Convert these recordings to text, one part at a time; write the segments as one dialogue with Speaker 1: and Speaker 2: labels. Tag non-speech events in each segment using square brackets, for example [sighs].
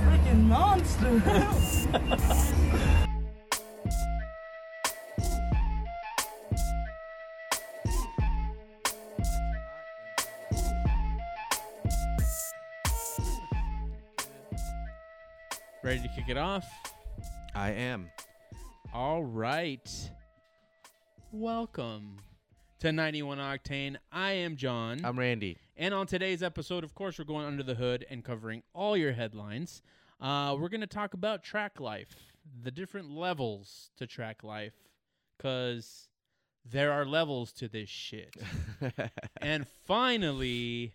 Speaker 1: fucking monster.
Speaker 2: Ready to kick it off?
Speaker 3: I am.
Speaker 2: All right. Welcome to 91 Octane. I am John.
Speaker 3: I'm Randy.
Speaker 2: and on today's episode, of course, we're going under the hood and covering all your headlines. Uh, we're going to talk about track life, the different levels to track life, because there are levels to this shit. and finally,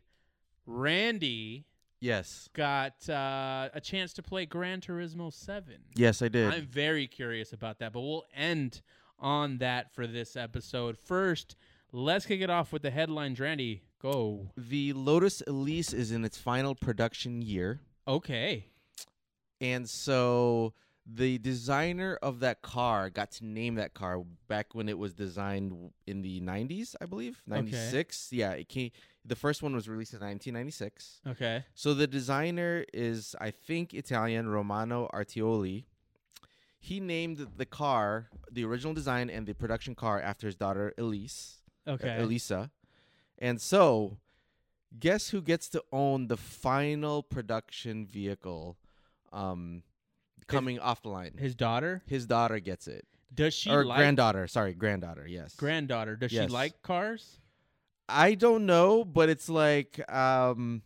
Speaker 2: Randy
Speaker 3: [laughs] yes.
Speaker 2: got uh, a chance to play Gran Turismo 7.
Speaker 3: Yes, I did.
Speaker 2: I'm very curious about that, but we'll end on that for this episode. First, let's kick it off with the headlines. Randy, go.
Speaker 3: the Lotus Elise is in its final production year.
Speaker 2: Okay.
Speaker 3: And so the designer of that car got to name that car back when it was designed in the 90s, I believe. 96. Yeah, it came the first one was released in 1996.
Speaker 2: Okay.
Speaker 3: So the designer is I think Italian Romano Artioli. He named the car, the original design and the production car after his daughter Elise. uh,
Speaker 2: Okay.
Speaker 3: Elisa. And so, guess who gets to own the final production vehicle um, coming off the line? His,
Speaker 2: His daughter?
Speaker 3: daughter gets it.
Speaker 2: Does she
Speaker 3: or
Speaker 2: like
Speaker 3: granddaughter. Sorry, granddaughter. Yes.
Speaker 2: granddaughter? Does
Speaker 3: Yes.
Speaker 2: she like cars?
Speaker 3: I don't know, but it's like. Um,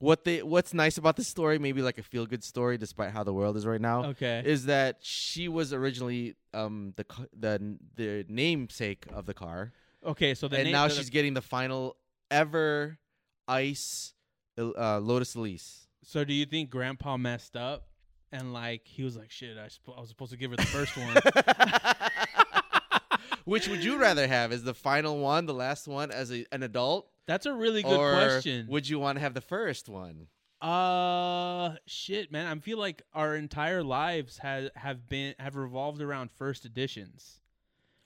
Speaker 3: what they what's nice about this story, maybe like a feel good story, despite how the world is right now,
Speaker 2: Okay.
Speaker 3: is that she was originally um the ca- the the namesake of the car,
Speaker 2: okay, so the
Speaker 3: and
Speaker 2: name-
Speaker 3: now
Speaker 2: the-
Speaker 3: she's getting the final ever ice El- uh, Lotus Elise. [laughs]
Speaker 2: So do you think grandpa messed up and like he was like shit, I, sp- I was supposed to give her the
Speaker 3: [laughs]
Speaker 2: first one.
Speaker 3: Which would you rather have? Is the final one the last one as a, an adult,
Speaker 2: That's a really good
Speaker 3: or
Speaker 2: question.
Speaker 3: would you want to have the first one?
Speaker 2: Uh, shit, man. I feel like our entire lives have have been have revolved around first editions,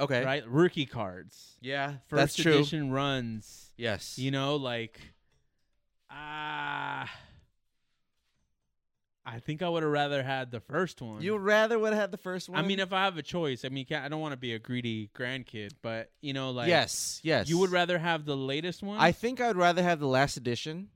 Speaker 3: Okay,
Speaker 2: right? Rookie cards,
Speaker 3: Yeah,
Speaker 2: first
Speaker 3: that's true.
Speaker 2: edition runs.
Speaker 3: Yes,
Speaker 2: You know, like ah, I think I would have rather had the first one.
Speaker 3: you rather would have had the first
Speaker 2: I
Speaker 3: one.
Speaker 2: mean, if I have a choice, I mean, ca- I don't want to be a greedy grandkid, but you know, like
Speaker 3: yes, yes,
Speaker 2: you would rather have the latest one.
Speaker 3: I think I'd rather have the last edition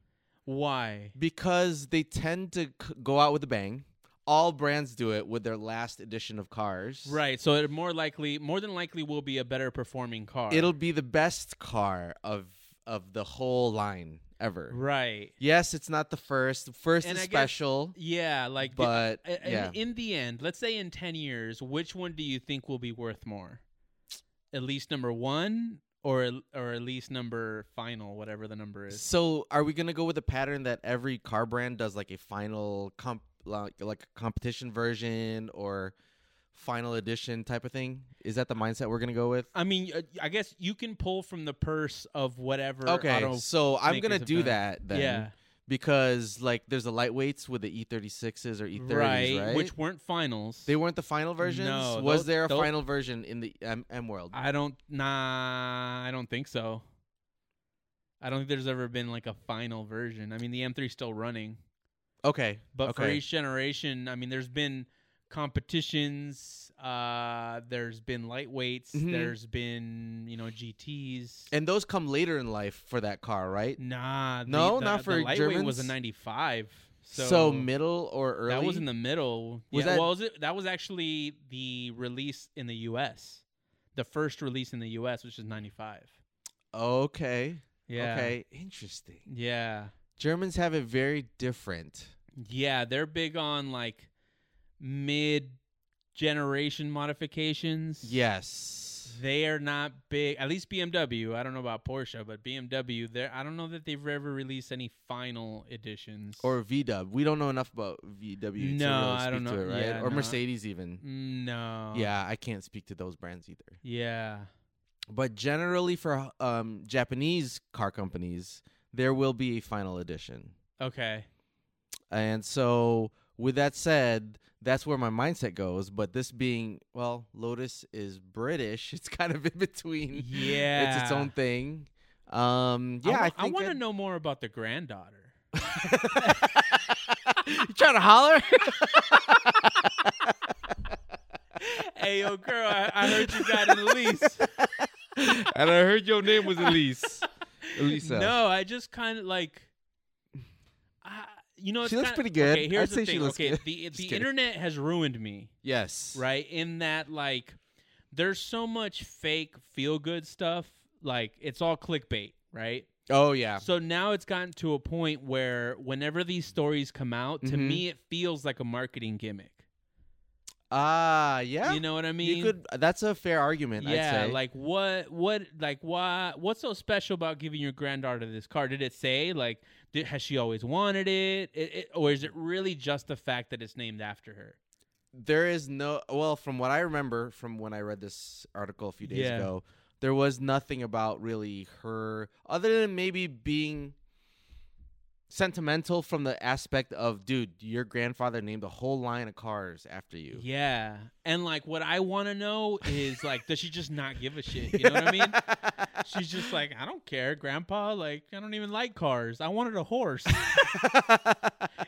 Speaker 2: why?
Speaker 3: because they tend to c- go out with a bang. All brands do it with their last edition of cars.
Speaker 2: Right, so it more likely, more than likely, will be a better performing car.
Speaker 3: It'll be the best car of of the whole line ever.
Speaker 2: right.
Speaker 3: Yes, it's not the first. The first
Speaker 2: And
Speaker 3: is
Speaker 2: I guess-
Speaker 3: special,
Speaker 2: Yeah, like, the-
Speaker 3: but
Speaker 2: I- I-
Speaker 3: yeah,
Speaker 2: in the end, let's say in ten years, which one do you think will be worth more? At least number one, or at- or at least number final, whatever the number is.
Speaker 3: So, are we gonna go with a pattern that every car brand does, like a final comp, like, like a competition version or final edition type of thing? Is that the mindset we're gonna go with?
Speaker 2: I mean, uh, I guess you can pull from the purse of whatever.
Speaker 3: Okay,
Speaker 2: auto-
Speaker 3: so I'm
Speaker 2: makers
Speaker 3: gonna
Speaker 2: have
Speaker 3: do
Speaker 2: done.
Speaker 3: that then,
Speaker 2: yeah,
Speaker 3: because like there's the lightweights with the E36s or E30s,
Speaker 2: right,
Speaker 3: right?
Speaker 2: Which weren't finals.
Speaker 3: they weren't the final versions.
Speaker 2: No,
Speaker 3: Was
Speaker 2: tho-
Speaker 3: there a
Speaker 2: tho-
Speaker 3: final version in the M, M world?
Speaker 2: I don't. Nah, I don't think so. I don't think there's ever been like a final version. I mean, the M3's still running.
Speaker 3: Okay,
Speaker 2: But for
Speaker 3: Okay.
Speaker 2: each generation, I mean, there's been competitions. Uh, there's been lightweights.
Speaker 3: Mhm.
Speaker 2: There's been you know GTS.
Speaker 3: and those come later in life for that car, right?
Speaker 2: nah, the-
Speaker 3: No,
Speaker 2: the-
Speaker 3: not for
Speaker 2: the lightweight was a
Speaker 3: Germans?
Speaker 2: 95. So,
Speaker 3: So, middle or early?
Speaker 2: that was in the middle.
Speaker 3: Was
Speaker 2: yeah,
Speaker 3: that-
Speaker 2: well, was it, that was actually the release in the U.S. The first release in the U.S., which is 95.
Speaker 3: Okay.
Speaker 2: Yeah.
Speaker 3: Okay. Interesting.
Speaker 2: Yeah.
Speaker 3: Germans have it very different.
Speaker 2: Yeah, they're big on like mid generation modifications.
Speaker 3: Yes.
Speaker 2: They are not big. At least BMW. I don't know about Porsche, but BMW. There, I don't know that they've ever released any final editions.
Speaker 3: Or VW. We don't know enough about VW to really
Speaker 2: No, I
Speaker 3: speak
Speaker 2: don't
Speaker 3: to
Speaker 2: know.
Speaker 3: it, right?
Speaker 2: Yeah,
Speaker 3: or
Speaker 2: no.
Speaker 3: Mercedes even.
Speaker 2: Mm, no.
Speaker 3: Yeah, I can't speak to those brands either.
Speaker 2: Yeah.
Speaker 3: But generally for um, Japanese car companies, there will be a final edition.
Speaker 2: Okay.
Speaker 3: And so, with that said, that's where my mindset goes. But this being, well, Lotus is British. [laughs] It's kind of in between.
Speaker 2: Yeah.
Speaker 3: It's its own thing. Um, yeah, I,
Speaker 2: I,
Speaker 3: think [laughs]
Speaker 2: want to
Speaker 3: I'd-
Speaker 2: know more about the granddaughter.
Speaker 3: trying
Speaker 2: [laughs]
Speaker 3: to holler?
Speaker 2: [laughs] hey, yo, girl, I, I heard you got an
Speaker 3: [laughs]
Speaker 2: Elise.
Speaker 3: and I heard your name was Elise. [laughs] Elisa.
Speaker 2: No, I just kind of like. I, you know,
Speaker 3: She
Speaker 2: it's
Speaker 3: looks
Speaker 2: kinda-
Speaker 3: pretty good.
Speaker 2: Okay, here's
Speaker 3: I'd say
Speaker 2: the
Speaker 3: she
Speaker 2: thing.
Speaker 3: looks
Speaker 2: okay,
Speaker 3: good. [laughs]
Speaker 2: the the
Speaker 3: kidding.
Speaker 2: internet has ruined me,
Speaker 3: Yes.
Speaker 2: right? In that, like, there's so much fake feel good stuff. Like, it's all clickbait, right?
Speaker 3: Oh yeah.
Speaker 2: So now it's gotten to a point where whenever these stories come out, to
Speaker 3: Mhm.
Speaker 2: me it feels like a marketing gimmick.
Speaker 3: Ah, yeah.
Speaker 2: You know what I mean?
Speaker 3: you could. That's a fair argument.
Speaker 2: yeah,
Speaker 3: I'd say.
Speaker 2: like what what like why what's so special about giving your granddaughter this car? Did it say like did, has she always wanted it? It, it? Or is it really just the fact that it's named after her?
Speaker 3: there is no. Well, from what I remember from when I read this article a few days
Speaker 2: Yeah.
Speaker 3: ago, there was nothing about really her, other than maybe being sentimental from the aspect of, dude, your grandfather named a whole line of cars after you.
Speaker 2: Yeah. And like what I want to know is like does she just not give a shit? You know what I
Speaker 3: [laughs]
Speaker 2: mean? She's just like I don't care, grandpa, like I don't even like cars. I wanted a horse, [laughs]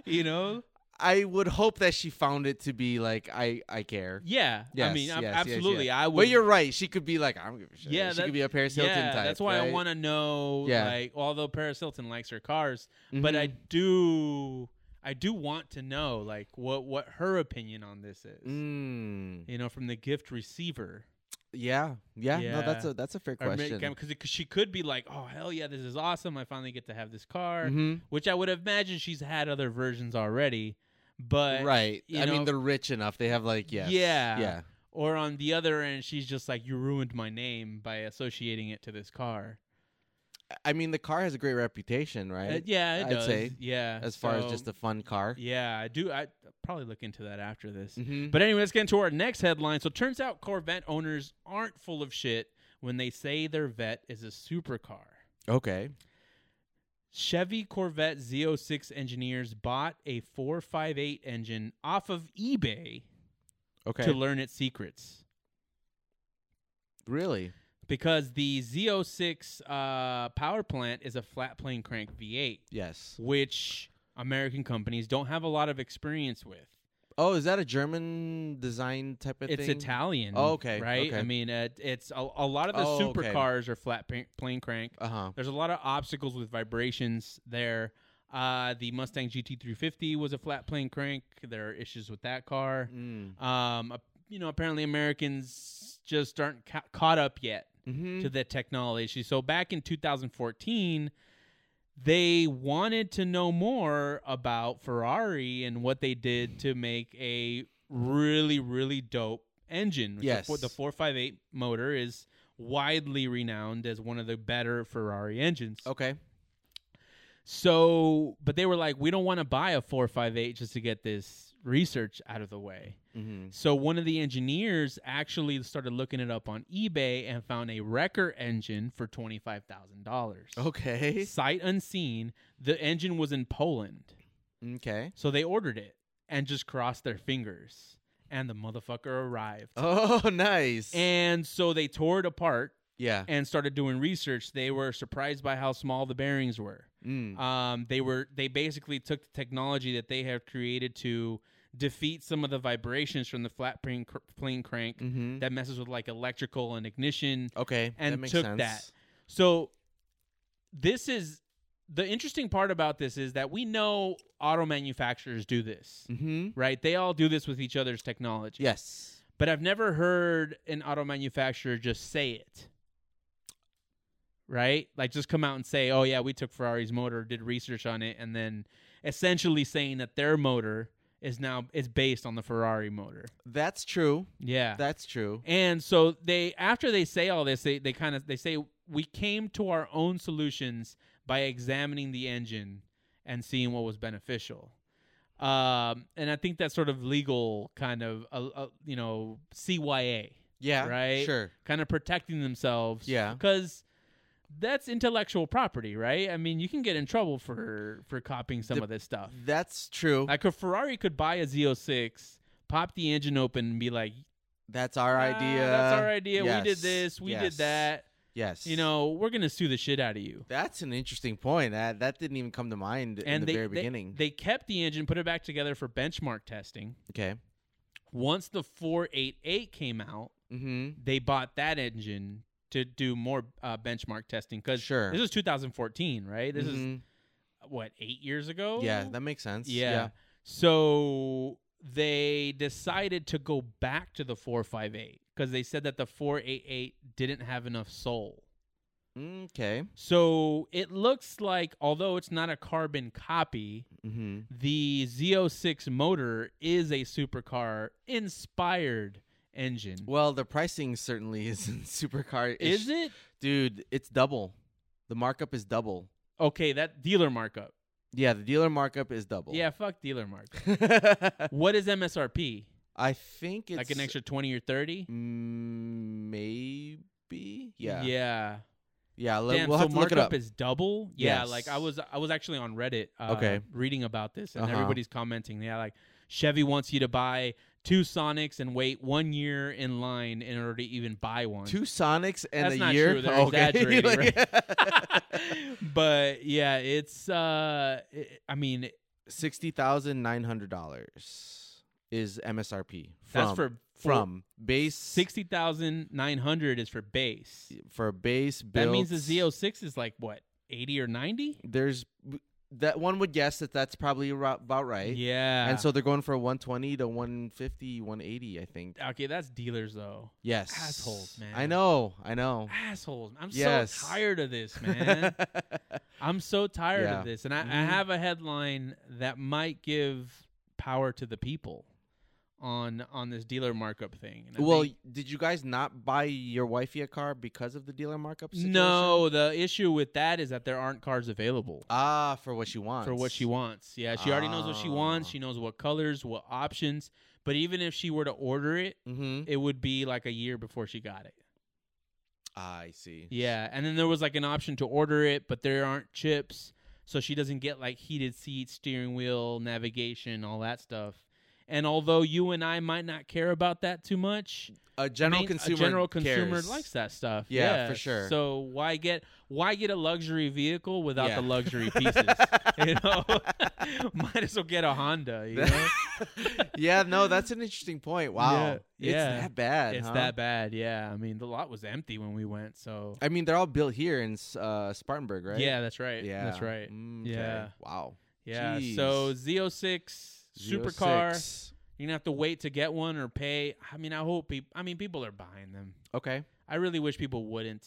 Speaker 2: you know?
Speaker 3: [laughs] I would hope that she found it to be like I I care.
Speaker 2: Yeah, I
Speaker 3: Yes,
Speaker 2: mean, ab-
Speaker 3: yes, yes,
Speaker 2: absolutely. I would.
Speaker 3: But you're right. She could be like I don't give a shit.
Speaker 2: Yeah,
Speaker 3: she
Speaker 2: that-
Speaker 3: could be a Paris Hilton
Speaker 2: yeah,
Speaker 3: type.
Speaker 2: that's why I
Speaker 3: right?
Speaker 2: want to know.
Speaker 3: Yeah.
Speaker 2: Like, although Paris Hilton likes her cars, but
Speaker 3: Mhm.
Speaker 2: I do, I do want to know, like, what what her opinion on this is.
Speaker 3: Mm,
Speaker 2: You know, from the gift receiver,
Speaker 3: yeah, yeah, No, that's
Speaker 2: Yeah.
Speaker 3: a that's a fair question.
Speaker 2: because she could be like, "Oh hell yeah, this is awesome! I finally get to have this car,"
Speaker 3: Mhm.
Speaker 2: which I would imagine she's had other versions already. But
Speaker 3: Right.
Speaker 2: you
Speaker 3: I
Speaker 2: know-
Speaker 3: mean, they're rich enough. They have like yes.
Speaker 2: Yeah.
Speaker 3: Yeah.
Speaker 2: or on the other end, she's just like, "You ruined my name by associating it to this car."
Speaker 3: I mean, the car has a great reputation,
Speaker 2: Uh,
Speaker 3: right?
Speaker 2: yeah, it
Speaker 3: I'd
Speaker 2: does.
Speaker 3: say,
Speaker 2: yeah,
Speaker 3: As far as
Speaker 2: so-
Speaker 3: just a fun car.
Speaker 2: Yeah, I do. I I'll probably look into that after this.
Speaker 3: Mhm.
Speaker 2: But anyway, let's get into our next headline. So, it turns out Corvette owners aren't full of shit when they say their vet is a supercar.
Speaker 3: Okay.
Speaker 2: Chevy Corvette Z06 engineers bought a 458 engine off of eBay
Speaker 3: Okay.
Speaker 2: to learn its secrets
Speaker 3: really?
Speaker 2: because the Z06 uh, power plant is a flat plane crank V8,
Speaker 3: Yes.
Speaker 2: which American companies don't have a lot of experience with.
Speaker 3: Oh, is that a German design type of
Speaker 2: it's
Speaker 3: thing?
Speaker 2: Italian.
Speaker 3: Oh, okay,
Speaker 2: Right? I
Speaker 3: okay.
Speaker 2: mean, uh, it's a, a lot of the
Speaker 3: Oh, okay.
Speaker 2: supercars are flat pa- plane crank.
Speaker 3: Uh huh.
Speaker 2: There's a lot of obstacles with vibrations there. Uh, the Mustang GT350 was a flat plane crank. There are issues with that car.
Speaker 3: Mm.
Speaker 2: Um, ap- you know, apparently Americans just aren't ca- caught up yet
Speaker 3: hmm
Speaker 2: to the technology. So back in 2014, they wanted to know more about Ferrari and what they did to make a really, really dope engine. which
Speaker 3: Yes.
Speaker 2: The, four- the 458 motor is widely renowned as one of the better Ferrari engines.
Speaker 3: Okay.
Speaker 2: So, but they were like, we don't want to buy a 458 just to get this research out of the way.
Speaker 3: Mm-hmm.
Speaker 2: So one of the engineers actually started looking it up on eBay and found a wrecker engine for twenty five thousand dollars.
Speaker 3: Okay.
Speaker 2: Sight unseen, the engine was in Poland,
Speaker 3: Okay.
Speaker 2: so they ordered it and just crossed their fingers, and the motherfucker arrived.
Speaker 3: Oh, [laughs] nice.
Speaker 2: And so they tore it apart
Speaker 3: yeah.
Speaker 2: and started doing research. They were surprised by how small the bearings were.
Speaker 3: Mm.
Speaker 2: Um, they were they basically took the technology that they have created to defeat some of the vibrations from the flat plane, cr- plane crank
Speaker 3: hmm
Speaker 2: that messes with like electrical and ignition.
Speaker 3: Okay. that
Speaker 2: and
Speaker 3: makes
Speaker 2: took
Speaker 3: sense.
Speaker 2: that. So this is the interesting part about this is that we know auto manufacturers do this,
Speaker 3: Mm-hmm.
Speaker 2: right? They all do this with each other's technology.
Speaker 3: Yes.
Speaker 2: But I've never heard an auto manufacturer just say it. Right? Like just come out and say, "Oh yeah, we took Ferrari's motor, did research on it," and then essentially saying that their motor is now is based on the Ferrari motor.
Speaker 3: That's true.
Speaker 2: Yeah.
Speaker 3: That's true.
Speaker 2: And so they after they say all this, they, they kind of they say we came to our own solutions by examining the engine and seeing what was beneficial. Um, and I think that's sort of legal kind of uh, uh, you know CYA
Speaker 3: Yeah.
Speaker 2: Right?
Speaker 3: Sure.
Speaker 2: kind of protecting themselves.
Speaker 3: Yeah.
Speaker 2: Because that's intellectual property, right? I mean, you can get in trouble for for copying some
Speaker 3: The-
Speaker 2: of this stuff.
Speaker 3: That's true.
Speaker 2: Like a Ferrari could buy a Z06, pop the engine open, and be like,
Speaker 3: that's our
Speaker 2: "Ah,
Speaker 3: idea.
Speaker 2: That's our idea. We
Speaker 3: Yes,
Speaker 2: did this. We
Speaker 3: yes.
Speaker 2: did that.
Speaker 3: Yes.
Speaker 2: You know, we're gonna sue the shit out of you.
Speaker 3: That's an interesting point. That that didn't even come to mind in
Speaker 2: And
Speaker 3: the
Speaker 2: they,
Speaker 3: very
Speaker 2: they-
Speaker 3: beginning.
Speaker 2: they kept the engine, put it back together for benchmark testing.
Speaker 3: okay.
Speaker 2: Once the 488 came out,
Speaker 3: Mm-hmm.
Speaker 2: they bought that engine to do more uh, benchmark testing because
Speaker 3: Sure.
Speaker 2: this is 2014, right? This is what eight years ago.
Speaker 3: Mm-hmm. yeah, that makes sense.
Speaker 2: yeah. So they decided to go back to the 458 because they said that the 488 didn't have enough soul.
Speaker 3: Okay.
Speaker 2: So it looks like, although it's not a carbon copy,
Speaker 3: Mm-hmm.
Speaker 2: the Z06 motor is a supercar inspired engine.
Speaker 3: Well, the pricing certainly [laughs] isn't supercar.
Speaker 2: Is it?
Speaker 3: dude? It's double. The markup is double.
Speaker 2: Okay, that dealer markup.
Speaker 3: Yeah, the dealer markup is double.
Speaker 2: Yeah, fuck dealer [laughs] markup. what is MSRP?
Speaker 3: [laughs] I think it's
Speaker 2: like an extra 20 or 30?
Speaker 3: mm, maybe. Yeah.
Speaker 2: Yeah.
Speaker 3: Yeah. le-
Speaker 2: Damn,
Speaker 3: we'll
Speaker 2: so
Speaker 3: have to look
Speaker 2: markup
Speaker 3: it up.
Speaker 2: is double. Yeah,
Speaker 3: Yes.
Speaker 2: like I was, I was actually on Reddit, uh,
Speaker 3: Okay.
Speaker 2: reading about this, and
Speaker 3: Uh-huh.
Speaker 2: everybody's commenting. Yeah, like Chevy wants you to buy two Sonics and wait one year in line in order to even buy one.
Speaker 3: Two [laughs] Sonics and
Speaker 2: That's
Speaker 3: a
Speaker 2: not
Speaker 3: year.
Speaker 2: true, they're
Speaker 3: [laughs] okay.
Speaker 2: exaggerating, [laughs] [laughs] but yeah, it's. uh it, I mean,
Speaker 3: [laughs] Sixty thousand nine hundred dollars is MSRP. From,
Speaker 2: that's for
Speaker 3: from base
Speaker 2: sixty thousand nine hundred is for base.
Speaker 3: for base
Speaker 2: That
Speaker 3: build.
Speaker 2: means the Z06 is like what eighty or ninety?
Speaker 3: There's that one would guess that that's probably ro- about right.
Speaker 2: Yeah,
Speaker 3: And so they're going for 120 to 150, 180, I think.
Speaker 2: okay, that's dealers though.
Speaker 3: Yes.
Speaker 2: Assholes, man.
Speaker 3: I know. I know.
Speaker 2: assholes. I'm
Speaker 3: Yes.
Speaker 2: so tired of this,
Speaker 3: [laughs]
Speaker 2: man. I'm so tired
Speaker 3: Yeah.
Speaker 2: of this. And I, I
Speaker 3: Mhm.
Speaker 2: have a headline that might give power to the people on on this dealer markup thing. And I
Speaker 3: well,
Speaker 2: think-
Speaker 3: did you guys not buy your wifey a car because of the dealer markup situation?
Speaker 2: no, the issue with that is that there aren't cars available
Speaker 3: Ah, for what she wants.
Speaker 2: for what she wants. Yeah, she already knows what she wants.
Speaker 3: Ah.
Speaker 2: She knows what colors, what options. But even if she were to order it,
Speaker 3: Mm-hmm.
Speaker 2: it would be like a year before she got it.
Speaker 3: I see.
Speaker 2: Yeah, and then there was like an option to order it, but there aren't chips, so she doesn't get like heated seats, steering wheel, navigation, all that stuff. And although you and I might not care about that too much,
Speaker 3: A general
Speaker 2: main- a
Speaker 3: consumer.
Speaker 2: general consumer
Speaker 3: cares. [laughs]
Speaker 2: likes that stuff.
Speaker 3: Yeah, for sure.
Speaker 2: So why get why get a luxury vehicle without
Speaker 3: Yeah.
Speaker 2: the
Speaker 3: [laughs]
Speaker 2: luxury pieces? you know, [laughs] might as well get a Honda. You know,
Speaker 3: yeah, no, that's an interesting point. Wow.
Speaker 2: yeah.
Speaker 3: It's that bad.
Speaker 2: it's
Speaker 3: huh?
Speaker 2: that bad. Yeah, I mean the lot was empty when we went, so
Speaker 3: I mean, they're all built here in uh, Spartanburg, right?
Speaker 2: yeah, that's right.
Speaker 3: Yeah.
Speaker 2: that's right.
Speaker 3: Mm,
Speaker 2: Yeah.
Speaker 3: Wow.
Speaker 2: Yeah.
Speaker 3: Jeez.
Speaker 2: So Z06 supercar,
Speaker 3: Z06.
Speaker 2: you're gonna have to wait to get one or pay. I mean, I hope. Peop- I mean, people are buying them.
Speaker 3: Okay.
Speaker 2: I really wish people wouldn't,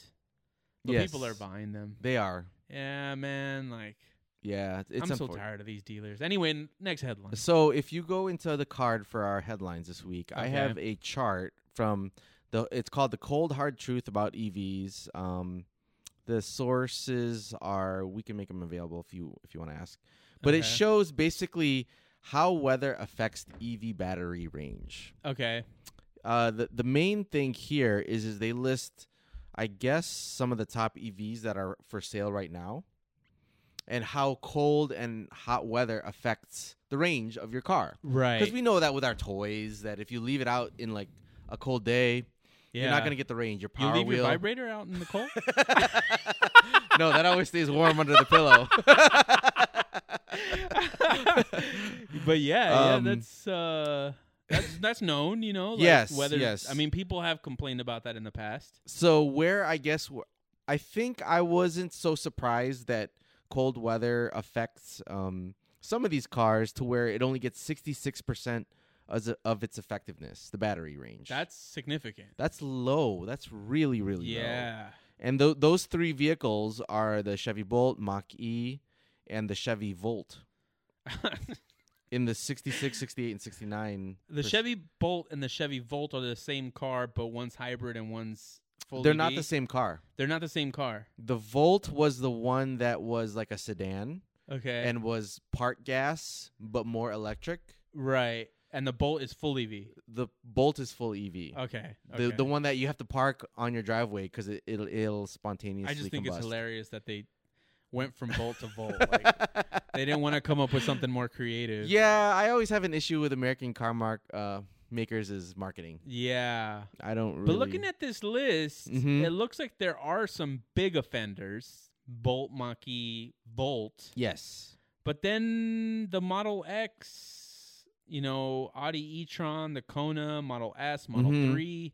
Speaker 2: but people are
Speaker 3: Yes.
Speaker 2: buying them.
Speaker 3: They are.
Speaker 2: Yeah, man. Like
Speaker 3: Yeah. It's
Speaker 2: I'm so
Speaker 3: unfor-
Speaker 2: tired of these dealers. Anyway, n- next headline.
Speaker 3: So if you go into the card for our headlines this week, I
Speaker 2: Okay.
Speaker 3: have a chart from the. It's called the cold hard truth about EVs. Um, the sources are we can make them available if you if you want to ask, but it
Speaker 2: Okay.
Speaker 3: shows basically how weather affects EV battery range.
Speaker 2: Okay.
Speaker 3: Uh, the the main thing here is is they list, I guess, some of the top EVs that are for sale right now, and how cold and hot weather affects the range of your car.
Speaker 2: Right.
Speaker 3: Because we know that with our toys, that if you leave it out in like a cold day,
Speaker 2: yeah.
Speaker 3: you're not gonna get the range. Your
Speaker 2: You
Speaker 3: power
Speaker 2: leave
Speaker 3: wheel.
Speaker 2: your vibrator out in the cold.
Speaker 3: [laughs]
Speaker 2: [laughs]
Speaker 3: no, that always stays warm under the pillow. [laughs]
Speaker 2: but yeah,
Speaker 3: Um,
Speaker 2: yeah, that's uh, that's that's known. You know. Like
Speaker 3: Yes,
Speaker 2: Whether
Speaker 3: yes.
Speaker 2: I mean, people have complained about that in the past.
Speaker 3: so where I guess wh- I think I wasn't so surprised that cold weather affects um, some of these cars to where it only gets 66 percent of its effectiveness, the battery range.
Speaker 2: That's significant.
Speaker 3: that's low. That's really really low.
Speaker 2: Yeah. [laughs]
Speaker 3: And tho- those three vehicles are the Chevy Bolt, Mach E, and the Chevy Volt in the 66, 68, and 69.
Speaker 2: The
Speaker 3: pers-
Speaker 2: Chevy Bolt and the Chevy Volt are the same car, but one's hybrid and one's full.
Speaker 3: They're not
Speaker 2: EV.
Speaker 3: the same car.
Speaker 2: They're not the same car.
Speaker 3: The Volt was the one that was like a sedan
Speaker 2: Okay.
Speaker 3: and was part gas, but more electric.
Speaker 2: right, and the Bolt is full EV.
Speaker 3: The Bolt is full EV.
Speaker 2: Okay.
Speaker 3: The,
Speaker 2: okay.
Speaker 3: the one that you have to park on your driveway because it, it'll, it'll spontaneously
Speaker 2: I just think it's
Speaker 3: combust. [laughs]
Speaker 2: hilarious that they went from Bolt to Volt. Like, they didn't want to come up with something more creative.
Speaker 3: Yeah, I always have an issue with American car mark, uh, makers is marketing.
Speaker 2: Yeah.
Speaker 3: I don't really.
Speaker 2: But looking at this list,
Speaker 3: Mhm.
Speaker 2: it looks like there are some big offenders. Bolt, Maki, Bolt.
Speaker 3: yes,
Speaker 2: But then the Model X, you know, Audi e-tron, the Kona, Model S, Model
Speaker 3: Mhm.
Speaker 2: 3.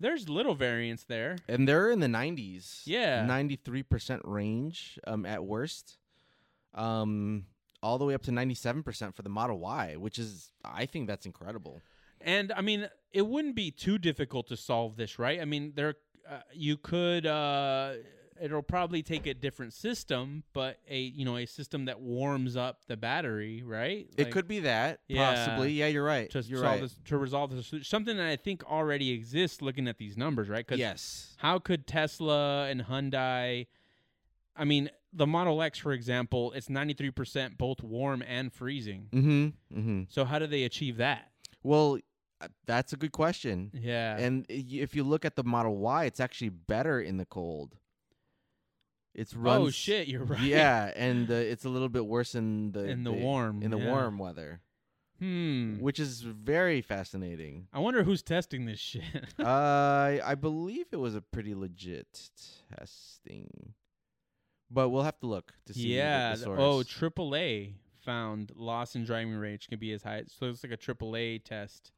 Speaker 2: There's little variance there.
Speaker 3: and they're in the nineties.
Speaker 2: Yeah.
Speaker 3: ninety three percent range um, at worst, um, all the way up to ninety seven percent for the Model Y, which is I think that's incredible.
Speaker 2: And I mean, it wouldn't be too difficult to solve this, right? I mean, there uh, you could uh it'll probably take a different system, but a you know, a system that warms up the battery, right?
Speaker 3: it
Speaker 2: Like,
Speaker 3: could be that
Speaker 2: Yeah.
Speaker 3: possibly. Yeah, you're right.
Speaker 2: to
Speaker 3: you're
Speaker 2: solve
Speaker 3: right.
Speaker 2: this to resolve this something that I think already exists looking at these numbers, right? Cuz
Speaker 3: Yes.
Speaker 2: how could Tesla and Hyundai I mean, the Model X for example, it's 93% both warm and freezing.
Speaker 3: Mm-hmm. Mm-hmm.
Speaker 2: So how do they achieve that?
Speaker 3: Well, uh, that's a good question.
Speaker 2: Yeah.
Speaker 3: And i- y- if you look at the Model Y, it's actually better in the cold. It's runs.
Speaker 2: oh shit, [laughs] you're right.
Speaker 3: Yeah, and uh, it's a little bit worse in the
Speaker 2: in the warm.
Speaker 3: in the
Speaker 2: yeah.
Speaker 3: warm weather,
Speaker 2: Hmm.
Speaker 3: which is very fascinating.
Speaker 2: I wonder who's testing this shit. [laughs]
Speaker 3: uh, I believe it was a pretty legit testing, but we'll have to look [laughs] to see. the-
Speaker 2: yeah.
Speaker 3: the
Speaker 2: th-
Speaker 3: source.
Speaker 2: oh, AAA found loss in driving range can be as high. So it's like a AAA test.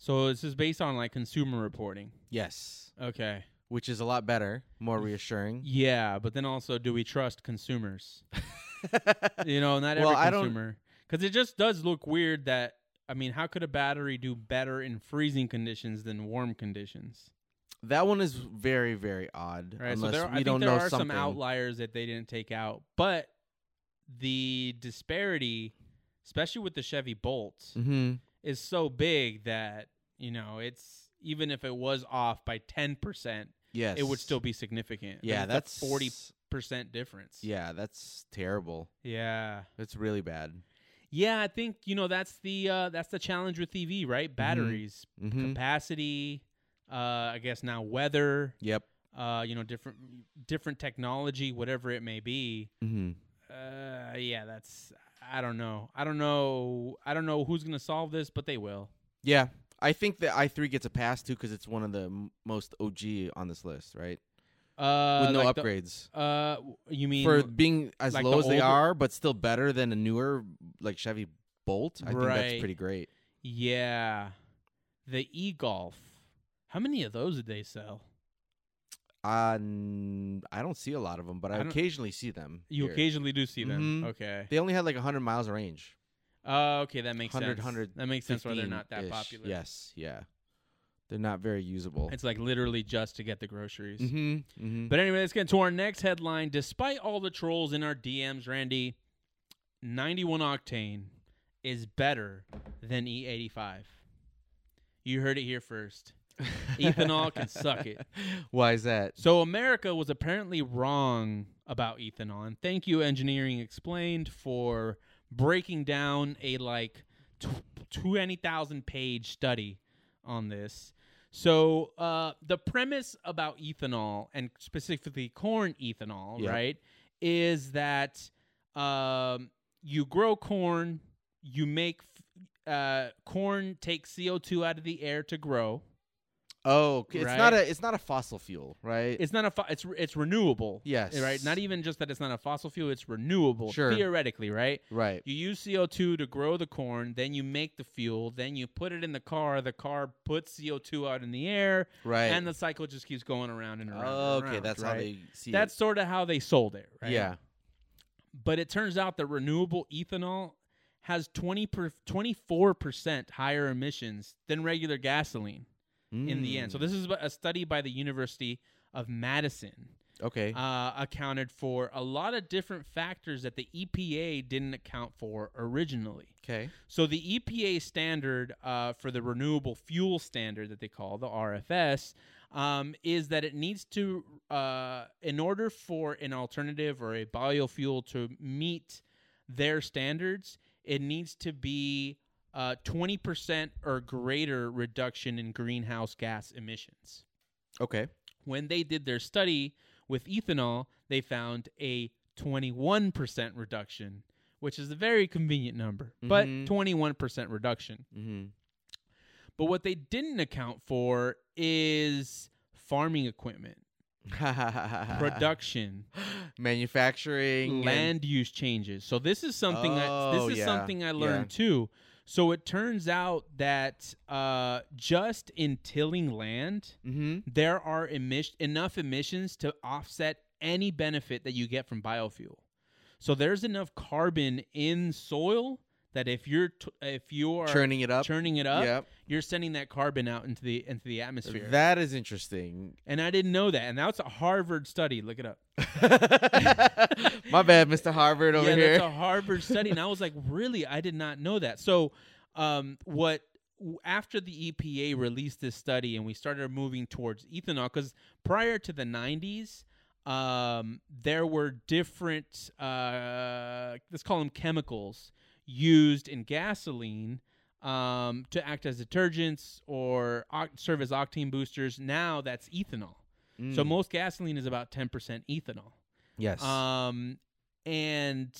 Speaker 2: So this is based on like consumer reporting.
Speaker 3: yes,
Speaker 2: Okay.
Speaker 3: which is a lot better,
Speaker 2: Mm.
Speaker 3: more reassuring.
Speaker 2: Yeah, but then also, do we trust
Speaker 3: [laughs]
Speaker 2: consumers? you know, not
Speaker 3: Well,
Speaker 2: every
Speaker 3: I don't-
Speaker 2: consumer. Because it just does look weird that I mean, how could a battery do better in freezing conditions than warm conditions?
Speaker 3: that one is very, very odd.
Speaker 2: Right. so
Speaker 3: Unless
Speaker 2: there,
Speaker 3: we
Speaker 2: I think
Speaker 3: don't
Speaker 2: there
Speaker 3: know
Speaker 2: are
Speaker 3: something.
Speaker 2: some outliers that they didn't take out, but the disparity, especially with the Chevy Bolt,
Speaker 3: Mm-hmm.
Speaker 2: is so big that you know it's even if it was off by ten percent,
Speaker 3: Yes,
Speaker 2: it would still be significant. I mean,
Speaker 3: Yeah,
Speaker 2: it's a
Speaker 3: that's
Speaker 2: forty percent difference.
Speaker 3: Yeah, that's terrible.
Speaker 2: Yeah.
Speaker 3: That's really bad.
Speaker 2: Yeah, I think you know that's the uh, that's the challenge with EV,
Speaker 3: Mm-hmm.
Speaker 2: right? Batteries,
Speaker 3: Mhm.
Speaker 2: capacity, uh, I guess now weather,
Speaker 3: Yep.
Speaker 2: uh, you know, different different technology, whatever it may be.
Speaker 3: Mm-hmm.
Speaker 2: Uh, yeah, that's I don't know, I don't know, I don't know who's gonna solve this, but they will.
Speaker 3: Yeah, I think that i three gets a pass too because it's one of the m- most OG on this list, right?
Speaker 2: Uh,
Speaker 3: With no
Speaker 2: like the-
Speaker 3: upgrades
Speaker 2: uh, w- you mean
Speaker 3: for being as
Speaker 2: like
Speaker 3: low
Speaker 2: the
Speaker 3: as they
Speaker 2: older-
Speaker 3: are, but still better than a newer like Chevy Bolt. I think
Speaker 2: Right.
Speaker 3: that's pretty great.
Speaker 2: yeah, the e golf. How many of those did they sell?
Speaker 3: Um, I don't see a lot of them, but I,
Speaker 2: I don't-
Speaker 3: occasionally see them.
Speaker 2: You
Speaker 3: here.
Speaker 2: occasionally do see them.
Speaker 3: Mhm.
Speaker 2: Okay.
Speaker 3: They only had like hundred miles of range.
Speaker 2: Oh, okay, that makes
Speaker 3: 100,
Speaker 2: sense.
Speaker 3: 100,
Speaker 2: that makes sense why they're
Speaker 3: 15
Speaker 2: not that
Speaker 3: -ish.
Speaker 2: popular.
Speaker 3: Yes. Yeah. They're not very usable.
Speaker 2: It's like literally just to get the groceries.
Speaker 3: Mm-hmm. mm-hmm.
Speaker 2: But anyway, let's get into our next headline. Despite all the trolls in our DMs, Randy, 91 octane is better than E85. You heard it here first. Ethanol can suck it.
Speaker 3: [laughs] Why is that?
Speaker 2: So America was apparently wrong about ethanol. And thank you, Engineering Explained, for breaking down a like tw- 20,000 page study on this. So uh, the premise about ethanol and specifically corn ethanol,
Speaker 3: Yeah.
Speaker 2: right, is that um, you grow corn, you make f- uh, corn takes CO2 out of the air to grow.
Speaker 3: Oh, c- it's
Speaker 2: Right?
Speaker 3: not a it's not a fossil fuel, right?
Speaker 2: It's not a fo- it's re- it's renewable.
Speaker 3: yes,
Speaker 2: Right. Not even just that it's not a fossil fuel, it's renewable
Speaker 3: Sure.
Speaker 2: theoretically, right?
Speaker 3: right.
Speaker 2: You use CO2 to grow the corn, then you make the fuel, then you put it in the car, the car puts CO2 out in the air,
Speaker 3: Right.
Speaker 2: and the cycle just keeps going around and around. and
Speaker 3: oh, okay,
Speaker 2: around,
Speaker 3: that's how
Speaker 2: right?
Speaker 3: they see
Speaker 2: That's
Speaker 3: it.
Speaker 2: sort of how they sold it, right?
Speaker 3: Yeah.
Speaker 2: But it turns out that renewable ethanol has 20 per, 24% higher emissions than regular gasoline in the end. So
Speaker 3: Mm,
Speaker 2: this is a study by the University of Madison
Speaker 3: Mm, okay.
Speaker 2: uh, accounted for a lot of different factors that the EPA didn't account for originally.
Speaker 3: Okay.
Speaker 2: So the EPA standard uh, for the renewable fuel standard that they call the RFS um, is that it needs to, uh, in order for an alternative or a biofuel to meet their standards, it needs to be uh, 20% or greater reduction in greenhouse gas emissions
Speaker 3: Okay.
Speaker 2: when they did their study with ethanol, they found a 21% reduction, which is a very convenient number, but
Speaker 3: Mhm. [laughs]
Speaker 2: 21% reduction.
Speaker 3: Mm-hmm.
Speaker 2: But what they didn't account for is farming equipment,
Speaker 3: Ah.
Speaker 2: production,
Speaker 3: manufacturing, and-
Speaker 2: land use changes. So this is something I,
Speaker 3: Oh,
Speaker 2: this is
Speaker 3: yeah,
Speaker 2: something I
Speaker 3: yeah.
Speaker 2: learned too. So it turns out that uh, just in tilling land,
Speaker 3: Mhm.
Speaker 2: there are emis- enough emissions to offset any benefit that you get from biofuel. So there's enough carbon in soil that if you're t- if you are
Speaker 3: churning it up.
Speaker 2: churning it up,
Speaker 3: Yep.
Speaker 2: you're sending that carbon out into the into the atmosphere.
Speaker 3: That is interesting.
Speaker 2: [laughs] and I didn't know that. And that's a Harvard study. Look it up.
Speaker 3: My bad, Mr. Harvard over
Speaker 2: yeah,
Speaker 3: here.
Speaker 2: that's a Harvard study, and I was like, really, I did not know that. So, um, what w- after the EPA released this study and we started moving towards ethanol, because prior to the '90s, um, there were different, uh, let's call them chemicals used in gasoline. Um, to act as detergents or oct- serve as octane boosters. Now that's ethanol. So
Speaker 3: Mm.
Speaker 2: most gasoline is about 10% ethanol.
Speaker 3: yes.
Speaker 2: Um, and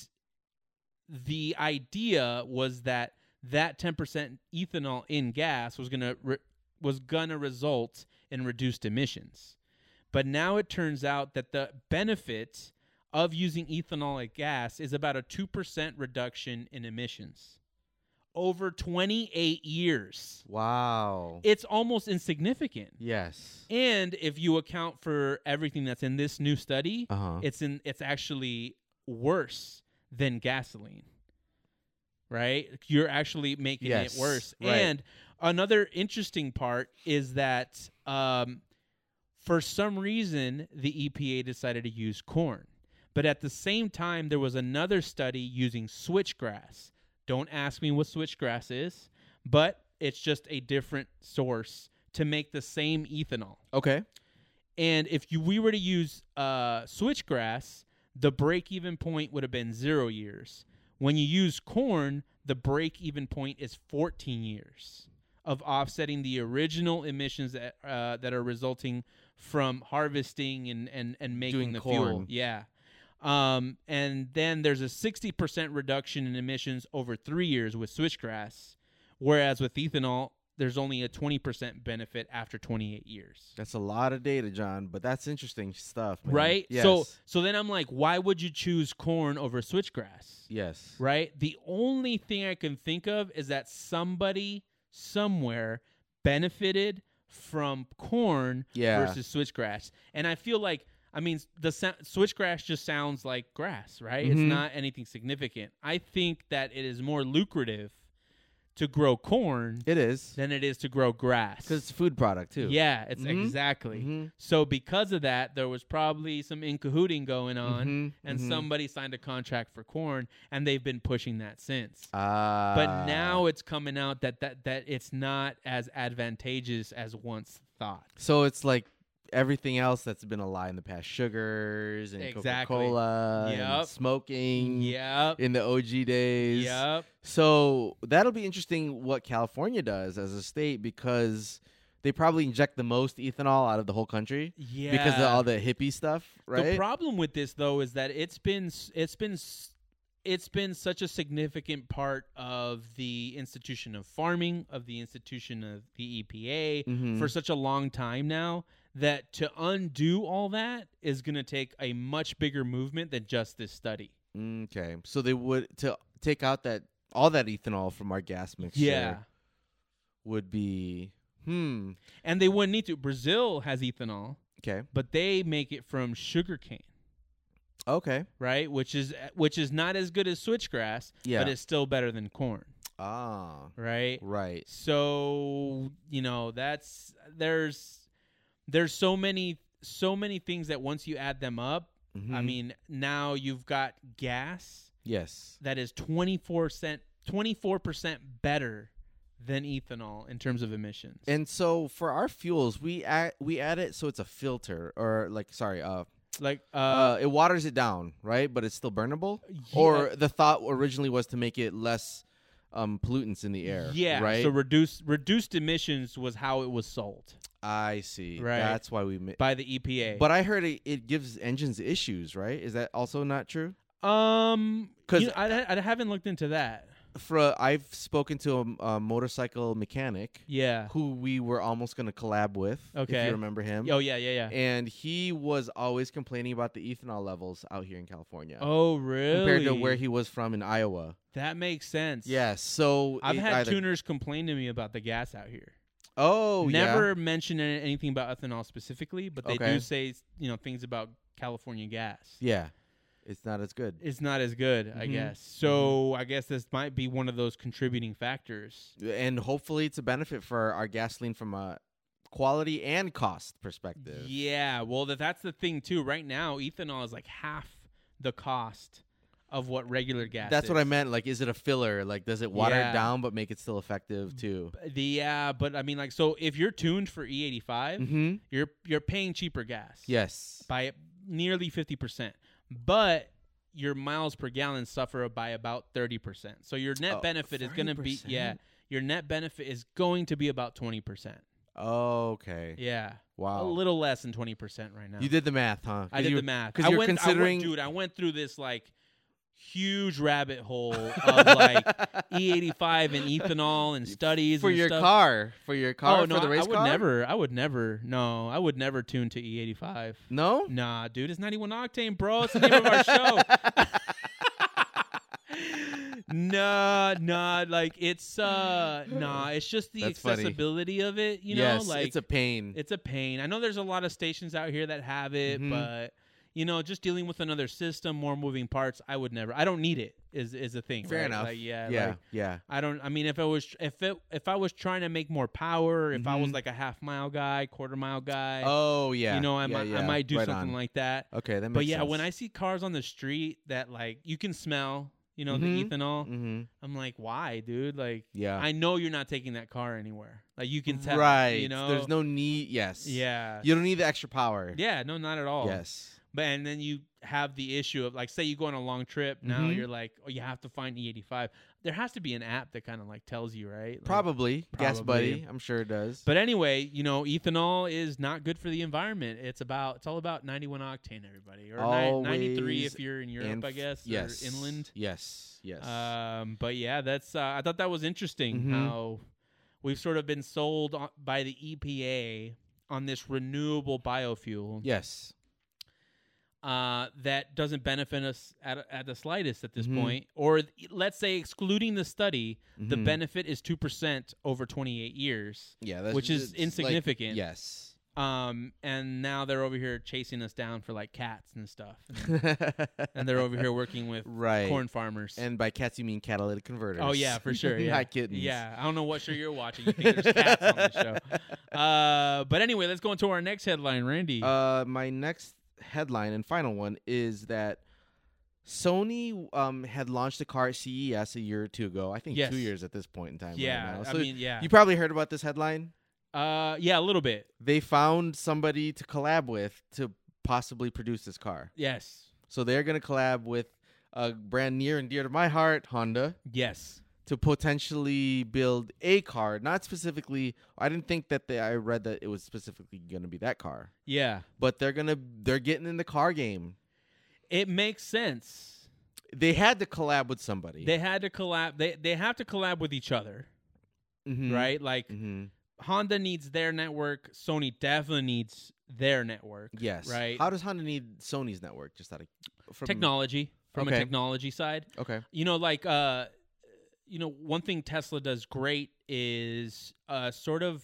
Speaker 2: the idea was that that 10% ethanol in gas was gonna re- was gonna result in reduced emissions. But now it turns out that the benefit of using ethanol at gas is about a 2% reduction in emissions over 28 years.
Speaker 3: wow.
Speaker 2: It's almost insignificant.
Speaker 3: yes.
Speaker 2: And if you account for everything that's in this new study,
Speaker 3: Uh huh.
Speaker 2: it's in it's actually worse than gasoline right you're actually making
Speaker 3: Yes,
Speaker 2: it worse
Speaker 3: right.
Speaker 2: and another interesting part is that um, for some reason the epa decided to use corn but at the same time there was another study using switchgrass don't ask me what switchgrass is but it's just a different source to make the same ethanol
Speaker 3: Okay.
Speaker 2: and if you, we were to use uh, switchgrass, the break even point would have been zero years. When you use corn, the break even point is 14 years of offsetting the original emissions that, uh, that are resulting from harvesting and, and, and making
Speaker 3: Doing
Speaker 2: the fuel.
Speaker 3: corn.
Speaker 2: Yeah. Um, and then there's a 60% reduction in emissions over three years with switchgrass, whereas with ethanol, there's only a 20% benefit after 28 years
Speaker 3: That's a lot of data, John, but that's interesting stuff, man.
Speaker 2: right?
Speaker 3: Yes.
Speaker 2: So so then I'm like, why would you choose corn over switchgrass?
Speaker 3: yes.
Speaker 2: Right? The only thing I can think of is that somebody somewhere benefited from corn
Speaker 3: Yeah.
Speaker 2: versus switchgrass. And I feel like I mean the sa- switchgrass just sounds like grass, right? It's
Speaker 3: Mhm.
Speaker 2: not anything significant. I think that it is more lucrative to grow corn
Speaker 3: It is.
Speaker 2: than it is to grow grass.
Speaker 3: Because it's a food product, too.
Speaker 2: yeah, it's
Speaker 3: Mhm.
Speaker 2: exactly.
Speaker 3: Mhm.
Speaker 2: So because of that, there was probably some in cahooting going on,
Speaker 3: Mhm.
Speaker 2: and
Speaker 3: Mhm.
Speaker 2: somebody signed a contract for corn, and they've been pushing that since.
Speaker 3: Ah.
Speaker 2: but now it's coming out that, that that it's not as advantageous as once thought.
Speaker 3: So it's like everything else that's been a lie in the past sugars and
Speaker 2: Exactly.
Speaker 3: Coca Cola,
Speaker 2: Yep.
Speaker 3: smoking
Speaker 2: Yep.
Speaker 3: in the OG days.
Speaker 2: Yep.
Speaker 3: So that'll be interesting what California does as a state because they probably inject the most ethanol out of the whole country
Speaker 2: Yeah.
Speaker 3: because of all the hippie stuff, right?
Speaker 2: The problem with this though is that it's been s- it's been s- it's been such a significant part of the institution of farming, of the institution of the EPA
Speaker 3: Mhm.
Speaker 2: for such a long time now that to undo all that is going to take a much bigger movement than just this study.
Speaker 3: Okay, so they would to take out that all that ethanol from our gas mixture.
Speaker 2: Yeah.
Speaker 3: would be hmm.
Speaker 2: And they wouldn't need to. Brazil has ethanol,
Speaker 3: Okay,
Speaker 2: but they make it from sugarcane,
Speaker 3: okay,
Speaker 2: right? Which is which is not as good as switchgrass,
Speaker 3: Yeah.
Speaker 2: but it's still better than corn,
Speaker 3: ah,
Speaker 2: right?
Speaker 3: right.
Speaker 2: So you know that's there's there's so many so many things that once you add them up, I
Speaker 3: Mhm.
Speaker 2: mean now you've got gas
Speaker 3: yes,
Speaker 2: that is twenty four cent twenty four percent better than ethanol in terms of emissions.
Speaker 3: and so for our fuels, we add we add it so it's a filter or like sorry, uh,
Speaker 2: like uh,
Speaker 3: uh, it waters it down, right? But it's still burnable. Or the thought originally was to make it less um, pollutants in the air.
Speaker 2: yeah,
Speaker 3: right.
Speaker 2: So reduced reduced emissions was how it was sold
Speaker 3: I see.
Speaker 2: Right.
Speaker 3: That's why we. Ma-
Speaker 2: by the E EPA.
Speaker 3: but I heard it, it gives engines issues, right? Is that also not true?
Speaker 2: um,
Speaker 3: 'Cause-
Speaker 2: you know, I, I haven't looked into that.
Speaker 3: for I've spoken to a, a motorcycle mechanic
Speaker 2: Yeah.
Speaker 3: who we were almost gonna collab with. if
Speaker 2: Okay.
Speaker 3: you remember him.
Speaker 2: Oh yeah, yeah, yeah.
Speaker 3: And he was always complaining about the ethanol levels out here in California
Speaker 2: Oh really?
Speaker 3: uh, compared to where he was from in Iowa.
Speaker 2: That makes sense.
Speaker 3: Yeah, so
Speaker 2: I've
Speaker 3: it
Speaker 2: had
Speaker 3: either-
Speaker 2: tuners complain to me about the gas out here.
Speaker 3: Oh, yeah.
Speaker 2: Never mention any- anything about ethanol specifically, but they do
Speaker 3: Okay.
Speaker 2: say you know things about California gas.
Speaker 3: Yeah, it's not as good.
Speaker 2: It's not as good, I
Speaker 3: Mhm.
Speaker 2: guess. So I guess this might be one of those contributing factors.
Speaker 3: and hopefully it's a benefit for our gasoline from a quality and cost perspective.
Speaker 2: Yeah, well, that that's the thing too. Right now, ethanol is like half the cost of what regular gas.
Speaker 3: That's what I
Speaker 2: is.
Speaker 3: meant. Like, is it a filler? Like, does it water
Speaker 2: Yeah.
Speaker 3: it down but make it still effective too?
Speaker 2: The yeah, but I mean, like, so if you're tuned for E85,
Speaker 3: Mm-hmm.
Speaker 2: you're you're paying cheaper gas.
Speaker 3: Yes.
Speaker 2: by nearly fifty percent, but your miles per gallon suffer by about thirty percent. So your net
Speaker 3: Oh,
Speaker 2: benefit is going to be yeah,
Speaker 3: 30%?
Speaker 2: your net benefit is going to be about twenty percent.
Speaker 3: Okay.
Speaker 2: Yeah, a
Speaker 3: Wow.
Speaker 2: little less than twenty percent right now.
Speaker 3: Oh. you did the math, huh?
Speaker 2: I
Speaker 3: 'Cause
Speaker 2: did
Speaker 3: you-
Speaker 2: the math.
Speaker 3: 'cause
Speaker 2: I
Speaker 3: you're
Speaker 2: went, I
Speaker 3: considering-
Speaker 2: went, dude, I went through this like huge rabbit hole of
Speaker 3: [laughs]
Speaker 2: like E85 and ethanol and studies
Speaker 3: for
Speaker 2: and
Speaker 3: your
Speaker 2: stuff.
Speaker 3: car, for your car,
Speaker 2: oh no,
Speaker 3: for the
Speaker 2: I-
Speaker 3: race
Speaker 2: I would
Speaker 3: car.
Speaker 2: never. I would never. No, I would never tune to E85.
Speaker 3: No.
Speaker 2: [laughs] Nah, dude, it's 91 octane, bro. It's the name of
Speaker 3: [laughs]
Speaker 2: our show. nah, nah, like it's uh, nah, it's just the
Speaker 3: That's funny.
Speaker 2: accessibility of it. You
Speaker 3: yes,
Speaker 2: know, like
Speaker 3: it's a pain.
Speaker 2: it's a pain. I know there's a lot of stations out here that have it,
Speaker 3: Mhm.
Speaker 2: but you know, just dealing with another system, more moving parts. I would never. I don't need it. Is is a thing.
Speaker 3: Fair
Speaker 2: right?
Speaker 3: enough.
Speaker 2: Like, yeah.
Speaker 3: Yeah.
Speaker 2: like,
Speaker 3: yeah.
Speaker 2: I don't. I mean, if I was if it if I was trying to make more power, if I was
Speaker 3: Mhm.
Speaker 2: like a half mile guy, quarter mile guy,
Speaker 3: Oh yeah.
Speaker 2: you know, I
Speaker 3: yeah,
Speaker 2: might I
Speaker 3: yeah.
Speaker 2: might do
Speaker 3: Right
Speaker 2: something
Speaker 3: on.
Speaker 2: like that.
Speaker 3: Okay, that makes
Speaker 2: But yeah,
Speaker 3: sense.
Speaker 2: when I see cars on the street that like you can smell, you know, the
Speaker 3: Mhm.
Speaker 2: ethanol,
Speaker 3: Mm-hmm.
Speaker 2: I'm like, why, dude? Like,
Speaker 3: Yeah.
Speaker 2: I know you're not taking that car anywhere. Like, you can tell,
Speaker 3: Right.
Speaker 2: You know,
Speaker 3: There's no need. Yes.
Speaker 2: yeah,
Speaker 3: You don't need the extra power.
Speaker 2: yeah, no, not at all.
Speaker 3: Yes.
Speaker 2: But and then you have the issue of like, say you go on a long trip. Now
Speaker 3: Mhm.
Speaker 2: you're like, oh, you have to find E85. There has to be an app that kind of like tells you, right? Like-
Speaker 3: Probably. Gas
Speaker 2: Probably.
Speaker 3: buddy. I'm sure it does.
Speaker 2: But anyway, you know, ethanol is not good for the environment. It's about it's all about 91 octane, everybody, or ni- 93
Speaker 3: Always
Speaker 2: if you're in Europe,
Speaker 3: And
Speaker 2: I
Speaker 3: f-
Speaker 2: guess,
Speaker 3: Yes.
Speaker 2: or inland.
Speaker 3: Yes. Yes.
Speaker 2: Um, but yeah, that's uh, I thought that was interesting
Speaker 3: Mhm.
Speaker 2: how we've sort of been sold on, by the EPA on this renewable biofuel
Speaker 3: yes.
Speaker 2: uh, that doesn't benefit us at, at the slightest at this
Speaker 3: Mhm.
Speaker 2: point. Or th- let's say, excluding the study, the
Speaker 3: Mhm.
Speaker 2: benefit is two percent over 28 years.
Speaker 3: Yeah. That's,
Speaker 2: which is
Speaker 3: it's like-
Speaker 2: insignificant.
Speaker 3: yes.
Speaker 2: Um, and now they're over here chasing us down for like cats and stuff, and they're
Speaker 3: [laughs]
Speaker 2: over here working with
Speaker 3: right.
Speaker 2: corn farmers.
Speaker 3: And by cats you mean catalytic converters.
Speaker 2: oh yeah,
Speaker 3: [laughs]
Speaker 2: for sure. Yeah.
Speaker 3: Not kittens.
Speaker 2: Yeah, I don't know what show you're watching. You think there's cats on the show? Uh, but anyway, let's go into our next headline, Randy.
Speaker 3: [laughs] Uh, my next headline and final one is that Sony um, had launched a car at CES a year or two ago. I think
Speaker 2: Yes.
Speaker 3: two years at this point in time. right
Speaker 2: yeah,
Speaker 3: now.
Speaker 2: I
Speaker 3: So
Speaker 2: mean, yeah,
Speaker 3: you probably heard about this headline.
Speaker 2: uh, yeah, a little bit.
Speaker 3: They found somebody to collab with to possibly produce this car.
Speaker 2: Yes,
Speaker 3: So they're going to collab with a brand near and dear to my heart, Honda,
Speaker 2: yes.
Speaker 3: to potentially build a car. Not specifically. I didn't think that they. I read that it was specifically going to be that car.
Speaker 2: Yeah,
Speaker 3: But they're gonna. They're getting in the car game.
Speaker 2: it makes sense.
Speaker 3: They had to collab with somebody.
Speaker 2: They had to collab. They they have to collab with each other,
Speaker 3: Mhm.
Speaker 2: right? Like
Speaker 3: Mhm.
Speaker 2: Honda needs their network. Sony definitely needs their network.
Speaker 3: Yes.
Speaker 2: Right.
Speaker 3: How does Honda need Sony's network? Just out of from,
Speaker 2: technology from a
Speaker 3: Okay.
Speaker 2: technology side.
Speaker 3: Okay.
Speaker 2: You know, like uh, you know, one thing Tesla does great is uh, sort of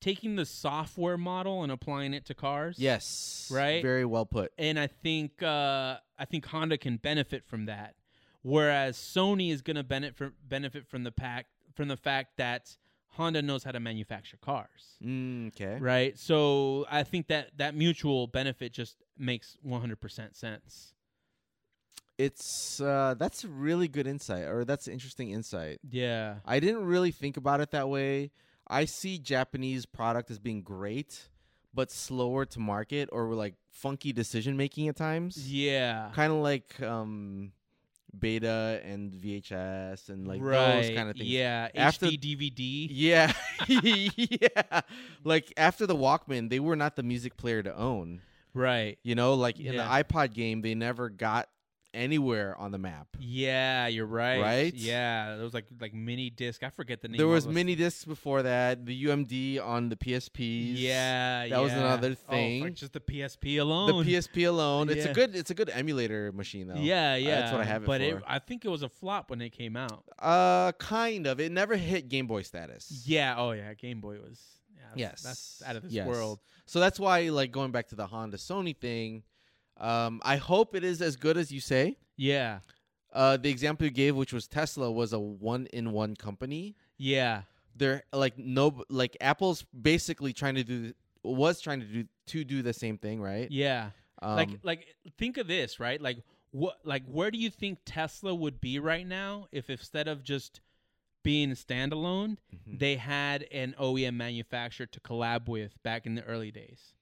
Speaker 2: taking the software model and applying it to cars.
Speaker 3: Yes.
Speaker 2: Right?
Speaker 3: Very well put.
Speaker 2: and I think uh, I think Honda can benefit from that, whereas Sony is going to benefit from, benefit from the pack from the fact that Honda knows how to manufacture cars.
Speaker 3: Mm, Okay.
Speaker 2: Right. So I think that that mutual benefit just makes 100% sense.
Speaker 3: It's uh, that's a really good insight, or that's an interesting insight.
Speaker 2: Yeah.
Speaker 3: I didn't really think about it that way. I see Japanese product as being great, but slower to market or like funky decision making at times.
Speaker 2: Yeah.
Speaker 3: Kind of like um, Beta and VHS and like those kind of things.
Speaker 2: Yeah,
Speaker 3: After-
Speaker 2: HD DVD.
Speaker 3: [laughs] Yeah. yeah. Like after the Walkman, they were not the music player to own.
Speaker 2: Right.
Speaker 3: You know, like in
Speaker 2: Yeah.
Speaker 3: the iPod game, they never got anywhere on the map.
Speaker 2: Yeah, you're right.
Speaker 3: Right?
Speaker 2: Yeah, there was like like mini disc. I forget the name.
Speaker 3: There
Speaker 2: of
Speaker 3: was
Speaker 2: those-
Speaker 3: mini discs before that. The UMD on the PSPs.
Speaker 2: Yeah,
Speaker 3: That was
Speaker 2: yeah.
Speaker 3: another
Speaker 2: Oh, fuck,
Speaker 3: thing.
Speaker 2: just the PSP
Speaker 3: The
Speaker 2: alone.
Speaker 3: PSP alone. It's
Speaker 2: Yeah.
Speaker 3: a good. It's a good emulator machine though.
Speaker 2: Yeah, yeah.
Speaker 3: That's what I have it
Speaker 2: but It,
Speaker 3: for.
Speaker 2: I think it was a flop when it came out.
Speaker 3: Uh, kind of. It never hit Game Boy status.
Speaker 2: Yeah. Oh yeah. Game Boy was. Yeah, that's- That's
Speaker 3: Yes,
Speaker 2: out of this
Speaker 3: yes.
Speaker 2: world.
Speaker 3: So that's why, like, going back to the Honda Sony thing, um, I hope it is as good as you say.
Speaker 2: Yeah.
Speaker 3: Uh, the example you gave, which was Tesla, was a one-in-one company.
Speaker 2: Yeah.
Speaker 3: They're like no, like Apple's basically trying to do was trying to do to do the same thing, right?
Speaker 2: Yeah.
Speaker 3: Um,
Speaker 2: like like think of this, right? Like what like where do you think Tesla would be right now if instead of just being standalone,
Speaker 3: mhm.
Speaker 2: they had an OEM manufacturer to collab with back in the early days?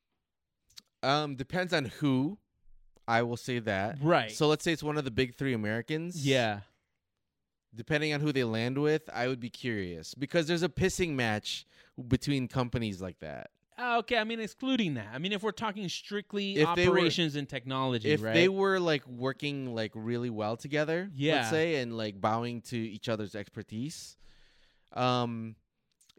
Speaker 3: um, depends on who. I will say that.
Speaker 2: Right.
Speaker 3: So let's say it's one of the big three Americans.
Speaker 2: yeah.
Speaker 3: Depending on who they land with, I would be curious because there's a pissing match between companies like that.
Speaker 2: Ah, Okay, I mean excluding that. I mean if we're talking strictly
Speaker 3: If they were-
Speaker 2: operations and technology,
Speaker 3: if
Speaker 2: right?
Speaker 3: they were like working like really well together
Speaker 2: Yeah.
Speaker 3: let's say and like bowing to each other's expertise um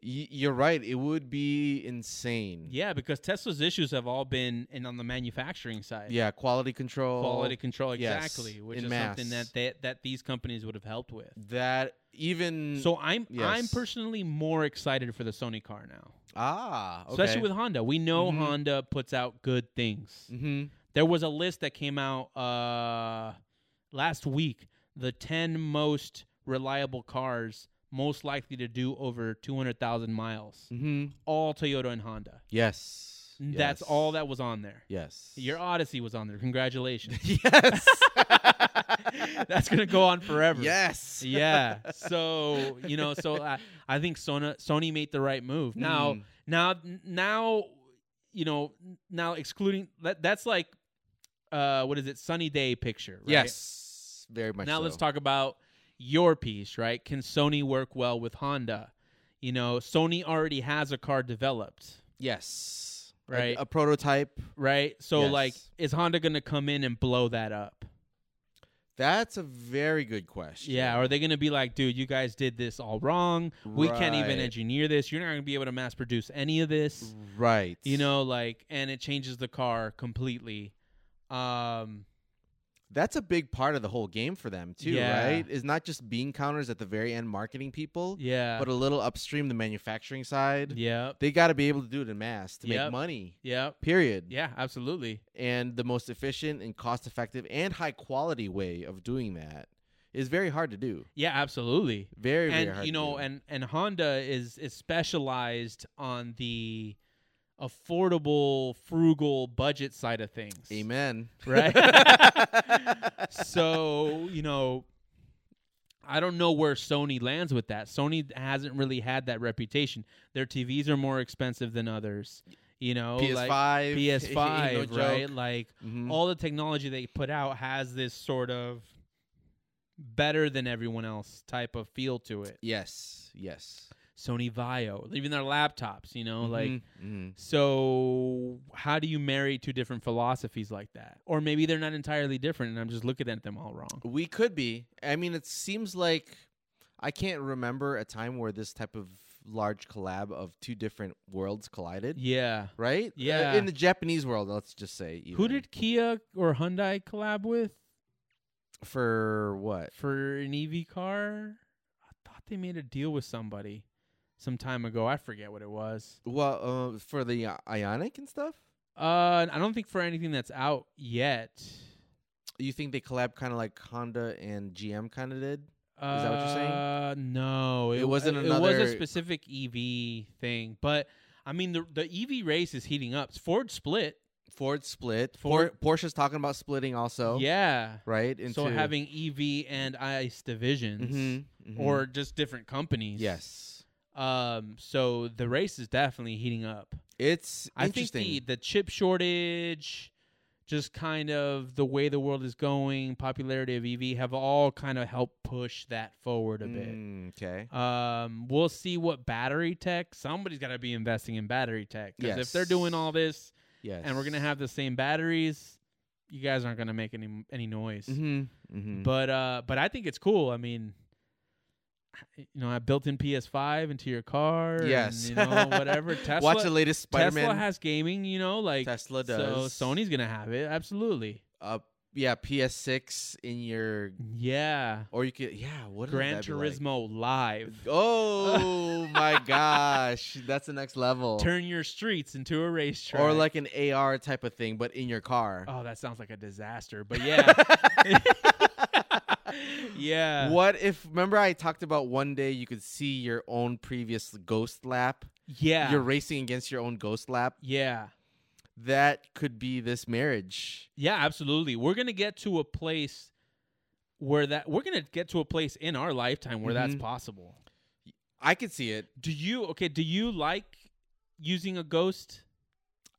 Speaker 3: y- you're right it would be insane
Speaker 2: yeah, because Tesla's issues have all been and on the manufacturing side.
Speaker 3: yeah quality control
Speaker 2: Quality control
Speaker 3: yes,
Speaker 2: exactly, which
Speaker 3: en
Speaker 2: is something
Speaker 3: masse.
Speaker 2: that they, that these companies would have helped with.
Speaker 3: that even
Speaker 2: So I'm I'm
Speaker 3: Mm, Yes.
Speaker 2: personally more excited for the Sony car now,
Speaker 3: ah okay.
Speaker 2: especially with Honda. We know
Speaker 3: Mhm.
Speaker 2: Honda puts out good things.
Speaker 3: mm-hmm.
Speaker 2: There was a list that came out uh, last week, the 10 most reliable cars most likely to do over 200,000 miles,
Speaker 3: Mm-hmm.
Speaker 2: all Toyota and Honda.
Speaker 3: yes
Speaker 2: That's
Speaker 3: Yes.
Speaker 2: all that was on there.
Speaker 3: yes
Speaker 2: Your Odyssey was on there.
Speaker 3: [laughs]
Speaker 2: Congratulations. [laughs]
Speaker 3: yes
Speaker 2: That's gonna go on forever.
Speaker 3: yes [laughs]
Speaker 2: yeah. So you know, so I, I think Sony Sony made the right move. Now,
Speaker 3: Mm.
Speaker 2: now, now, you know, now excluding that, that's like, uh, what is it? Sunny day picture. Right?
Speaker 3: yes very much
Speaker 2: Now
Speaker 3: so.
Speaker 2: let's talk about your piece, right? Can Sony work well with Honda? You know, Sony already has a car developed,
Speaker 3: yes A-
Speaker 2: Right.
Speaker 3: a prototype
Speaker 2: right? So
Speaker 3: Yes.
Speaker 2: like, is Honda gonna come in and blow that up?
Speaker 3: That's a very good question.
Speaker 2: Yeah, are they going to be like, dude, you guys did this all wrong. We can't even
Speaker 3: Right.
Speaker 2: engineer this. You're not going to be able to mass produce any of this.
Speaker 3: right.
Speaker 2: You know, like, and it changes the car completely. Um,
Speaker 3: that's a big part of the whole game for them too,
Speaker 2: Yeah.
Speaker 3: right? Is not just bean counters at the very end, marketing people,
Speaker 2: yeah.
Speaker 3: but a little upstream, the manufacturing side.
Speaker 2: yep.
Speaker 3: They got to be able to do it in mass to
Speaker 2: Yep.
Speaker 3: make money.
Speaker 2: Yep.
Speaker 3: Period.
Speaker 2: Yeah, absolutely.
Speaker 3: And the most efficient and cost-effective and high-quality way of doing that is very hard to do.
Speaker 2: Yeah, absolutely.
Speaker 3: Very, very
Speaker 2: And
Speaker 3: hard.
Speaker 2: you
Speaker 3: to
Speaker 2: know,
Speaker 3: do.
Speaker 2: and and Honda is is specialized on the affordable, frugal budget side of things. [laughs]
Speaker 3: amen. [laughs]
Speaker 2: Right? so you know i don't know where sony lands with that sony hasn't really had that reputation their tvs are more expensive than others you know Oh,
Speaker 3: PS5,
Speaker 2: like
Speaker 3: [laughs] no
Speaker 2: ps5
Speaker 3: joke.
Speaker 2: right like
Speaker 3: Mhm.
Speaker 2: all the technology they put out has this sort of better than everyone else type of feel to it
Speaker 3: Yes, yes.
Speaker 2: sony vio even their laptops you know Oh, like
Speaker 3: Mhm, mhm.
Speaker 2: so, how do you marry two different philosophies like that? Or maybe they're not entirely different and I'm just looking at them all wrong.
Speaker 3: We could be. I mean, it seems like I can't remember a time where this type of large collab of two different worlds collided,
Speaker 2: Yeah.
Speaker 3: right? Uh,
Speaker 2: Yeah.
Speaker 3: In the Japanese world, let's just say. Even.
Speaker 2: Who did Kia or Hyundai collab with
Speaker 3: for what?
Speaker 2: for an EV car? I thought they made a deal with somebody some time ago. I forget what it was.
Speaker 3: Well, uh, for the uh, Ionic and stuff.
Speaker 2: Uh, I don't think for anything that's out yet.
Speaker 3: You think they collab kind of like Honda and GM kind of did?
Speaker 2: Uh,
Speaker 3: that what you're saying?
Speaker 2: No,
Speaker 3: It wasn't
Speaker 2: It was a
Speaker 3: another-
Speaker 2: specific EV thing, but I mean the the EV race is heating up. Ford split.
Speaker 3: Ford split. Ford. Porsche's talking about splitting also.
Speaker 2: Yeah.
Speaker 3: Right. Oh. Into,
Speaker 2: so having EV and ICE divisions
Speaker 3: Mhm, mhm.
Speaker 2: or just different companies.
Speaker 3: yes,
Speaker 2: Um. So the race is definitely heating up.
Speaker 3: it's
Speaker 2: I think
Speaker 3: interesting.
Speaker 2: the the chip shortage, just kind of the way the world is going, popularity of EV have all kind of helped push that forward a
Speaker 3: Mm, Okay.
Speaker 2: bit. Um. We'll see what battery tech. Somebody's got to be investing in battery tech because if they're doing
Speaker 3: Yes.
Speaker 2: all this
Speaker 3: Yes.
Speaker 2: and we're gonna have the same batteries, you guys aren't gonna make any any noise.
Speaker 3: Mm-hmm. Mm-hmm.
Speaker 2: But uh, but I think it's cool. I mean, you know, I built in PS5 into your car. and,
Speaker 3: Yes.
Speaker 2: you know,
Speaker 3: [laughs]
Speaker 2: whatever. Tesla,
Speaker 3: Watch the latest Spider-Man.
Speaker 2: Tesla has gaming. You know, like
Speaker 3: Tesla does.
Speaker 2: So Sony's gonna have it. Absolutely.
Speaker 3: uh, yeah, PS6 in your
Speaker 2: Yeah.
Speaker 3: or you could yeah, what would
Speaker 2: Gran
Speaker 3: that be like?
Speaker 2: Turismo live. [laughs]
Speaker 3: Oh my gosh, that's the next level.
Speaker 2: Turn your streets into a racetrack.
Speaker 3: or like an AR type of thing, but in your car.
Speaker 2: oh, that sounds like a disaster. But
Speaker 3: [laughs]
Speaker 2: yeah, yeah,
Speaker 3: What if? Remember, I talked about one day you could see your own previous ghost lap.
Speaker 2: yeah,
Speaker 3: You're racing against your own ghost lap.
Speaker 2: yeah,
Speaker 3: That could be this marriage.
Speaker 2: yeah. Absolutely, we're gonna get to a place where that we're gonna get to a place in our lifetime where that's
Speaker 3: Mhm.
Speaker 2: possible.
Speaker 3: I could see it.
Speaker 2: Do you okay? Do you like using a ghost?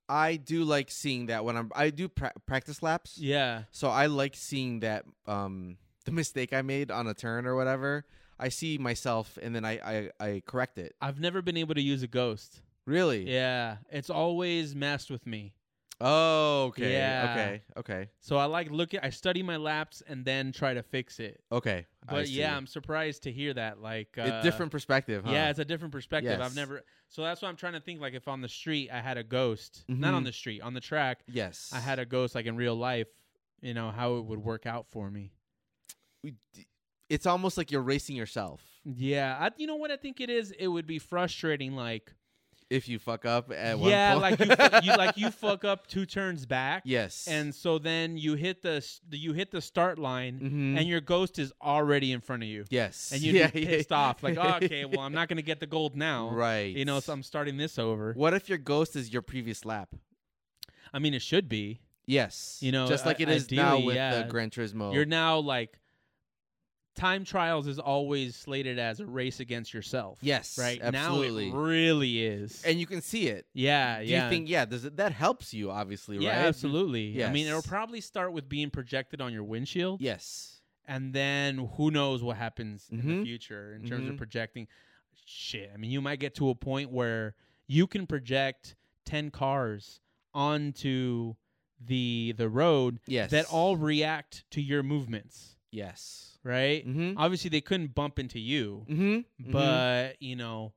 Speaker 3: I do like seeing that when I'm. I do pra- practice laps.
Speaker 2: Yeah,
Speaker 3: So I like seeing that um the mistake I made on a turn or whatever. I see myself and then I I, I correct it.
Speaker 2: I've never been able to use a ghost.
Speaker 3: Really?
Speaker 2: Yeah, it's always messed with me.
Speaker 3: Oh, okay.
Speaker 2: Yeah.
Speaker 3: Okay. Okay.
Speaker 2: So I like look at I study my laps and then try to fix it.
Speaker 3: Okay. I
Speaker 2: But yeah,
Speaker 3: see.
Speaker 2: I'm surprised to hear that. Like uh,
Speaker 3: a different perspective, huh?
Speaker 2: Yeah, it's a different perspective. I've
Speaker 3: Yes.
Speaker 2: never. So that's why I'm trying to think. Like, if on the street I had a ghost, not on
Speaker 3: Mhm.
Speaker 2: the street, on the track,
Speaker 3: yes.
Speaker 2: I had a ghost, like in real life, you know, how it would work out for me.
Speaker 3: We d- It's almost like you're racing yourself.
Speaker 2: Yeah, I, you know what I think it is. It would be frustrating, like
Speaker 3: If you fuck up at one
Speaker 2: yeah, like
Speaker 3: point.
Speaker 2: you, fu- you like [laughs] you fuck up two turns back,
Speaker 3: [laughs] Yes.
Speaker 2: and so then you hit the s- you hit the start line,
Speaker 3: Mhm.
Speaker 2: and your ghost is already in front of you,
Speaker 3: yes.
Speaker 2: and you're
Speaker 3: [laughs] Yeah,
Speaker 2: just
Speaker 3: yeah.
Speaker 2: pissed off, like oh, okay,
Speaker 3: [laughs]
Speaker 2: well I'm not gonna get the gold [laughs] now,
Speaker 3: right.
Speaker 2: You know, so I'm starting this over.
Speaker 3: What if your ghost is your previous lap?
Speaker 2: I mean, it should be.
Speaker 3: Yes.
Speaker 2: You know,
Speaker 3: just like
Speaker 2: i-
Speaker 3: it is now
Speaker 2: ideally,
Speaker 3: with
Speaker 2: yeah.
Speaker 3: the Gran Turismo.
Speaker 2: You're now like time trials is always slated as a race against yourself.
Speaker 3: Yes,
Speaker 2: Right
Speaker 3: absolutely.
Speaker 2: now it really is.
Speaker 3: and you can see it.
Speaker 2: yeah,
Speaker 3: Do
Speaker 2: yeah.
Speaker 3: you think yeah, does it, that helps you obviously,
Speaker 2: yeah,
Speaker 3: right?
Speaker 2: absolutely. I mean,
Speaker 3: Yes.
Speaker 2: it'll probably start with being projected on your windshield,
Speaker 3: Yes.
Speaker 2: and then who knows what happens in the
Speaker 3: Mhm.
Speaker 2: future in terms of
Speaker 3: Mhm.
Speaker 2: projecting. Shit, I mean, you might get to a point where you can project ten cars onto the the road
Speaker 3: Yes.
Speaker 2: that all react to your movements,
Speaker 3: Yes.
Speaker 2: right?
Speaker 3: Mhm.
Speaker 2: Obviously, they couldn't bump into you,
Speaker 3: Mhm. mhm.
Speaker 2: but you know,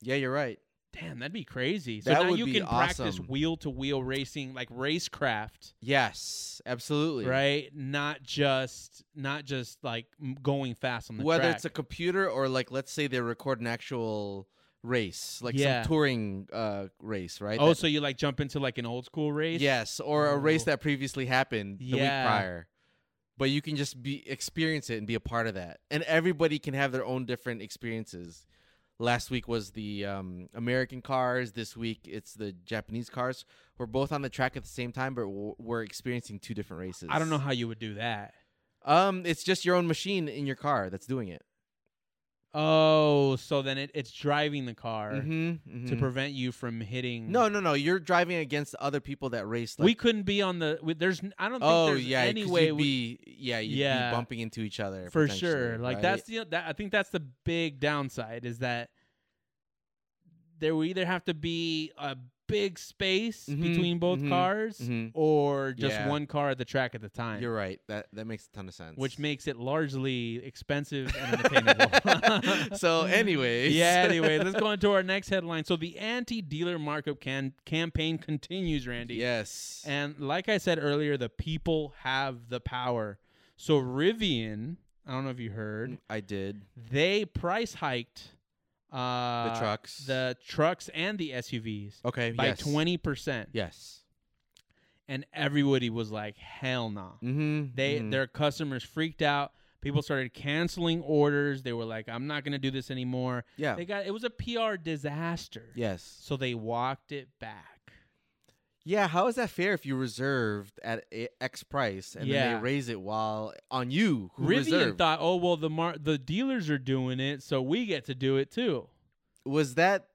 Speaker 3: yeah, you're right.
Speaker 2: damn, that'd be crazy. So
Speaker 3: That
Speaker 2: now
Speaker 3: would
Speaker 2: you
Speaker 3: be
Speaker 2: can practice
Speaker 3: awesome.
Speaker 2: wheel to wheel racing, like racecraft,
Speaker 3: Yes, absolutely.
Speaker 2: right? Not just not just like m- going fast on the
Speaker 3: Whether
Speaker 2: track.
Speaker 3: it's a computer or like let's say they record an actual race, like
Speaker 2: Yeah.
Speaker 3: some touring uh race, right?
Speaker 2: oh,
Speaker 3: That-
Speaker 2: so you like jump into like an old school race?
Speaker 3: Yes, or a race
Speaker 2: Ooh.
Speaker 3: that previously happened the
Speaker 2: Yeah.
Speaker 3: week prior. But you can just be experience it and be a part of that. And everybody can have their own different experiences. Last week was the um, American cars. This week it's the Japanese cars. We're both on the track at the same time, but w- we're experiencing two different races.
Speaker 2: I don't know how you would do that.
Speaker 3: Um, it's just your own machine in your car that's doing it.
Speaker 2: Oh, so then it, it's driving the car
Speaker 3: Mm-hmm,
Speaker 2: to prevent you from hitting.
Speaker 3: no, no, no. You're driving against other people that race. Like,
Speaker 2: Mm. we couldn't be on the. We, there's. n- I don't think
Speaker 3: oh
Speaker 2: there's
Speaker 3: yeah.
Speaker 2: any
Speaker 3: 'cause
Speaker 2: way
Speaker 3: you'd
Speaker 2: we
Speaker 3: be yeah you'd
Speaker 2: Yeah.
Speaker 3: be bumping into each other
Speaker 2: for
Speaker 3: potentially,
Speaker 2: sure. Like
Speaker 3: right?
Speaker 2: that's the that I think that's the big downside is that there will either have to be a big space
Speaker 3: Mhm,
Speaker 2: between both
Speaker 3: mhm,
Speaker 2: cars
Speaker 3: Mhm.
Speaker 2: or just
Speaker 3: Yeah.
Speaker 2: one car at the track at the time.
Speaker 3: You're right. That that makes a ton of sense.
Speaker 2: Which makes it largely expensive
Speaker 3: [laughs]
Speaker 2: and unattainable.
Speaker 3: so,
Speaker 2: [laughs]
Speaker 3: anyways,
Speaker 2: yeah. Anyway, let's go on to our next headline. So the anti-dealer markup can campaign continues, Randy.
Speaker 3: Yes.
Speaker 2: And like I said earlier, the people have the power. So Rivian, I don't know if you heard,
Speaker 3: I did
Speaker 2: they price hiked uh,
Speaker 3: the trucks.
Speaker 2: the trucks and the SUVs
Speaker 3: okay
Speaker 2: by
Speaker 3: yes.
Speaker 2: twenty percent,
Speaker 3: Yes.
Speaker 2: and everybody was like, "Hell nah!"
Speaker 3: Mm-hmm.
Speaker 2: They their customers freaked out. People started canceling orders. They were like, "I'm not going to do this anymore."
Speaker 3: yeah.
Speaker 2: They got it was a PR disaster.
Speaker 3: yes.
Speaker 2: So they walked it back.
Speaker 3: Yeah. How is that fair if you reserved at a- X price and then
Speaker 2: Yeah.
Speaker 3: they raise it while on you who
Speaker 2: Rivian
Speaker 3: reserved?
Speaker 2: thought, "Oh well, the mar- the dealers are doing it, so we get to do it too."
Speaker 3: Was that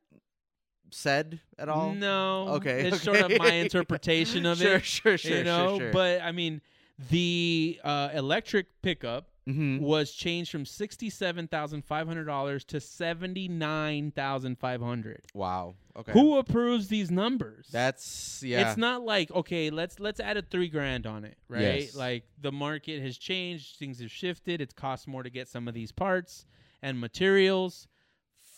Speaker 3: said at all?
Speaker 2: No,
Speaker 3: Okay,
Speaker 2: it's
Speaker 3: okay. [laughs]
Speaker 2: sort of my interpretation of
Speaker 3: sure,
Speaker 2: it.
Speaker 3: Sure. Sure.
Speaker 2: you know
Speaker 3: Sure. sure.
Speaker 2: but i mean the uh, electric pickup
Speaker 3: Mm-hmm.
Speaker 2: was changed from sixty-seven thousand five hundred dollars to seventy-nine thousand five hundred.
Speaker 3: Wow. Okay.
Speaker 2: Who approves these numbers?
Speaker 3: That's yeah.
Speaker 2: It's not like okay, let's let's add a three grand on it, right?
Speaker 3: Yes.
Speaker 2: Like the market has changed, things have shifted. It costs more to get some of these parts and materials.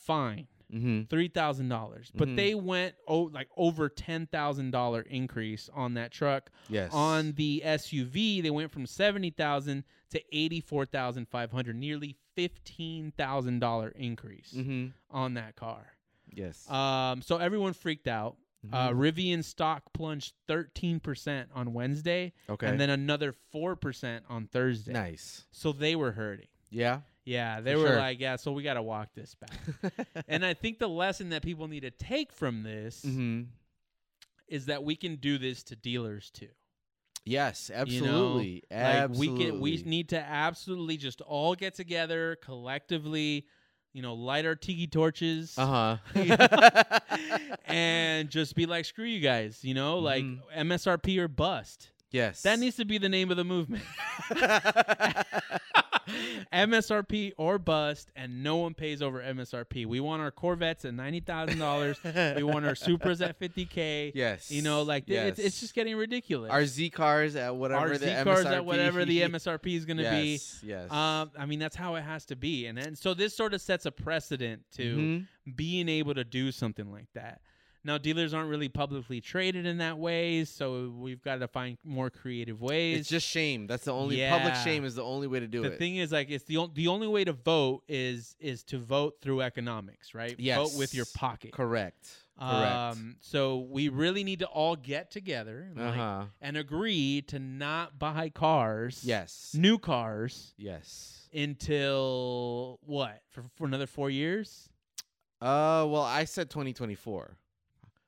Speaker 2: Fine,
Speaker 3: mm-hmm.
Speaker 2: three thousand dollars, but
Speaker 3: Mhm.
Speaker 2: they went oh like over ten thousand dollar increase on that truck.
Speaker 3: Yes.
Speaker 2: On the SUV, they went from seventy thousand to eighty-four thousand five hundred, nearly fifteen thousand dollar increase
Speaker 3: Mm-hmm.
Speaker 2: on that car.
Speaker 3: Yes.
Speaker 2: Um, so everyone freaked out. Uh,
Speaker 3: Mhm.
Speaker 2: Rivian stock plunged thirteen percent on Wednesday,
Speaker 3: okay.
Speaker 2: and then another four percent on Thursday.
Speaker 3: nice.
Speaker 2: So they were hurting.
Speaker 3: Yeah.
Speaker 2: Yeah, they
Speaker 3: For
Speaker 2: were
Speaker 3: sure.
Speaker 2: like, yeah, so we got to walk this
Speaker 3: [laughs]
Speaker 2: back. and I think the lesson that people need to take from this
Speaker 3: mm-hmm.
Speaker 2: is that we can do this to dealers too.
Speaker 3: Yes. Absolutely. absolutely.
Speaker 2: Like we can we need to absolutely just all get together collectively, you know, light our tiki torches [laughs]
Speaker 3: Uh huh.
Speaker 2: Yeah. and just be like, screw you guys, you know, like
Speaker 3: Mhm.
Speaker 2: MSRP or bust.
Speaker 3: yes.
Speaker 2: That
Speaker 3: [laughs]
Speaker 2: needs to be the name of the movement. MSRP or bust, and no one pays over MSRP. We want our Corvettes at ninety thousand dollars. We want our Supras at fifty k.
Speaker 3: Yes.
Speaker 2: You know, like th- it's, it's
Speaker 3: yes.
Speaker 2: just getting ridiculous.
Speaker 3: our Z cars at whatever
Speaker 2: Our
Speaker 3: the
Speaker 2: Z
Speaker 3: MSRP.
Speaker 2: cars at whatever
Speaker 3: [laughs]
Speaker 2: the MSRP is going to be.
Speaker 3: yes, Yes.
Speaker 2: Um, I mean, that's how it has to be, and and so this sort of sets a precedent to
Speaker 3: Mhm.
Speaker 2: being able to do something like that. Now, dealers aren't really publicly traded in that way, so we've got to find more creative ways.
Speaker 3: It's just shame. That's the only public
Speaker 2: Yeah.
Speaker 3: shame is the only way to do
Speaker 2: the
Speaker 3: it.
Speaker 2: thing is, like, it's the on- the only way to vote is is to vote through economics, right? Vote with your
Speaker 3: Yes.
Speaker 2: pocket.
Speaker 3: Correct. Correct.
Speaker 2: Um, so we really need to all get together
Speaker 3: uh
Speaker 2: like,
Speaker 3: huh.
Speaker 2: and agree to not buy cars,
Speaker 3: Yes.
Speaker 2: new cars,
Speaker 3: Yes.
Speaker 2: until what for, for another four years.
Speaker 3: Uh. Well, I said 2024.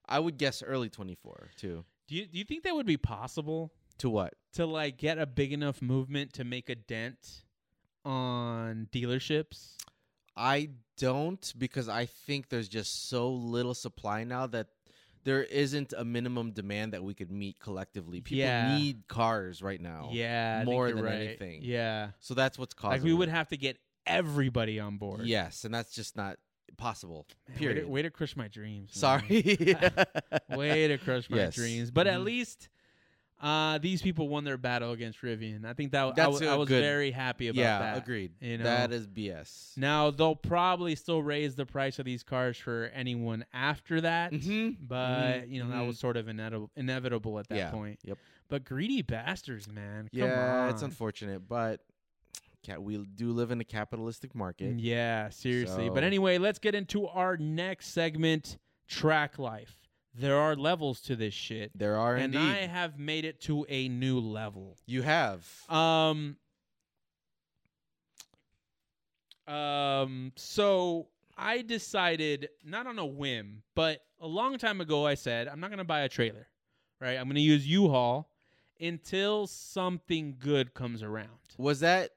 Speaker 3: I would guess early 24 too.
Speaker 2: Do you do you think that would be possible?
Speaker 3: To what?
Speaker 2: to like get a big enough movement to make a dent on dealerships.
Speaker 3: I don't because I think there's just so little supply now that there isn't a minimum demand that we could meet collectively. People
Speaker 2: Yeah.
Speaker 3: need cars right now.
Speaker 2: yeah, I think
Speaker 3: Oh, more
Speaker 2: you're
Speaker 3: than
Speaker 2: right.
Speaker 3: anything.
Speaker 2: Yeah,
Speaker 3: So that's what's causing.
Speaker 2: like we would
Speaker 3: it.
Speaker 2: have to get everybody on board.
Speaker 3: Yes, and that's just not possible.
Speaker 2: Man, Way
Speaker 3: Period.
Speaker 2: to, way to crush my dreams. man.
Speaker 3: Sorry. [laughs]
Speaker 2: [laughs] way to crush my
Speaker 3: Yes.
Speaker 2: dreams. But at
Speaker 3: Mhm.
Speaker 2: least. Uh, these people won their battle against Rivian. I think that I
Speaker 3: That's
Speaker 2: wa-
Speaker 3: a
Speaker 2: I was
Speaker 3: good-
Speaker 2: very happy about
Speaker 3: yeah,
Speaker 2: that.
Speaker 3: agreed.
Speaker 2: you know?
Speaker 3: that is BS.
Speaker 2: Now they'll probably still raise the price of these cars for anyone after that.
Speaker 3: Mhm.
Speaker 2: but
Speaker 3: Mhm.
Speaker 2: you know that
Speaker 3: Mhm.
Speaker 2: was sort of inedi- inevitable at that
Speaker 3: Yeah.
Speaker 2: point.
Speaker 3: Yep.
Speaker 2: But greedy bastards, man. Come
Speaker 3: yeah, it's
Speaker 2: on.
Speaker 3: unfortunate, but ca- we do live in a capitalistic market.
Speaker 2: Yeah, seriously. But
Speaker 3: So-
Speaker 2: anyway, let's get into our next segment, track life. There are levels to this shit,
Speaker 3: There are
Speaker 2: and
Speaker 3: indeed.
Speaker 2: I have made it to a new level.
Speaker 3: you have.
Speaker 2: Um. Um. So I decided, not on a whim, but a long time ago, I said I'm not going to buy a trailer. Right? I'm going to use U-Haul until something good comes around.
Speaker 3: Was that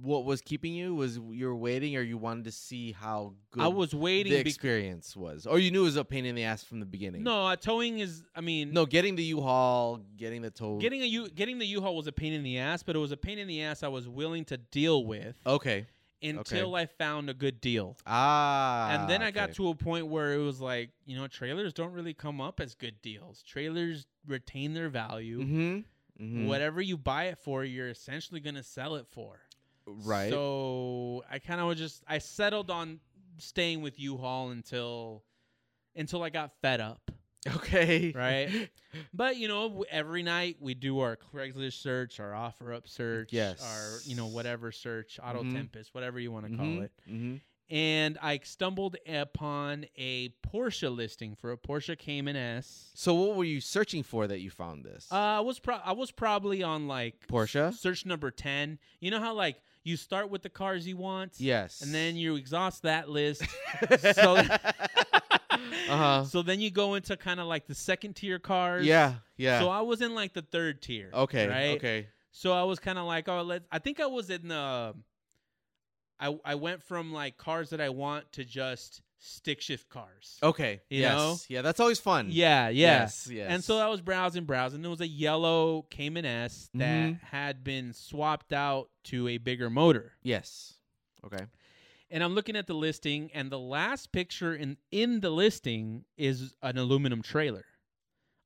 Speaker 3: what was keeping you? Was you were waiting, or you wanted to see how good
Speaker 2: I was waiting.
Speaker 3: the
Speaker 2: bec-
Speaker 3: experience was, or you knew it was a pain in the ass from the beginning?
Speaker 2: no, uh, towing is. I mean,
Speaker 3: no. Getting the U-Haul, getting the tow.
Speaker 2: Getting a U, getting the U-Haul was a pain in the ass, but it was a pain in the ass I was willing to deal with
Speaker 3: Oh, okay.
Speaker 2: until I found a good deal.
Speaker 3: Ah.
Speaker 2: and then I got
Speaker 3: okay.
Speaker 2: to a point where it was like, you know, trailers don't really come up as good deals. Trailers retain their value.
Speaker 3: Mhm. Mhm.
Speaker 2: Whatever you buy it for, you're essentially going to sell it for.
Speaker 3: Right.
Speaker 2: So I kind of was just I settled on staying with U-Haul until until I got fed up.
Speaker 3: [laughs] okay. [laughs]
Speaker 2: Right. But you know, w- every night we do our Craigslist search, our offer up search,
Speaker 3: Yes.
Speaker 2: our you know whatever search, Auto
Speaker 3: Mhm.
Speaker 2: Tempest, whatever you want to
Speaker 3: Mhm.
Speaker 2: call it
Speaker 3: Mhm.
Speaker 2: and I stumbled upon a Porsche listing for a Porsche Cayman S.
Speaker 3: So what were you searching for that you found this?
Speaker 2: Uh, I was pro- I was probably on like
Speaker 3: Porsche?
Speaker 2: s- search number ten. You know how like you start with the cars you want,
Speaker 3: yes.
Speaker 2: and
Speaker 3: [laughs]
Speaker 2: then you exhaust that list. so-
Speaker 3: Uh-huh.
Speaker 2: So then you go into kind of like the second tier cars.
Speaker 3: yeah. Yeah.
Speaker 2: So I was in like the third tier.
Speaker 3: okay.
Speaker 2: Right.
Speaker 3: Okay.
Speaker 2: So I was kind of like, oh, let. I think I was in the. I I went from like cars that I want to just stick shift cars.
Speaker 3: Okay.
Speaker 2: You
Speaker 3: yes.
Speaker 2: know?
Speaker 3: Yeah, that's always fun.
Speaker 2: Yeah, yeah.
Speaker 3: Yes, yes.
Speaker 2: And so I was browsing, browsing. There was a yellow Cayman S that
Speaker 3: Mhm.
Speaker 2: had been swapped out to a bigger motor.
Speaker 3: Yes. Okay.
Speaker 2: And I'm looking at the listing, and the last picture in in the listing is an aluminum trailer,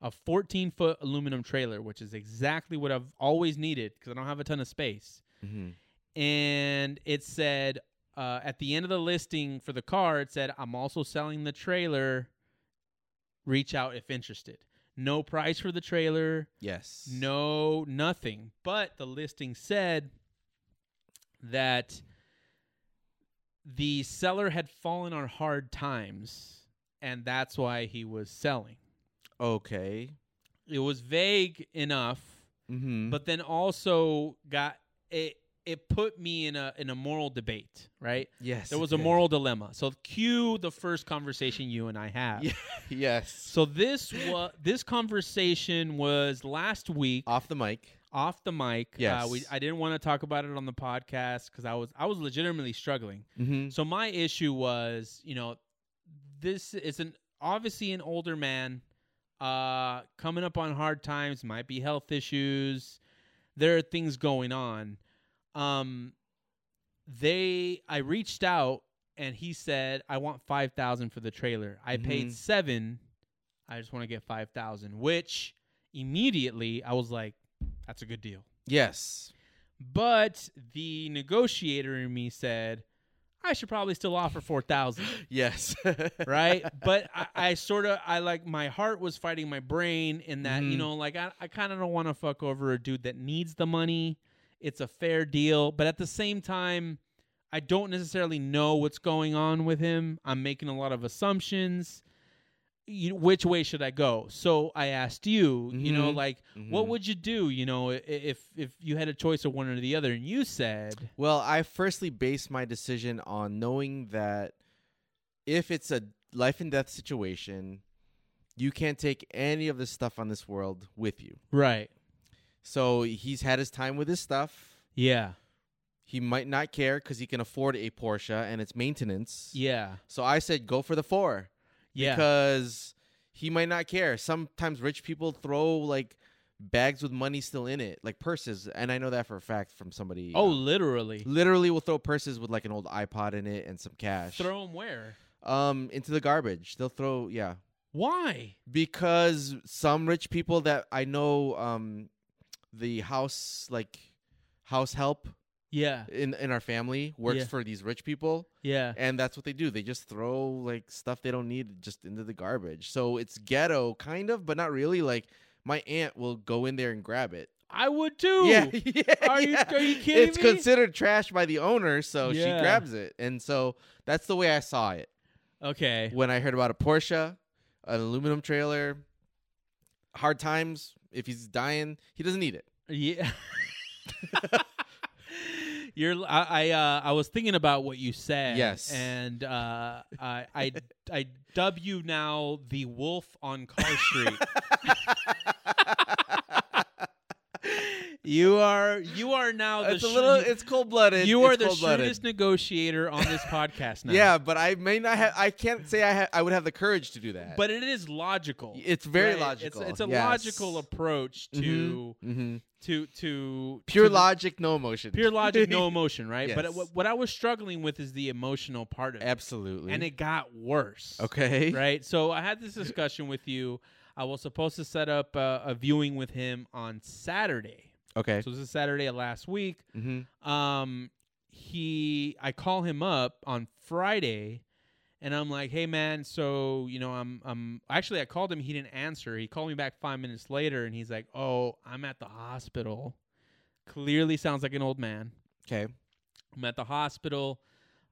Speaker 2: a 14 foot aluminum trailer, which is exactly what I've always needed because I don't have a ton of space.
Speaker 3: Mm-hmm.
Speaker 2: And it said uh, at the end of the listing for the car, it said, "I'm also selling the trailer. Reach out if interested." No price for the trailer.
Speaker 3: Yes.
Speaker 2: No, nothing. But the listing said that the seller had fallen on hard times and that's why he was selling.
Speaker 3: Okay.
Speaker 2: It was vague enough,
Speaker 3: Mm-hmm.
Speaker 2: but then also got it it put me in a in a moral debate, right?
Speaker 3: yes,
Speaker 2: There was
Speaker 3: it
Speaker 2: a
Speaker 3: did.
Speaker 2: moral dilemma. So cue the first conversation you and I have.
Speaker 3: Yeah. Yes.
Speaker 2: So this was this conversation was last week
Speaker 3: off the mic.
Speaker 2: off the mic.
Speaker 3: Yes.
Speaker 2: uh, we, I didn't want to talk about it on the podcast because I was I was legitimately struggling.
Speaker 3: Mm-hmm.
Speaker 2: So my issue was, you know, this is an obviously an older man, uh, coming up on hard times, might be health issues. There are things going on. Um, they I reached out and he said I want five thousand for the trailer. I paid
Speaker 3: Mhm.
Speaker 2: seven. I just want to get five thousand, which immediately I was like, that's a good deal.
Speaker 3: Yes.
Speaker 2: But the negotiator in me said, I should probably still offer 4,000,
Speaker 3: Yes. [laughs]
Speaker 2: right? but I, I sort of, I like, my heart was fighting my brain in that, you
Speaker 3: Mhm.
Speaker 2: know, like, I, I kind of don't want to fuck over a dude that needs the money. It's a fair deal. But at the same time, I don't necessarily know what's going on with him. I'm making a lot of assumptions. You, which way should I go? So I asked you, you know,
Speaker 3: Mhm.
Speaker 2: like, what
Speaker 3: Mhm.
Speaker 2: would you do, you know, i- i- if if you had a choice of one or the other, and you said,
Speaker 3: Well, I firstly base my decision on knowing that if it's a life and death situation, you can't take any of this stuff on this world with you.
Speaker 2: right,
Speaker 3: So he's had his time with his stuff.
Speaker 2: yeah,
Speaker 3: He might not care because he can afford a Porsche and its maintenance.
Speaker 2: yeah,
Speaker 3: So I said go for the four
Speaker 2: yeah,
Speaker 3: because he might not care. Sometimes rich people throw like bags with money still in it, like purses, and I know that for a fact from somebody.
Speaker 2: oh,
Speaker 3: uh,
Speaker 2: literally,
Speaker 3: literally will throw purses with like an old iPod in it and some cash.
Speaker 2: throw them where?
Speaker 3: um into the garbage. They'll throw yeah.
Speaker 2: Why?
Speaker 3: Because some rich people that I know um the house like house help
Speaker 2: Yeah,
Speaker 3: in in our family works
Speaker 2: Yeah.
Speaker 3: for these rich people
Speaker 2: yeah,
Speaker 3: and that's what they do. They just throw like stuff they don't need just into the garbage. So it's ghetto kind of, but not really like my aunt will go in there and grab it.
Speaker 2: I would too.
Speaker 3: Yeah,
Speaker 2: [laughs]
Speaker 3: [laughs] yeah,
Speaker 2: Are you-
Speaker 3: yeah.
Speaker 2: are you kidding
Speaker 3: It's
Speaker 2: me?
Speaker 3: considered trash by the owner, so
Speaker 2: Yeah.
Speaker 3: she grabs it, and so that's the way I saw it
Speaker 2: Okay,
Speaker 3: when I heard about a Porsche, an aluminum trailer, hard times. If he's dying, he doesn't need it.
Speaker 2: yeah. [laughs] You're, I, I, uh, I was thinking about what you said.
Speaker 3: Yes.
Speaker 2: and uh, I, I, I dub you now the Wolf on Car
Speaker 3: [laughs]
Speaker 2: Street. you are, you are now the
Speaker 3: it's a
Speaker 2: sh-
Speaker 3: little,
Speaker 2: you-
Speaker 3: it's cold blooded.
Speaker 2: You are the shrewdest negotiator on this podcast now.
Speaker 3: Yeah, but I may not have. I can't say I ha- I would have the courage to do that.
Speaker 2: But it is logical.
Speaker 3: it's
Speaker 2: right?
Speaker 3: very
Speaker 2: It's-
Speaker 3: logical.
Speaker 2: It's, a
Speaker 3: yes.
Speaker 2: logical approach to
Speaker 3: Mhm.
Speaker 2: to to
Speaker 3: Pure
Speaker 2: to the-
Speaker 3: logic, no emotion.
Speaker 2: Pure logic,
Speaker 3: [laughs]
Speaker 2: no emotion, right? But uh,
Speaker 3: Yes.
Speaker 2: what, what I was struggling with is the emotional part of it,
Speaker 3: Absolutely.
Speaker 2: and it got worse.
Speaker 3: okay.
Speaker 2: right? So I had this discussion with you. I was supposed to set up uh, a, a viewing with him on Saturday.
Speaker 3: Okay.
Speaker 2: So this is Saturday of last week.
Speaker 3: hmm
Speaker 2: um he i call him up on friday and i'm like hey man so you know i'm i'm actually i called him he didn't answer he called me back five minutes later and he's like oh i'm at the hospital clearly sounds like an old man
Speaker 3: Okay.
Speaker 2: i'm at the hospital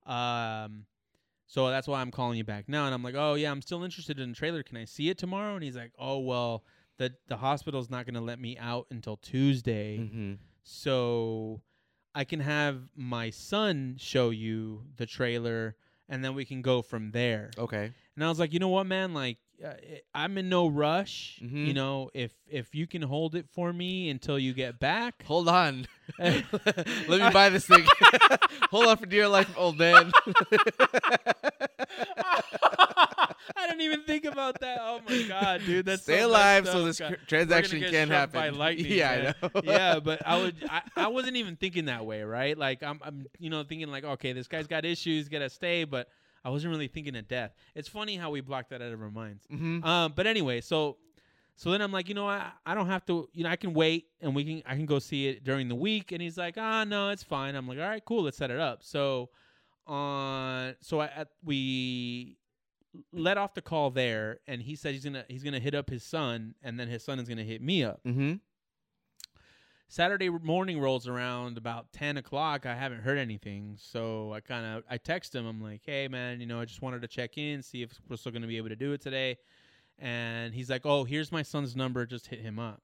Speaker 2: um so that's why i'm calling you back now and i'm like oh yeah i'm still interested in the trailer can i see it tomorrow and he's like oh well the the hospital's not going to let me out until tuesday
Speaker 3: hmm
Speaker 2: so I can have my son show you the trailer and then we can go from there.
Speaker 3: Okay.
Speaker 2: And I was like, you know what, man? Like, uh, it- I'm in no rush.
Speaker 3: Mhm.
Speaker 2: You know, if if you can hold it for me until you get back,
Speaker 3: [laughs] Hold on.
Speaker 2: eh,
Speaker 3: Let me buy this thing. [laughs] Hold on for dear life, old man.
Speaker 2: [laughs] I didn't even think about that. Oh my [laughs] god, dude, that's
Speaker 3: Stay
Speaker 2: so messed
Speaker 3: alive
Speaker 2: up,
Speaker 3: so this
Speaker 2: God.
Speaker 3: cr- transaction
Speaker 2: get
Speaker 3: can
Speaker 2: struck
Speaker 3: happen.
Speaker 2: by
Speaker 3: [laughs]
Speaker 2: lightning,
Speaker 3: yeah, I know.
Speaker 2: [laughs]
Speaker 3: [laughs]
Speaker 2: yeah, but I would I, I wasn't even thinking that way, right? Like I'm I'm you know thinking like okay, this guy's got issues, gotta stay, but I wasn't really thinking of death. It's funny how we block that out of our minds.
Speaker 3: Mhm.
Speaker 2: Um, but anyway, so so then I'm like, you know, I I don't have to, you know, I can wait and we can I can go see it during the week. And he's like, ah, no, it's fine. I'm like, all right, cool, let's set it up. So on so I at, we let off the call there, and he said he's gonna he's gonna hit up his son, and then his son is gonna hit me up.
Speaker 3: Mhm.
Speaker 2: Saturday morning rolls around about ten o'clock. I haven't heard anything, so I kind of I text him. I'm like, "Hey, man, you know, I just wanted to check in, see if we're still going to be able to do it today." And he's like, "Oh, here's my son's number. Just hit him up."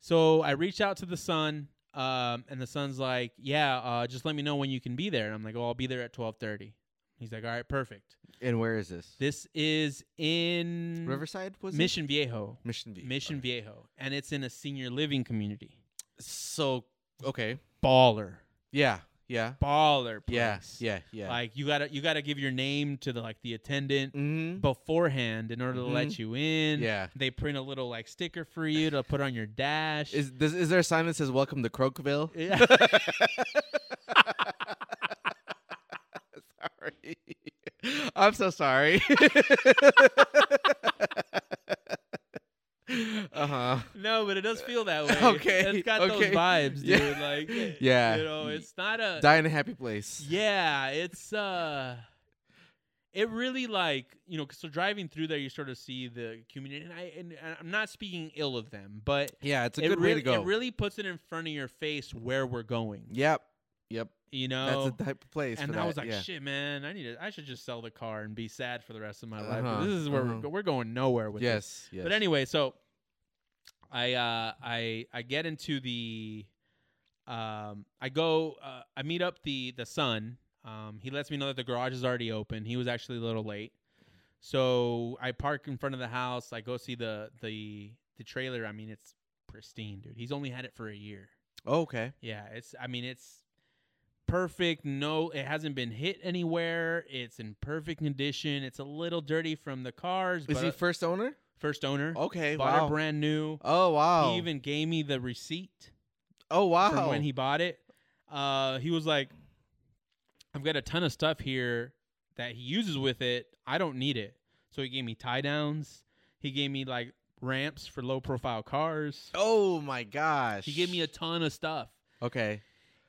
Speaker 2: So I reach out to the son, um, and the son's like, "Yeah, uh, just let me know when you can be there." And I'm like, "Oh, I'll be there at 12:30." He's like, "All right, perfect."
Speaker 3: And where is this?
Speaker 2: This is in
Speaker 3: Riverside was it?
Speaker 2: Mission Viejo,
Speaker 3: Mission View.
Speaker 2: Mission Viejo, and it's in a senior living community.
Speaker 3: So okay.
Speaker 2: Baller.
Speaker 3: Yeah. Yeah.
Speaker 2: baller place.
Speaker 3: Yeah. Yeah. Yeah.
Speaker 2: Like you gotta you gotta give your name to the like the attendant
Speaker 3: mm-hmm.
Speaker 2: beforehand in order to let you in.
Speaker 3: Yeah.
Speaker 2: They print a little like sticker for you to put on your dash.
Speaker 3: Is does, is there a sign that says "Welcome to Croakville"?
Speaker 2: [laughs] Yeah.
Speaker 3: sorry, [laughs] I'm so sorry. [laughs] uh huh.
Speaker 2: no, but it does feel that way.
Speaker 3: [laughs] Okay,
Speaker 2: It's got
Speaker 3: okay.
Speaker 2: those vibes, dude.
Speaker 3: Yeah.
Speaker 2: Like
Speaker 3: [laughs] Yeah.
Speaker 2: You know, it's not a
Speaker 3: Die in a happy place.
Speaker 2: Yeah, it's uh it really like you know 'cause so driving through there you sort of see the community and I and, and I'm not speaking ill of them but
Speaker 3: Yeah, it's a
Speaker 2: it
Speaker 3: good way
Speaker 2: really,
Speaker 3: to go.
Speaker 2: it really puts it in front of your face where we're going
Speaker 3: yep. Yep.
Speaker 2: you know
Speaker 3: That's the type of place.
Speaker 2: and
Speaker 3: for
Speaker 2: I
Speaker 3: that.
Speaker 2: was like,
Speaker 3: yeah.
Speaker 2: shit, man, I need to, I should just sell the car and be sad for the rest of my life. 'cause
Speaker 3: Uh-huh,
Speaker 2: This is where
Speaker 3: uh-huh.
Speaker 2: we're, go- we're going nowhere with this.
Speaker 3: yes, yes.
Speaker 2: But anyway, so I, uh, I, I get into the, um, I go, uh, I meet up the the son. Um, he lets me know that the garage is already open. He was actually a little late, so I park in front of the house. I go see the the the trailer. I mean, it's pristine, dude. He's only had it for a year.
Speaker 3: Oh, okay.
Speaker 2: Yeah, it's I mean it's perfect. No, it hasn't been hit anywhere. It's in perfect condition. It's a little dirty from the cars,
Speaker 3: Is
Speaker 2: but
Speaker 3: he
Speaker 2: uh,
Speaker 3: first owner?
Speaker 2: first owner.
Speaker 3: Okay.
Speaker 2: bought it
Speaker 3: Wow.
Speaker 2: brand new.
Speaker 3: Oh wow.
Speaker 2: He even gave me the receipt
Speaker 3: oh wow.
Speaker 2: from when he bought it. Uh, he was like, "I've got a ton of stuff here that he uses with it. I don't need it." So he gave me tie downs. He gave me like ramps for low profile cars.
Speaker 3: oh my gosh.
Speaker 2: He gave me a ton of stuff.
Speaker 3: Okay.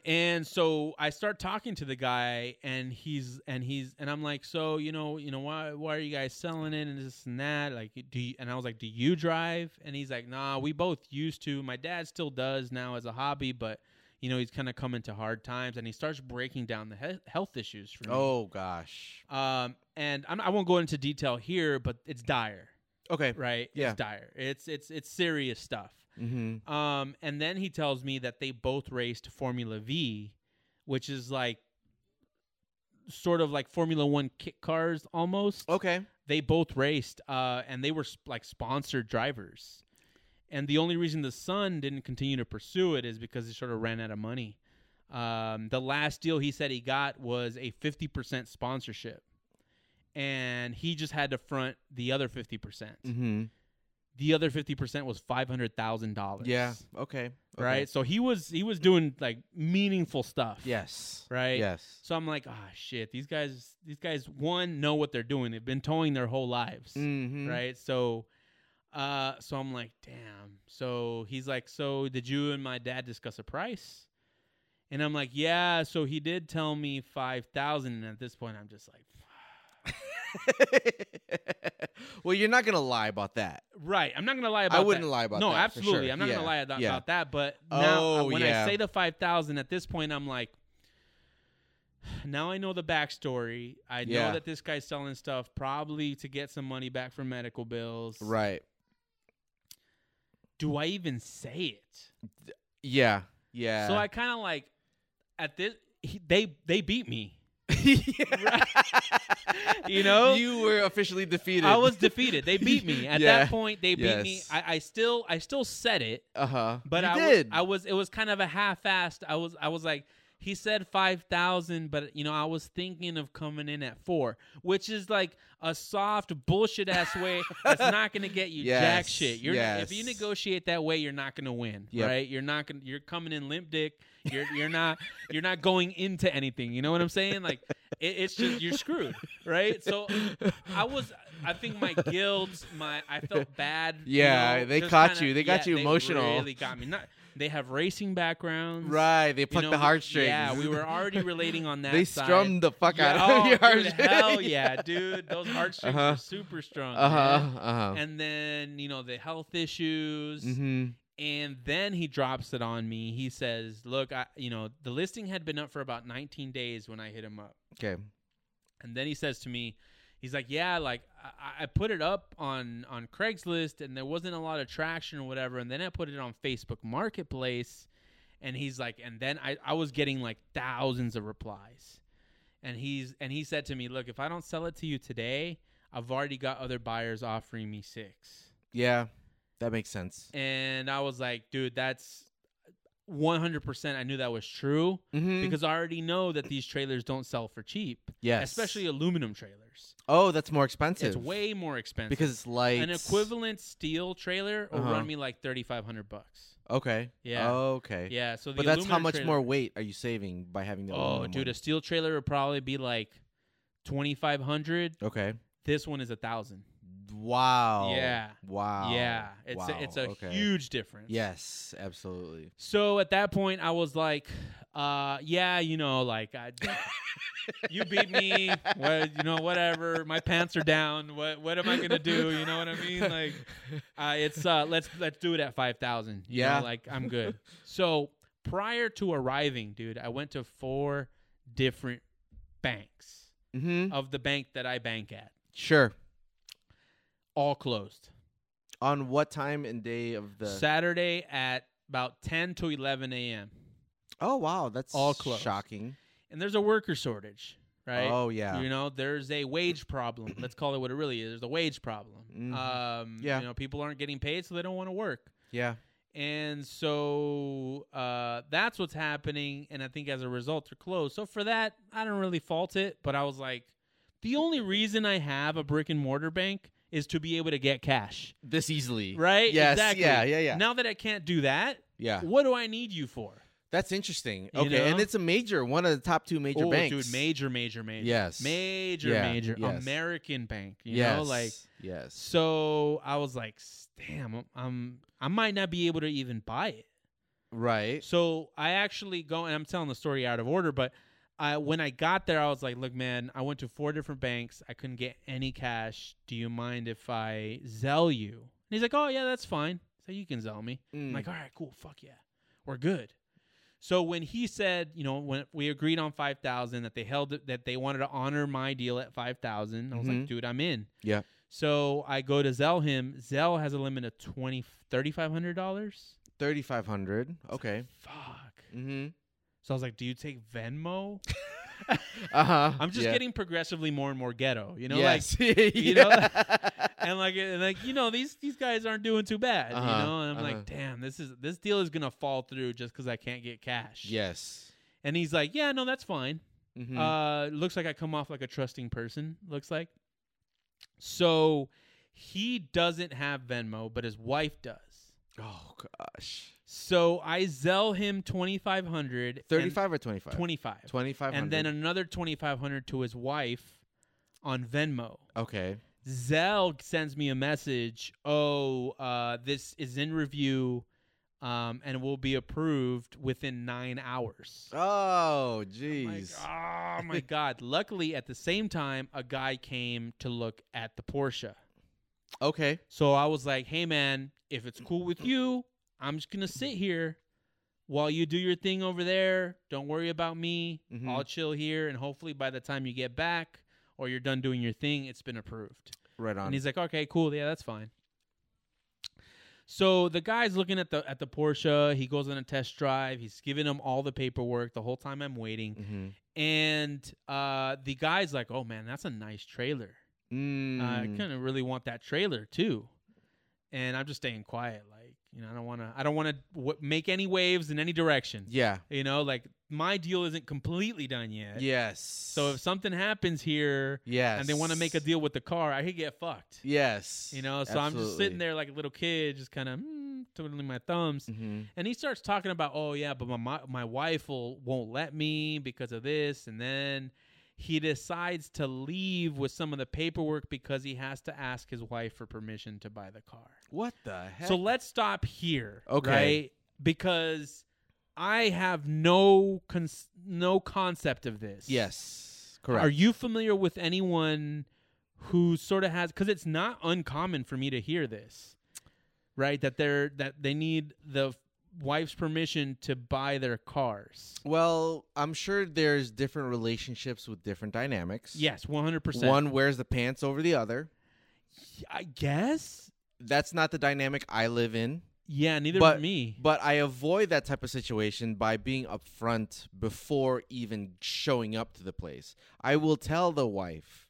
Speaker 2: And so I start talking to the guy, and he's and he's and I'm like, so you know, you know, why why are you guys selling it and this and that? Like, do you, and I was like, do you drive? And he's like, nah, we both used to. My dad still does now as a hobby, but you know, he's kind of come into hard times, and he starts breaking down the he- health issues for me.
Speaker 3: Oh gosh.
Speaker 2: um, and I'm, I won't go into detail here, but it's dire,
Speaker 3: Okay.
Speaker 2: right?
Speaker 3: Yeah.
Speaker 2: it's dire. It's it's it's serious stuff.
Speaker 3: Mm-hmm.
Speaker 2: Um, and then he tells me that they both raced Formula V, which is like sort of like Formula One kit cars almost.
Speaker 3: Okay.
Speaker 2: They both raced, uh, and they were sp- like sponsored drivers. And the only reason the son didn't continue to pursue it is because he sort of ran out of money. Um, the last deal he said he got was a 50% sponsorship, and he just had to front the other 50%. percent
Speaker 3: Mm-hmm.
Speaker 2: The other 50% was $500,000
Speaker 3: Yeah. Okay. okay.
Speaker 2: right? So he was he was doing like meaningful stuff.
Speaker 3: Yes.
Speaker 2: Right?
Speaker 3: Yes.
Speaker 2: So I'm like, ah, shit. These guys, these guys, one know what they're doing. They've been towing their whole lives,
Speaker 3: Mm-hmm.
Speaker 2: right? So, uh, so I'm like, damn. So he's like, so did you and my dad discuss a price? And I'm like, yeah. So he did tell me five thousand. And at this point, I'm just like,
Speaker 3: [laughs] well, you're not gonna lie about that.
Speaker 2: right. I'm not gonna lie about.
Speaker 3: I wouldn't
Speaker 2: that.
Speaker 3: lie about
Speaker 2: no,
Speaker 3: that. for
Speaker 2: absolutely.
Speaker 3: sure.
Speaker 2: I'm not
Speaker 3: Yeah,
Speaker 2: gonna lie about,
Speaker 3: yeah.
Speaker 2: about that. But now uh,
Speaker 3: Oh,
Speaker 2: when
Speaker 3: yeah.
Speaker 2: I say the five thousand, at this point, I'm like, [sighs] now I know the backstory. I
Speaker 3: Yeah.
Speaker 2: know that this guy's selling stuff probably to get some money back from medical bills.
Speaker 3: Right.
Speaker 2: Do I even say it?
Speaker 3: Yeah. Yeah.
Speaker 2: So I kind of like at this. He, they they beat me.
Speaker 3: Yeah.
Speaker 2: [laughs] you know,
Speaker 3: you were officially defeated.
Speaker 2: I was defeated.
Speaker 3: [laughs]
Speaker 2: They beat me at
Speaker 3: Yeah.
Speaker 2: that point. They beat me.
Speaker 3: Yes.
Speaker 2: I, I still, I still said it,
Speaker 3: Uh huh.
Speaker 2: but
Speaker 3: you
Speaker 2: I, wa-
Speaker 3: did.
Speaker 2: I was, it was kind of a half-assed. I was, I was like, he said five thousand, but you know, I was thinking of coming in at four, which is like a soft bullshit ass way that's not going to
Speaker 3: [laughs]
Speaker 2: get you jack
Speaker 3: Yes,
Speaker 2: shit. You're not- if you
Speaker 3: yes.
Speaker 2: negotiate that way, you're not going to win,
Speaker 3: Yep.
Speaker 2: right? You're not going. to You're coming in limp dick. You're you're not [laughs] you're not going into anything. You know what I'm saying? Like it, it's just you're screwed, right? So I was. I think my guilt, my I felt bad. you
Speaker 3: Yeah,
Speaker 2: know,
Speaker 3: they
Speaker 2: just
Speaker 3: caught
Speaker 2: kinda-
Speaker 3: you. They got
Speaker 2: yeah,
Speaker 3: you emotional.
Speaker 2: They really got me. Not, they have racing backgrounds.
Speaker 3: right. They
Speaker 2: you
Speaker 3: plucked
Speaker 2: know,
Speaker 3: the heartstrings.
Speaker 2: Yeah, we were already relating
Speaker 3: [laughs]
Speaker 2: on that.
Speaker 3: they
Speaker 2: side.
Speaker 3: strummed the fuck
Speaker 2: yeah,
Speaker 3: out of
Speaker 2: oh,
Speaker 3: your
Speaker 2: dude,
Speaker 3: heartstrings.
Speaker 2: Hell
Speaker 3: [laughs]
Speaker 2: yeah, dude. Those heartstrings
Speaker 3: Uh-huh.
Speaker 2: are super strong.
Speaker 3: Uh
Speaker 2: man.
Speaker 3: huh. Uh huh.
Speaker 2: And then, you know, the health issues.
Speaker 3: Mm-hmm.
Speaker 2: And then he drops it on me. He says, Look, I, you know, the listing had been up for about 19 days when I hit him up.
Speaker 3: Okay.
Speaker 2: And then he says to me, he's like, yeah, like I, I put it up on on Craigslist and there wasn't a lot of traction or whatever. And then I put it on Facebook Marketplace, and he's like, and then I I was getting like thousands of replies, and he's and he said to me, look, if I don't sell it to you today, I've already got other buyers offering me six.
Speaker 3: Yeah, that makes sense.
Speaker 2: And I was like, dude, that's 100%. I knew that was true
Speaker 3: Mm-hmm.
Speaker 2: because I already know that these trailers don't sell for cheap,
Speaker 3: yes,
Speaker 2: especially aluminum trailers.
Speaker 3: oh, that's more expensive.
Speaker 2: It's way more expensive
Speaker 3: because it's light.
Speaker 2: an equivalent steel trailer will
Speaker 3: Uh-huh.
Speaker 2: run me like thirty five hundred bucks.
Speaker 3: Okay.
Speaker 2: Yeah.
Speaker 3: Okay.
Speaker 2: Yeah, so the
Speaker 3: But that's how
Speaker 2: aluminum
Speaker 3: much
Speaker 2: trailer-
Speaker 3: more weight are you saving by having the?
Speaker 2: Oh,
Speaker 3: aluminum
Speaker 2: dude,
Speaker 3: one?
Speaker 2: a steel trailer would probably be like twenty five hundred.
Speaker 3: Okay.
Speaker 2: This one is a thousand.
Speaker 3: Wow.
Speaker 2: Yeah.
Speaker 3: Wow.
Speaker 2: Yeah, it's
Speaker 3: wow.
Speaker 2: a, it's a
Speaker 3: okay.
Speaker 2: huge difference.
Speaker 3: Yes, absolutely.
Speaker 2: So at that point, I was like, uh, yeah, you know, like I, you beat
Speaker 3: [laughs]
Speaker 2: me. What, you know, whatever. My pants are down. What what am I gonna do? You know what I
Speaker 3: [laughs]
Speaker 2: mean? Like, uh, it's uh, let's let's do it at five thousand.
Speaker 3: Yeah.
Speaker 2: like I'm good. so prior to arriving, dude, I went to four different banks
Speaker 3: Mm-hmm.
Speaker 2: of the bank that I bank at,
Speaker 3: Sure.
Speaker 2: all closed.
Speaker 3: On what time and day of the?
Speaker 2: Saturday at about ten to eleven a.m.
Speaker 3: oh wow, that's
Speaker 2: All closed.
Speaker 3: Shocking.
Speaker 2: And there's a worker shortage, right?
Speaker 3: Oh yeah.
Speaker 2: You know, there's a wage problem. Let's call it what it really is. There's a wage problem.
Speaker 3: Mhm.
Speaker 2: Um,
Speaker 3: Yeah.
Speaker 2: You know, people aren't getting paid, so they don't want to work.
Speaker 3: yeah.
Speaker 2: And so uh, that's what's happening. And I think as a result, they're closed. So for that, I don't really fault it. But I was like, the only reason I have a brick and mortar bank is to be able to get cash,
Speaker 3: This easily.
Speaker 2: right?
Speaker 3: Yes.
Speaker 2: Exactly.
Speaker 3: Yeah. Yeah. Yeah.
Speaker 2: Now that I can't do that,
Speaker 3: Yeah.
Speaker 2: what do I need you for?
Speaker 3: That's interesting.
Speaker 2: You
Speaker 3: Okay, and
Speaker 2: know?
Speaker 3: it's a major, one of the top two major
Speaker 2: oh,
Speaker 3: banks.
Speaker 2: dude, major, major, major.
Speaker 3: Yes.
Speaker 2: Major,
Speaker 3: Yeah,
Speaker 2: major.
Speaker 3: yes.
Speaker 2: American bank. You
Speaker 3: yes.
Speaker 2: know, like
Speaker 3: yes.
Speaker 2: So I was like, "S- damn, I'm, I'm I might not be able to even buy it.
Speaker 3: Right.
Speaker 2: So I actually go and I'm telling the story out of order, but I when I got there, I was like, look, man, I went to four different banks. I couldn't get any cash. Do you mind if I Zell you? And he's like, oh yeah, that's fine. So you can Zell me.
Speaker 3: Mm.
Speaker 2: I'm like, all right, cool, fuck yeah, we're good. So when he said, you know, when we agreed on five thousand, that they held it, that they wanted to honor my deal at five thousand, I was
Speaker 3: Mhm.
Speaker 2: like, dude, I'm in.
Speaker 3: Yeah.
Speaker 2: So I go to Zell him. Zell has a limit of twenty thirty five hundred dollars.
Speaker 3: Thirty five hundred. Okay.
Speaker 2: Fuck. [laughs]
Speaker 3: Mm-hmm.
Speaker 2: So I was like, do you take
Speaker 3: [laughs]
Speaker 2: Venmo?
Speaker 3: Uh huh.
Speaker 2: I'm just getting progressively more and more ghetto, you know,
Speaker 3: [laughs]
Speaker 2: like.
Speaker 3: like
Speaker 2: you know, And like, and like you know, these these guys aren't doing too bad, you
Speaker 3: Uh-huh,
Speaker 2: know. And I'm
Speaker 3: uh-huh.
Speaker 2: like, damn, this is this deal is gonna fall through just because I can't get cash.
Speaker 3: yes.
Speaker 2: And he's like, yeah, no, that's fine.
Speaker 3: Mm-hmm.
Speaker 2: Uh, looks like I come off like a trusting person. Looks like. So, he doesn't have Venmo, but his wife does.
Speaker 3: oh gosh.
Speaker 2: So I Zell him twenty five hundred.
Speaker 3: Thirty five or twenty five.
Speaker 2: Twenty five.
Speaker 3: Twenty five.
Speaker 2: And then another twenty five hundred to his wife on Venmo.
Speaker 3: okay.
Speaker 2: Zell sends me a message. Oh, uh, this is in review, um, and will be approved within nine hours. I'm
Speaker 3: Oh
Speaker 2: like,
Speaker 3: jeez.
Speaker 2: oh
Speaker 3: [laughs]
Speaker 2: my god! Luckily, at the same time, a guy came to look at the Porsche.
Speaker 3: Okay.
Speaker 2: So I was like, hey man, if it's cool with you, I'm just gonna sit here while you do your thing over there. Don't worry about me.
Speaker 3: Mhm.
Speaker 2: I'll chill here and hopefully by the time you get back or you're done doing your thing, it's been approved.
Speaker 3: Right
Speaker 2: And
Speaker 3: on.
Speaker 2: he's like, Okay, cool, yeah, that's fine. So the guy's looking at the at the Porsche. He goes on a test drive. He's giving him all the paperwork the whole time I'm waiting.
Speaker 3: Mhm.
Speaker 2: And uh, the guy's like, "Oh man, that's a nice trailer.
Speaker 3: Mm.
Speaker 2: I kind of really want that trailer too." And I'm just staying quiet, like you know, I don't want to. I don't want to w- make any waves in any direction.
Speaker 3: yeah.
Speaker 2: You know, like my deal isn't completely done yet.
Speaker 3: Yes.
Speaker 2: So if something happens here
Speaker 3: yes,
Speaker 2: and they want to make a deal with the car, I could get fucked.
Speaker 3: Yes.
Speaker 2: You know, so I'm just sitting there like a little kid, just kind of mm, twiddling my thumbs.
Speaker 3: hmm
Speaker 2: And he starts talking about, oh yeah, but my my, my wife will, won't let me because of this. And then he decides to leave with some of the paperwork because he has to ask his wife for permission to buy the car.
Speaker 3: What the heck?
Speaker 2: So let's stop here,
Speaker 3: Okay.
Speaker 2: right? Because I have no cons- no concept of this.
Speaker 3: yes, correct.
Speaker 2: Are you familiar with anyone who sort of has cuz it's not uncommon for me to hear this. Right? That they're that they need the wife's permission to buy their cars.
Speaker 3: Well, I'm sure there's different relationships with different dynamics.
Speaker 2: Yes, 100%.
Speaker 3: One wears the pants over the other.
Speaker 2: I guess?
Speaker 3: That's not the dynamic I live in,
Speaker 2: Yeah, neither
Speaker 3: But-
Speaker 2: of me.
Speaker 3: but I avoid that type of situation by being upfront before even showing up to the place. I will tell the wife,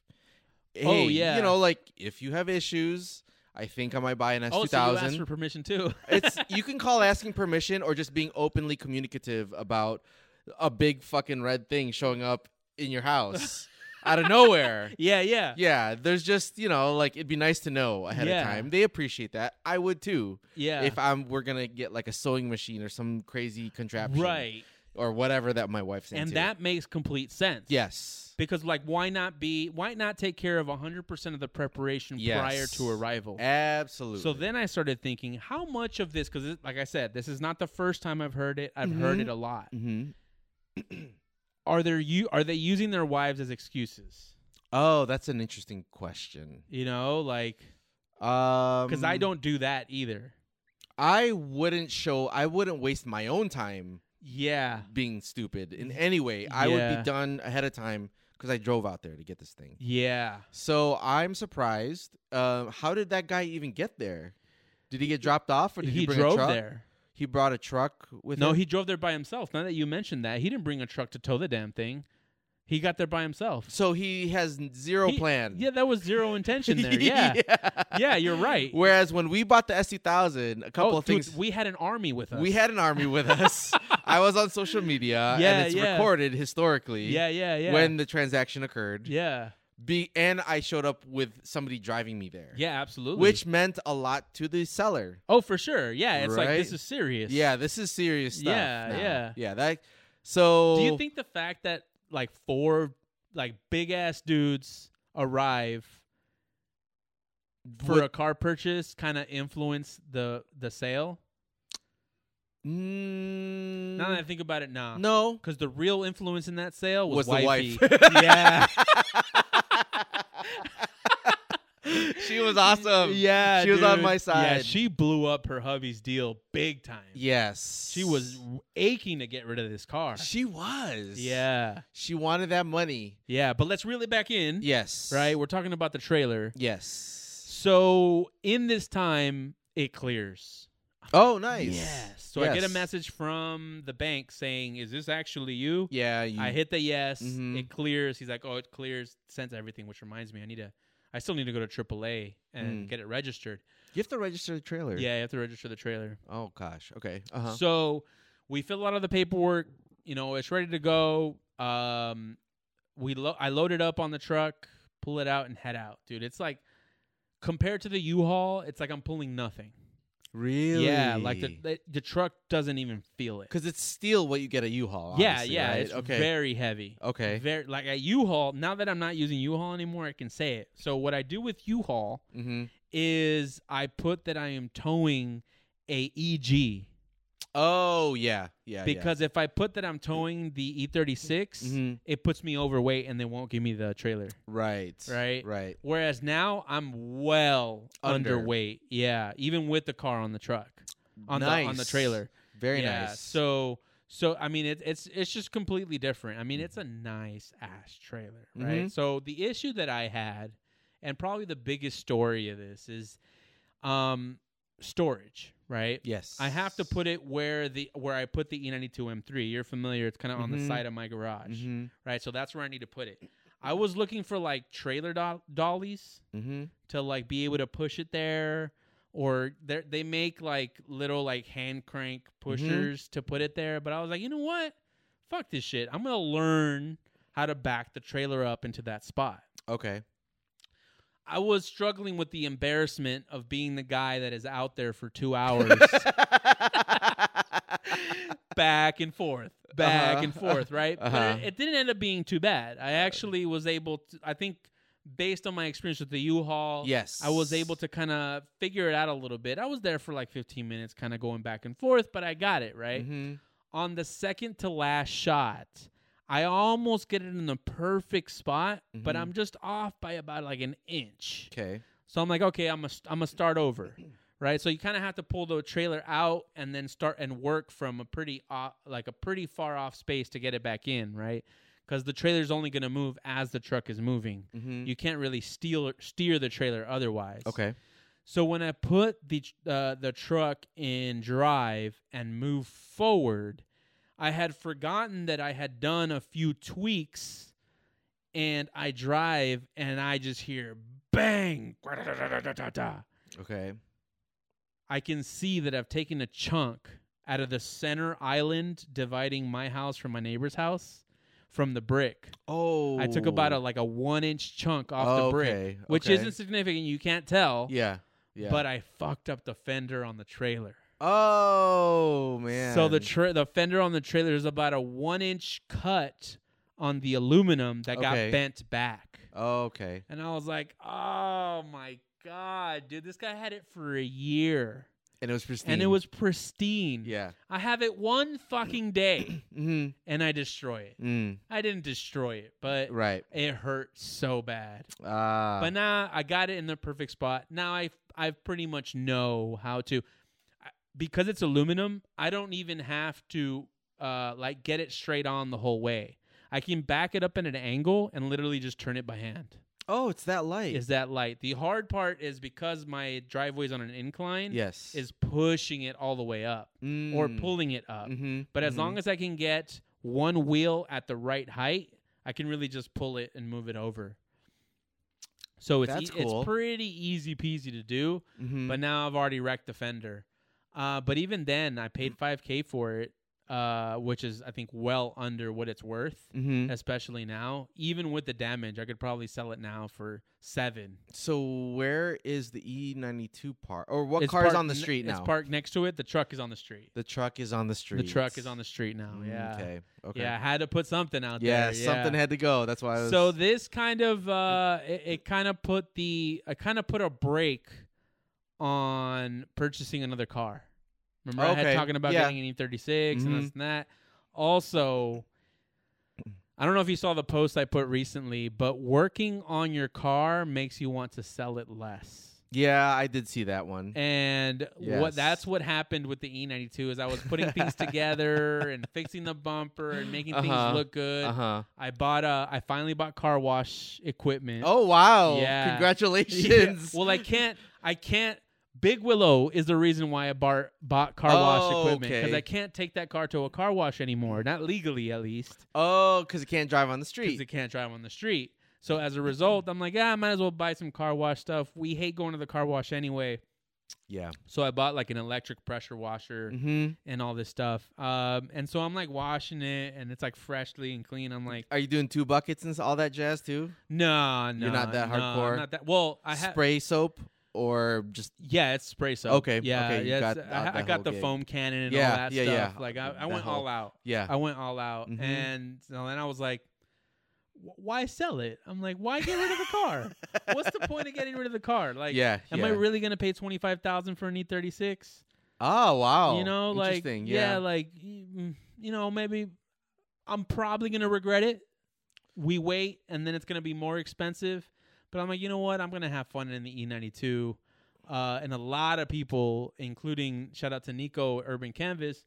Speaker 3: hey,
Speaker 2: Oh, yeah.
Speaker 3: you know, like if you have issues, I think I might buy an S2000.
Speaker 2: oh, so you asked for permission
Speaker 3: [laughs]
Speaker 2: too. [laughs]
Speaker 3: it's you can call asking permission or just being openly communicative about a big fucking red thing showing up in
Speaker 2: [laughs]
Speaker 3: your house out of nowhere.
Speaker 2: yeah, yeah.
Speaker 3: Yeah, there's just you know like it'd be nice to know ahead
Speaker 2: Yeah.
Speaker 3: of time. They appreciate that. I would too
Speaker 2: Yeah.
Speaker 3: if I'm we're gonna get like a sewing machine or some crazy contraption,
Speaker 2: right.
Speaker 3: Or whatever that my wife's into.
Speaker 2: And that makes complete sense.
Speaker 3: yes,
Speaker 2: Because like why not be why not take care of 100% of the preparation
Speaker 3: Yes.
Speaker 2: prior to arrival?
Speaker 3: absolutely.
Speaker 2: So then I started thinking, how much of this? Because like I said, this is not the first time I've heard it. I've heard
Speaker 3: Mhm.
Speaker 2: it a lot.
Speaker 3: Mhm.
Speaker 2: Are there you? Are they using their wives as excuses?
Speaker 3: oh, that's an interesting question.
Speaker 2: You know, like
Speaker 3: Um,
Speaker 2: because I don't do that either.
Speaker 3: I wouldn't show. I wouldn't waste my own time
Speaker 2: Yeah,
Speaker 3: being stupid in any way. I would
Speaker 2: Yeah.
Speaker 3: be done ahead of time because I drove out there to get this thing.
Speaker 2: yeah.
Speaker 3: So I'm surprised. Um, how did that guy even get there? Did he get dropped off, or did he,
Speaker 2: he
Speaker 3: bring
Speaker 2: drove
Speaker 3: a truck?
Speaker 2: there.
Speaker 3: He brought a truck with
Speaker 2: No,
Speaker 3: him.
Speaker 2: he drove there by himself. Now that you mentioned that, he didn't bring a truck to tow the damn thing. He got there by himself.
Speaker 3: So he has n- zero
Speaker 2: He-
Speaker 3: plan. [laughs]
Speaker 2: Yeah, that was zero intention there. Yeah, yeah, you're right.
Speaker 3: Whereas when we bought the S2000, a couple
Speaker 2: oh,
Speaker 3: of
Speaker 2: dude,
Speaker 3: things
Speaker 2: we had an army with us.
Speaker 3: we had an
Speaker 2: [laughs]
Speaker 3: army with us. I was on social media,
Speaker 2: Yeah,
Speaker 3: and it's
Speaker 2: yeah.
Speaker 3: recorded historically.
Speaker 2: Yeah, yeah, yeah.
Speaker 3: When the transaction occurred,
Speaker 2: Yeah,
Speaker 3: Be- and I showed up with somebody driving me there.
Speaker 2: yeah, absolutely.
Speaker 3: which meant a lot to the seller.
Speaker 2: Oh, for sure. Yeah, it's like this
Speaker 3: Right?
Speaker 2: is serious.
Speaker 3: Yeah, this is serious stuff.
Speaker 2: Yeah,
Speaker 3: now.
Speaker 2: yeah.
Speaker 3: yeah. That so.
Speaker 2: Do you think the fact that like four like big ass dudes arrive for
Speaker 3: would-
Speaker 2: a car purchase kind of influence the the sale?
Speaker 3: Mm,
Speaker 2: Now that I think about it, nah.
Speaker 3: no
Speaker 2: Because the real influence in that sale was,
Speaker 3: was the wife?
Speaker 2: wifey.
Speaker 3: [laughs]
Speaker 2: yeah.
Speaker 3: [laughs] she was awesome.
Speaker 2: [laughs] Yeah.
Speaker 3: She was on
Speaker 2: dude.
Speaker 3: my
Speaker 2: Yeah,
Speaker 3: side.
Speaker 2: she blew up her hubby's deal big time.
Speaker 3: Yes,
Speaker 2: She was aching to get rid of this car.
Speaker 3: She was.
Speaker 2: yeah.
Speaker 3: she wanted that money.
Speaker 2: Yeah. But let's reel it back in.
Speaker 3: Yes.
Speaker 2: Right? We're talking about the trailer.
Speaker 3: Yes.
Speaker 2: So in this time, it clears.
Speaker 3: Oh, nice.
Speaker 2: Yes. So I get a
Speaker 3: Yes.
Speaker 2: message from the bank saying, "Is this actually you?"
Speaker 3: Yeah. You,
Speaker 2: I hit the yes.
Speaker 3: Mhm.
Speaker 2: It clears. He's like, "Oh, it clears." Sends everything, which reminds me, I need to. I still need to go to AAA and
Speaker 3: Mm.
Speaker 2: get it registered.
Speaker 3: You have to register the trailer.
Speaker 2: Yeah, I have to register the trailer.
Speaker 3: Oh gosh. Okay. Uh huh.
Speaker 2: So we fill out all the paperwork. You know, it's ready to go. Um, we lo- I load it up on the truck, pull it out, and head out, dude. It's like compared to the U-Haul, it's like I'm pulling nothing.
Speaker 3: really?
Speaker 2: Yeah, like the, the the truck doesn't even feel it.
Speaker 3: Because it's steel what you get at U-Haul.
Speaker 2: Yeah,
Speaker 3: obviously,
Speaker 2: yeah,
Speaker 3: right?
Speaker 2: it's
Speaker 3: okay.
Speaker 2: very heavy.
Speaker 3: okay.
Speaker 2: Very like at U-Haul. Now that I'm not using U-Haul anymore, I can say it. So what I do with U-Haul
Speaker 3: mm-hmm.
Speaker 2: is I put that I am towing a E EG
Speaker 3: Oh yeah, yeah.
Speaker 2: because if I put that I'm towing the E36,
Speaker 3: yeah. Mhm.
Speaker 2: it puts me overweight and they won't give me the trailer.
Speaker 3: right,
Speaker 2: Right?
Speaker 3: right.
Speaker 2: Whereas now I'm well
Speaker 3: Under.
Speaker 2: underweight. Yeah, even with the car on the truck, on the on the
Speaker 3: Nice.
Speaker 2: trailer.
Speaker 3: Very
Speaker 2: yeah,
Speaker 3: nice.
Speaker 2: So so I mean it, it's it's just completely different. I mean it's a nice ass trailer, right?
Speaker 3: Mhm.
Speaker 2: So the issue that I had, and probably the biggest story of this is, um, storage, right?
Speaker 3: Yes.
Speaker 2: I have to put it where the where I put the E E92 M3. You're familiar; it's kind of on the
Speaker 3: Mhm.
Speaker 2: side of my garage,
Speaker 3: Mm-hmm.
Speaker 2: right? So that's where I need to put it. I was looking for like trailer do- dollies
Speaker 3: Mm-hmm.
Speaker 2: to like be able to push it there, or they they make like little like hand crank pushers to put it there. But I was like, you know what? Fuck this shit. I'm gonna learn how to back the trailer up into that spot.
Speaker 3: [laughs] Okay.
Speaker 2: I was struggling with the embarrassment of being the guy that is out there for two
Speaker 3: [laughs]
Speaker 2: hours back and forth, back
Speaker 3: [laughs] Uh-huh.
Speaker 2: and forth, right?
Speaker 3: Uh-huh.
Speaker 2: But it, it didn't end up being too bad. I actually was able to, I think, based on my experience with the U-Haul,
Speaker 3: yes.
Speaker 2: I was able to kind of figure it out a little bit. I was there for like 15 minutes, kind of going back and forth, but I got it, right?
Speaker 3: Mhm.
Speaker 2: On the second to last shot, I almost get it in the perfect spot, but
Speaker 3: Mhm.
Speaker 2: I'm just off by about like an inch.
Speaker 3: Okay.
Speaker 2: So I'm like, okay, I'm gonna I'm gonna start over, right? So you kind of have to pull the trailer out and then start and work from a pretty off, like a pretty far off space to get it back in, right? Because the trailer's only gonna move as the truck is moving.
Speaker 3: Mm-hmm.
Speaker 2: You can't really steal steer the trailer otherwise.
Speaker 3: okay.
Speaker 2: So when I put the tr- uh, the truck in drive and move forward, I had forgotten that I had done a few tweaks, and I drive and I just hear bang.
Speaker 3: Okay.
Speaker 2: I can see that I've taken a chunk out of the center island dividing my house from my neighbor's house from the brick.
Speaker 3: Oh.
Speaker 2: I took about a like a one inch chunk off the brick,
Speaker 3: Okay,
Speaker 2: which
Speaker 3: okay.
Speaker 2: isn't significant. You can't tell.
Speaker 3: Yeah. Yeah.
Speaker 2: But I fucked up the fender on the trailer.
Speaker 3: oh man.
Speaker 2: So the tra- the fender on the trailer is about a one inch cut on the aluminum that got
Speaker 3: Okay.
Speaker 2: bent back.
Speaker 3: oh, okay.
Speaker 2: And I was like, oh my God, dude, this guy had it for a year.
Speaker 3: And it was pristine.
Speaker 2: And it was pristine.
Speaker 3: Yeah.
Speaker 2: I have it one fucking day [coughs]
Speaker 3: Mm-hmm.
Speaker 2: and I destroy it.
Speaker 3: Mm.
Speaker 2: I didn't destroy it, but
Speaker 3: Right.
Speaker 2: it hurt so bad.
Speaker 3: Ah.
Speaker 2: But now I got it in the perfect spot. Now I I pretty much know how to I- because it's aluminum. I don't even have to uh, like get it straight on the whole way. I can back it up at an angle and literally just turn it by hand.
Speaker 3: oh, it's that light.
Speaker 2: Is that light? The hard part is because my driveway's on an incline.
Speaker 3: yes. Mm. Hmm.
Speaker 2: Is pushing it all the way up or pulling it up.
Speaker 3: Mm-hmm.
Speaker 2: But as long as I can get one wheel at the right height, I can really just pull it and move it over. So it's
Speaker 3: That's
Speaker 2: ea-
Speaker 3: cool.
Speaker 2: it's pretty easy peasy to do.
Speaker 3: hmm
Speaker 2: But now I've already wrecked the fender. Uh, but even then, I
Speaker 3: Mm-hmm.
Speaker 2: paid five k for it, uh, which is I think well under what it's worth.
Speaker 3: hmm
Speaker 2: Especially now, even with the damage, I could probably sell it now for seven.
Speaker 3: So where is the E ninety two part, or what
Speaker 2: It's
Speaker 3: car is
Speaker 2: parked
Speaker 3: on the
Speaker 2: ne-
Speaker 3: street now?
Speaker 2: It's parked next to it. The truck is on the street.
Speaker 3: the truck is on the street.
Speaker 2: The truck is on the street now.
Speaker 3: Mm,
Speaker 2: Oh, Yeah.
Speaker 3: Okay. Okay.
Speaker 2: Yeah, I had to put something out
Speaker 3: Yeah,
Speaker 2: there.
Speaker 3: Something had to go. That's why. I was,
Speaker 2: so this kind of uh, it, it kind of put the I kind of put a break on purchasing another car. Remember I had
Speaker 3: Okay,
Speaker 2: talking about
Speaker 3: yeah.
Speaker 2: getting an E36 and this
Speaker 3: Mhm.
Speaker 2: and that. Also, I don't know if you saw the post I put recently, but working on your car makes you want to sell it less.
Speaker 3: yeah, I did see that one.
Speaker 2: And what
Speaker 3: Yes.
Speaker 2: that's what happened with the E92 is I was putting
Speaker 3: [laughs]
Speaker 2: things together and fixing the bumper and making
Speaker 3: Uh-huh,
Speaker 2: things look good.
Speaker 3: Uh huh.
Speaker 2: I bought uh I finally bought car wash equipment.
Speaker 3: Oh wow!
Speaker 2: Yeah. [laughs] Yeah.
Speaker 3: Congratulations.
Speaker 2: Well, I can't I can't Big Willow is the reason why I bar, bought car
Speaker 3: Oh,
Speaker 2: wash equipment because
Speaker 3: okay.
Speaker 2: I can't take that car to a car wash anymore, not legally at least,
Speaker 3: oh, because it can't drive on the
Speaker 2: because
Speaker 3: street.
Speaker 2: it can't drive on the street. So as a result, I'm like, ah, I might as well buy some car wash stuff. We hate going to the car wash anyway.
Speaker 3: yeah.
Speaker 2: So I bought like an electric pressure washer
Speaker 3: Mm-hmm.
Speaker 2: and all this stuff. Um, and so I'm like washing it and it's like freshly and clean. I'm like,
Speaker 3: Are you doing two buckets and s- all that jazz too?
Speaker 2: no, no.
Speaker 3: You're not that
Speaker 2: no, I'm
Speaker 3: hardcore?
Speaker 2: Not that. Well, I have.
Speaker 3: Spray soap or just
Speaker 2: Yeah, it's spray soap.
Speaker 3: Okay,
Speaker 2: Yeah,
Speaker 3: okay, you
Speaker 2: yeah, it's-
Speaker 3: got
Speaker 2: I,
Speaker 3: that-
Speaker 2: I
Speaker 3: that
Speaker 2: got
Speaker 3: whole
Speaker 2: the
Speaker 3: gig.
Speaker 2: foam cannon and all
Speaker 3: Yeah,
Speaker 2: that
Speaker 3: yeah, yeah.
Speaker 2: stuff. Like I, I
Speaker 3: That
Speaker 2: went all
Speaker 3: whole- [laughs]
Speaker 2: out.
Speaker 3: yeah.
Speaker 2: I went all out,
Speaker 3: Mhm.
Speaker 2: and so then I was like, "Wh- "Why sell it?" I'm like, "Why get rid of the car? What's the point of getting rid of the car? Like,
Speaker 3: [laughs] yeah.
Speaker 2: am
Speaker 3: yeah.
Speaker 2: I really gonna pay twenty five thousand for an E E36?
Speaker 3: Oh wow.
Speaker 2: you know, like,
Speaker 3: Interesting.
Speaker 2: yeah, like, y- mm, you know, maybe I'm probably gonna regret it. We wait, and then it's gonna be more expensive. But I'm like, you know what? I'm gonna have fun in the E92. Uh, and a lot of people, including shout out to Nico Urban Canvas,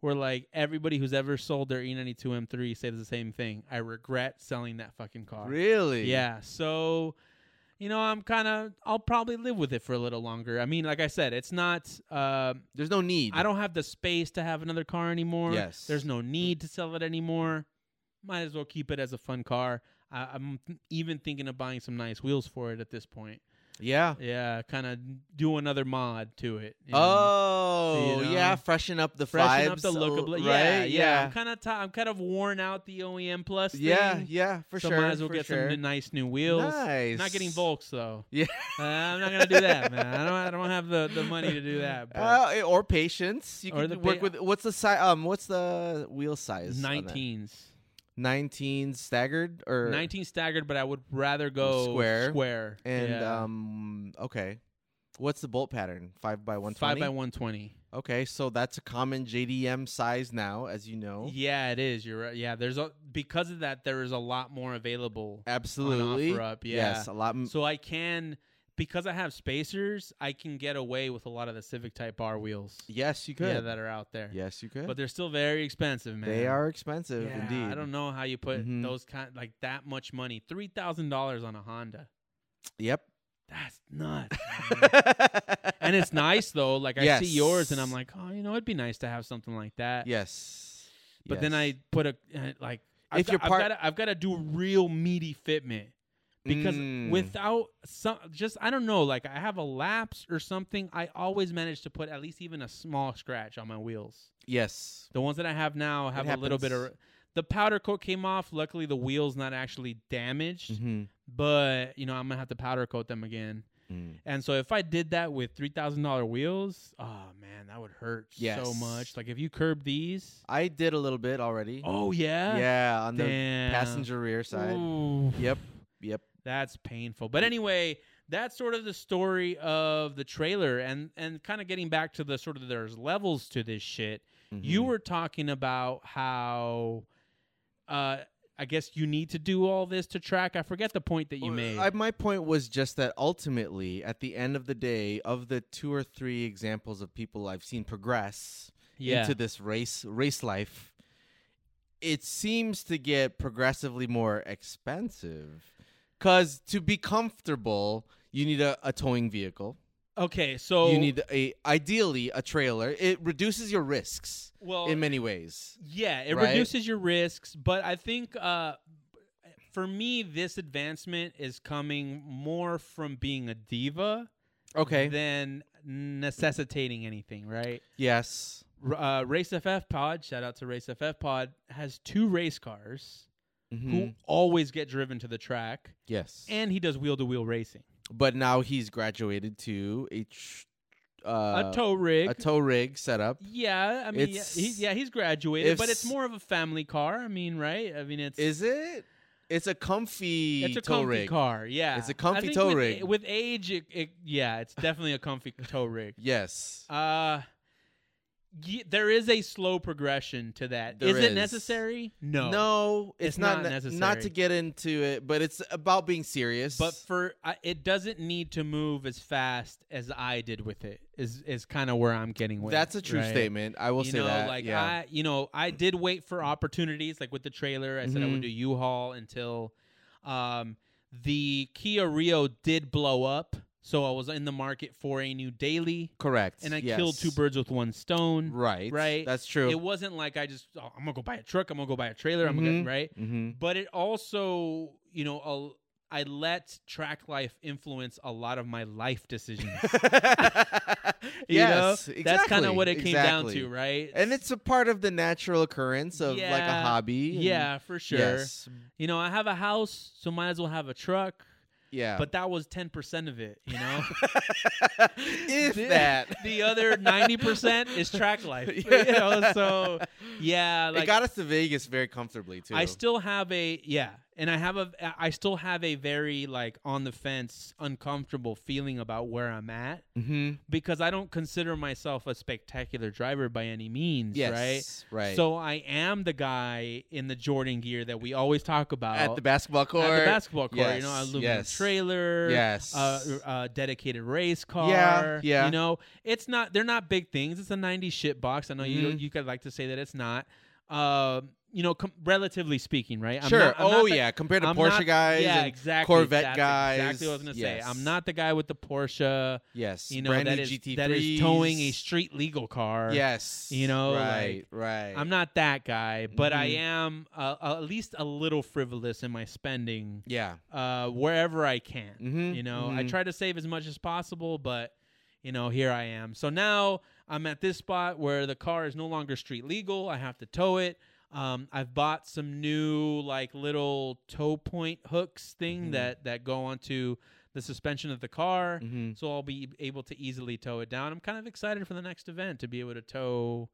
Speaker 2: were like, everybody who's ever sold their E E92 M3 says the same thing. I regret selling that fucking car.
Speaker 3: Really?
Speaker 2: Yeah. So, you you know, I'm kind of, I'll probably live with it for a little longer. I mean, like I said, it's not, uh,
Speaker 3: There's no need.
Speaker 2: I don't have the space to have another car anymore.
Speaker 3: Yes.
Speaker 2: There's no need to sell it anymore. Might as well keep it as a fun car. I, I'm even thinking of buying some nice wheels for it at this point.
Speaker 3: Yeah.
Speaker 2: Yeah, kind of do another mod to it. you know?
Speaker 3: Oh,
Speaker 2: You know?
Speaker 3: yeah. Freshen up the
Speaker 2: freshen
Speaker 3: vibes,
Speaker 2: up the look of
Speaker 3: oh,
Speaker 2: bl-
Speaker 3: right?
Speaker 2: yeah, yeah, I'm
Speaker 3: yeah,
Speaker 2: kind of t- I'm kind of worn out the OEM plus. Thing,
Speaker 3: yeah, yeah, For
Speaker 2: so
Speaker 3: sure.
Speaker 2: might as well
Speaker 3: for
Speaker 2: get
Speaker 3: sure.
Speaker 2: some n- nice new wheels.
Speaker 3: Nice.
Speaker 2: Not getting Volks though.
Speaker 3: Yeah.
Speaker 2: Uh, I'm not gonna do that, man. I don't I don't have the, the money to do
Speaker 3: [laughs]
Speaker 2: that. But
Speaker 3: Uh, or patience. You
Speaker 2: Or
Speaker 3: can
Speaker 2: the
Speaker 3: work
Speaker 2: pa-
Speaker 3: with what's the size? Um, what's the wheel size? on that?
Speaker 2: 19s,
Speaker 3: Nineteen staggered or
Speaker 2: 19 staggered, but I would rather go
Speaker 3: Square.
Speaker 2: square,
Speaker 3: And
Speaker 2: yeah.
Speaker 3: um, okay. What's the bolt pattern? Five by one
Speaker 2: five
Speaker 3: twenty.
Speaker 2: by 120.
Speaker 3: Okay, so that's a common JDM size now, as you know.
Speaker 2: Yeah, it is. You're right. Yeah, there's a because of that there is a lot more available.
Speaker 3: Absolutely.
Speaker 2: OfferUp, yeah.
Speaker 3: Yes, a lot. m-
Speaker 2: So I can because I have spacers, I can get away with a lot of the Civic Type R wheels.
Speaker 3: yes, you could.
Speaker 2: Yeah, that are out there.
Speaker 3: yes, you could.
Speaker 2: But they're still very expensive, man.
Speaker 3: they are expensive,
Speaker 2: Yeah,
Speaker 3: indeed.
Speaker 2: I don't know how you put
Speaker 3: Mhm.
Speaker 2: those kind like that much money. Three thousand dollars on a Honda.
Speaker 3: Yep.
Speaker 2: That's nuts. man. Mm-hmm.
Speaker 3: [laughs]
Speaker 2: and it's nice though. Like I see yours and I'm
Speaker 3: Yes.
Speaker 2: like, oh, you know, it'd be nice to have something like that.
Speaker 3: yes.
Speaker 2: But then I
Speaker 3: Yes.
Speaker 2: put a uh, like I've,
Speaker 3: If you're
Speaker 2: got,
Speaker 3: part-
Speaker 2: I've got to, I've got to do a real meaty fitment because
Speaker 3: Mm.
Speaker 2: without some just I don't know like I have a lapse or something I always manage to put at least even a small scratch on my wheels.
Speaker 3: yes,
Speaker 2: The ones that I have now have a little bit of
Speaker 3: happens.
Speaker 2: the powder coat came off. Luckily the wheels not actually damaged,
Speaker 3: Mhm.
Speaker 2: but you know I'm going to have to powder coat them again.
Speaker 3: Mm.
Speaker 2: And so if I did that with $3,000 wheels, oh man, that would hurt so
Speaker 3: Yes.
Speaker 2: much. Like if you curb these,
Speaker 3: I did a little bit already.
Speaker 2: oh yeah.
Speaker 3: yeah, on the
Speaker 2: Damn.
Speaker 3: passenger rear side.
Speaker 2: Ooh.
Speaker 3: Yep, yep.
Speaker 2: That's painful. But anyway, that's sort of the story of the trailer and and kind of getting back to the sort of there's levels to this shit. You
Speaker 3: Mhm.
Speaker 2: were talking about how uh I guess you need to do all this to track. I forget the point that you
Speaker 3: Well,
Speaker 2: made.
Speaker 3: I, my point was just that ultimately, at the end of the day, of the two or three examples of people I've seen progress
Speaker 2: yeah.
Speaker 3: into this race race life, it seems to get progressively more expensive. Because to be comfortable, you need a, a towing vehicle.
Speaker 2: okay, so
Speaker 3: you need a ideally a trailer. It reduces your risks
Speaker 2: well
Speaker 3: in many ways.
Speaker 2: Yeah, it
Speaker 3: right?
Speaker 2: reduces your risks, but I think uh, for me, this advancement is coming more from being a diva
Speaker 3: Okay.
Speaker 2: than necessitating anything, right?
Speaker 3: yes.
Speaker 2: R- Uh, Race FF Pod, shout out to Race FF Pod, has two race cars who
Speaker 3: Mhm.
Speaker 2: always get driven to the track,
Speaker 3: Yes.
Speaker 2: and he does wheel to wheel racing.
Speaker 3: but now he's graduated to a tr- uh,
Speaker 2: a tow rig.
Speaker 3: a tow rig setup.
Speaker 2: yeah, I mean, yeah,
Speaker 3: It's-
Speaker 2: he, yeah, he's graduated,
Speaker 3: if
Speaker 2: but it's
Speaker 3: s-
Speaker 2: more of a family car. I mean, right? I mean, it's
Speaker 3: Is it? It's a comfy
Speaker 2: It's a
Speaker 3: tow
Speaker 2: comfy
Speaker 3: rig.
Speaker 2: car, yeah.
Speaker 3: It's a
Speaker 2: I
Speaker 3: comfy
Speaker 2: think
Speaker 3: tow
Speaker 2: with,
Speaker 3: rig.
Speaker 2: With age, it, it, yeah, it's definitely a
Speaker 3: [laughs]
Speaker 2: comfy tow rig.
Speaker 3: Yes.
Speaker 2: Uh, ye there is a slow progression to that.
Speaker 3: There
Speaker 2: Is it
Speaker 3: is.
Speaker 2: necessary? No.
Speaker 3: No, it's,
Speaker 2: It's not
Speaker 3: not, ne- Not
Speaker 2: necessary.
Speaker 3: to get into it, but it's about being serious.
Speaker 2: But for I it doesn't need to move as fast as I did with it. Is is kind of where I'm getting with.
Speaker 3: that's
Speaker 2: it,
Speaker 3: a true
Speaker 2: right?
Speaker 3: statement. I will
Speaker 2: you
Speaker 3: say
Speaker 2: know,
Speaker 3: that.
Speaker 2: like
Speaker 3: yeah.
Speaker 2: I, you know, I did wait for opportunities. Like with the trailer, I said I
Speaker 3: Mhm.
Speaker 2: would do U-Haul until um, the Kia Rio did blow up. So I was in the market for a new daily,
Speaker 3: Correct.
Speaker 2: and I
Speaker 3: yes.
Speaker 2: killed two birds with one stone.
Speaker 3: Right.
Speaker 2: right?
Speaker 3: That's true.
Speaker 2: It wasn't like I just oh, I'm gonna go buy a truck. I'm gonna go buy a trailer. I'm gonna
Speaker 3: Mhm.
Speaker 2: go right.
Speaker 3: mm-hmm. [laughs]
Speaker 2: But it also, you know, I'll- I let track life influence a lot of my life
Speaker 3: [laughs]
Speaker 2: decisions. [laughs] You know?
Speaker 3: yes,
Speaker 2: That's kind of what it
Speaker 3: exactly,
Speaker 2: came down
Speaker 3: exactly.
Speaker 2: to, right?
Speaker 3: And it's a part of the natural occurrence of like a
Speaker 2: Yeah,
Speaker 3: hobby. and-
Speaker 2: yeah, for sure.
Speaker 3: Yes.
Speaker 2: you know, I have a house, so might as well have a truck.
Speaker 3: Yeah.
Speaker 2: But that was ten percent of it, you know. [laughs]
Speaker 3: [laughs] if
Speaker 2: The-
Speaker 3: that
Speaker 2: the other ninety percent is track
Speaker 3: [laughs]
Speaker 2: life. [laughs] You know, so yeah, like
Speaker 3: it got us to Vegas very comfortably too.
Speaker 2: I still have a yeah, and I have a I still have a very like on the fence, uncomfortable feeling about where I'm at
Speaker 3: mm-hmm.
Speaker 2: because I don't consider myself a spectacular driver by any means, right?
Speaker 3: yes, right,
Speaker 2: So I am the guy in the Jordan gear that we always talk about
Speaker 3: at the basketball court,
Speaker 2: uh, at the basketball court. you know,
Speaker 3: Yes,
Speaker 2: aluminum
Speaker 3: yes.
Speaker 2: trailer,
Speaker 3: yes,
Speaker 2: a, a dedicated race car.
Speaker 3: yeah.
Speaker 2: You know, it's not. They're not big things. It's a '90s shit box. I know you.
Speaker 3: Mhm.
Speaker 2: You could like to say that it's not. Um, you know, com- relatively speaking, right? I'm
Speaker 3: sure.
Speaker 2: not- I'm not
Speaker 3: oh
Speaker 2: the-
Speaker 3: yeah, compared to
Speaker 2: I'm
Speaker 3: Porsche
Speaker 2: not-
Speaker 3: guys.
Speaker 2: yeah,
Speaker 3: and-
Speaker 2: exactly.
Speaker 3: Corvette
Speaker 2: That's
Speaker 3: guys.
Speaker 2: Exactly what I was gonna say.
Speaker 3: Yes.
Speaker 2: I'm not the guy with the Porsche.
Speaker 3: yes.
Speaker 2: You know
Speaker 3: Brand
Speaker 2: that
Speaker 3: new
Speaker 2: is-
Speaker 3: GT3s.
Speaker 2: that is towing a street legal car.
Speaker 3: Yes.
Speaker 2: you know,
Speaker 3: Right. right.
Speaker 2: I'm not that guy, but I
Speaker 3: Mhm.
Speaker 2: am uh, uh, at least a little frivolous in my spending
Speaker 3: Yeah.
Speaker 2: uh, wherever I can.
Speaker 3: Mhm,
Speaker 2: You know, I
Speaker 3: mhm.
Speaker 2: try to save as much as possible, but you know, here I am. So now I'm at this spot where the car is no longer street legal. I have to tow it. Um, I've bought some new like little tow point hooks thing
Speaker 3: Mhm.
Speaker 2: that that go onto the suspension of the car.
Speaker 3: hmm
Speaker 2: So I'll be able to easily tow it down. I'm kind of excited for the next event to be able to tow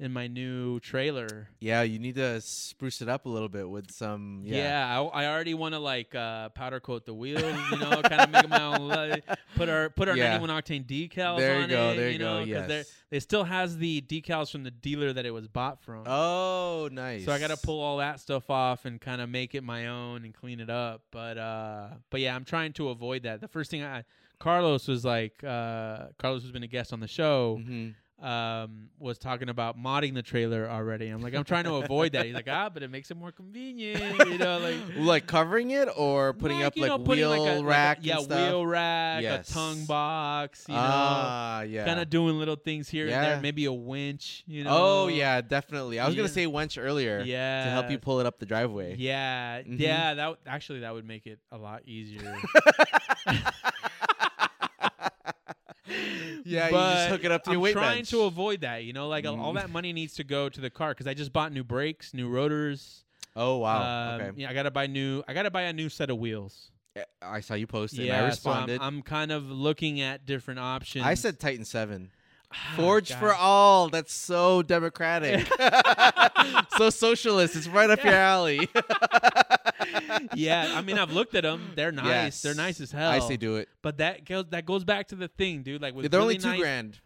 Speaker 2: in my new trailer.
Speaker 3: Yeah, you need to spruce it up a little bit with some.
Speaker 2: Yeah,
Speaker 3: Yeah.
Speaker 2: I, I already want to like uh, powder coat the wheels, you know, kind of make 'em my own.
Speaker 3: [laughs]
Speaker 2: li- Put our put our
Speaker 3: Yeah.
Speaker 2: 91 octane decals.
Speaker 3: There you
Speaker 2: on
Speaker 3: go,
Speaker 2: It,
Speaker 3: there you
Speaker 2: know,
Speaker 3: go,
Speaker 2: 'cause they're-
Speaker 3: yes.
Speaker 2: They still has the decals from the dealer that it was bought from.
Speaker 3: Oh, nice.
Speaker 2: So I got to pull all that stuff off and kind of make it my own and clean it up. But uh, but yeah, I'm trying to avoid that. The first thing I Carlos was like, uh, Carlos has been a guest on the show.
Speaker 3: Mhm.
Speaker 2: um, was talking about modding the trailer already. I'm like, I'm trying to avoid that. He's like, ah, but it makes it more convenient, [laughs] you know, like
Speaker 3: [laughs] Like covering it or putting up
Speaker 2: you
Speaker 3: like
Speaker 2: know, putting
Speaker 3: wheel
Speaker 2: like a- like a-
Speaker 3: rack.
Speaker 2: yeah,
Speaker 3: and stuff?
Speaker 2: wheel rack,
Speaker 3: Yes.
Speaker 2: a tongue box, you know,
Speaker 3: Ah, yeah.
Speaker 2: kind of doing little things here and
Speaker 3: Yeah.
Speaker 2: there. Maybe a winch, you know.
Speaker 3: oh yeah, definitely. I was gonna
Speaker 2: Yeah.
Speaker 3: say wench earlier
Speaker 2: yeah,
Speaker 3: to help you pull it up the driveway.
Speaker 2: Yeah,
Speaker 3: Mhm.
Speaker 2: yeah. That w- actually that would make it a lot easier.
Speaker 3: [laughs] yeah, you just
Speaker 2: But
Speaker 3: hook it up to
Speaker 2: I'm
Speaker 3: your weight
Speaker 2: trying
Speaker 3: bench.
Speaker 2: to avoid that, you know, like all- all
Speaker 3: Mm.
Speaker 2: that money needs to go to the car because I just bought new brakes, new rotors.
Speaker 3: oh wow.
Speaker 2: Um,
Speaker 3: okay. Eh,
Speaker 2: Yeah, I gotta buy new. I gotta buy a new set of wheels.
Speaker 3: I saw you post it.
Speaker 2: yeah,
Speaker 3: and I
Speaker 2: so I'm-
Speaker 3: responded.
Speaker 2: I'm, kind of looking at different options.
Speaker 3: I said Titan Seven.
Speaker 2: Ah,
Speaker 3: Forge
Speaker 2: God. [laughs]
Speaker 3: for all. That's so democratic. [laughs] so socialist. It's right up your alley.
Speaker 2: yeah, I mean, I've looked at them.
Speaker 3: [laughs]
Speaker 2: They're [laughs] nice. They're
Speaker 3: Yes.
Speaker 2: nice as hell.
Speaker 3: I say do it.
Speaker 2: But that goes that goes back to the thing, dude. Like with
Speaker 3: They're
Speaker 2: really
Speaker 3: only two
Speaker 2: nice-
Speaker 3: grand.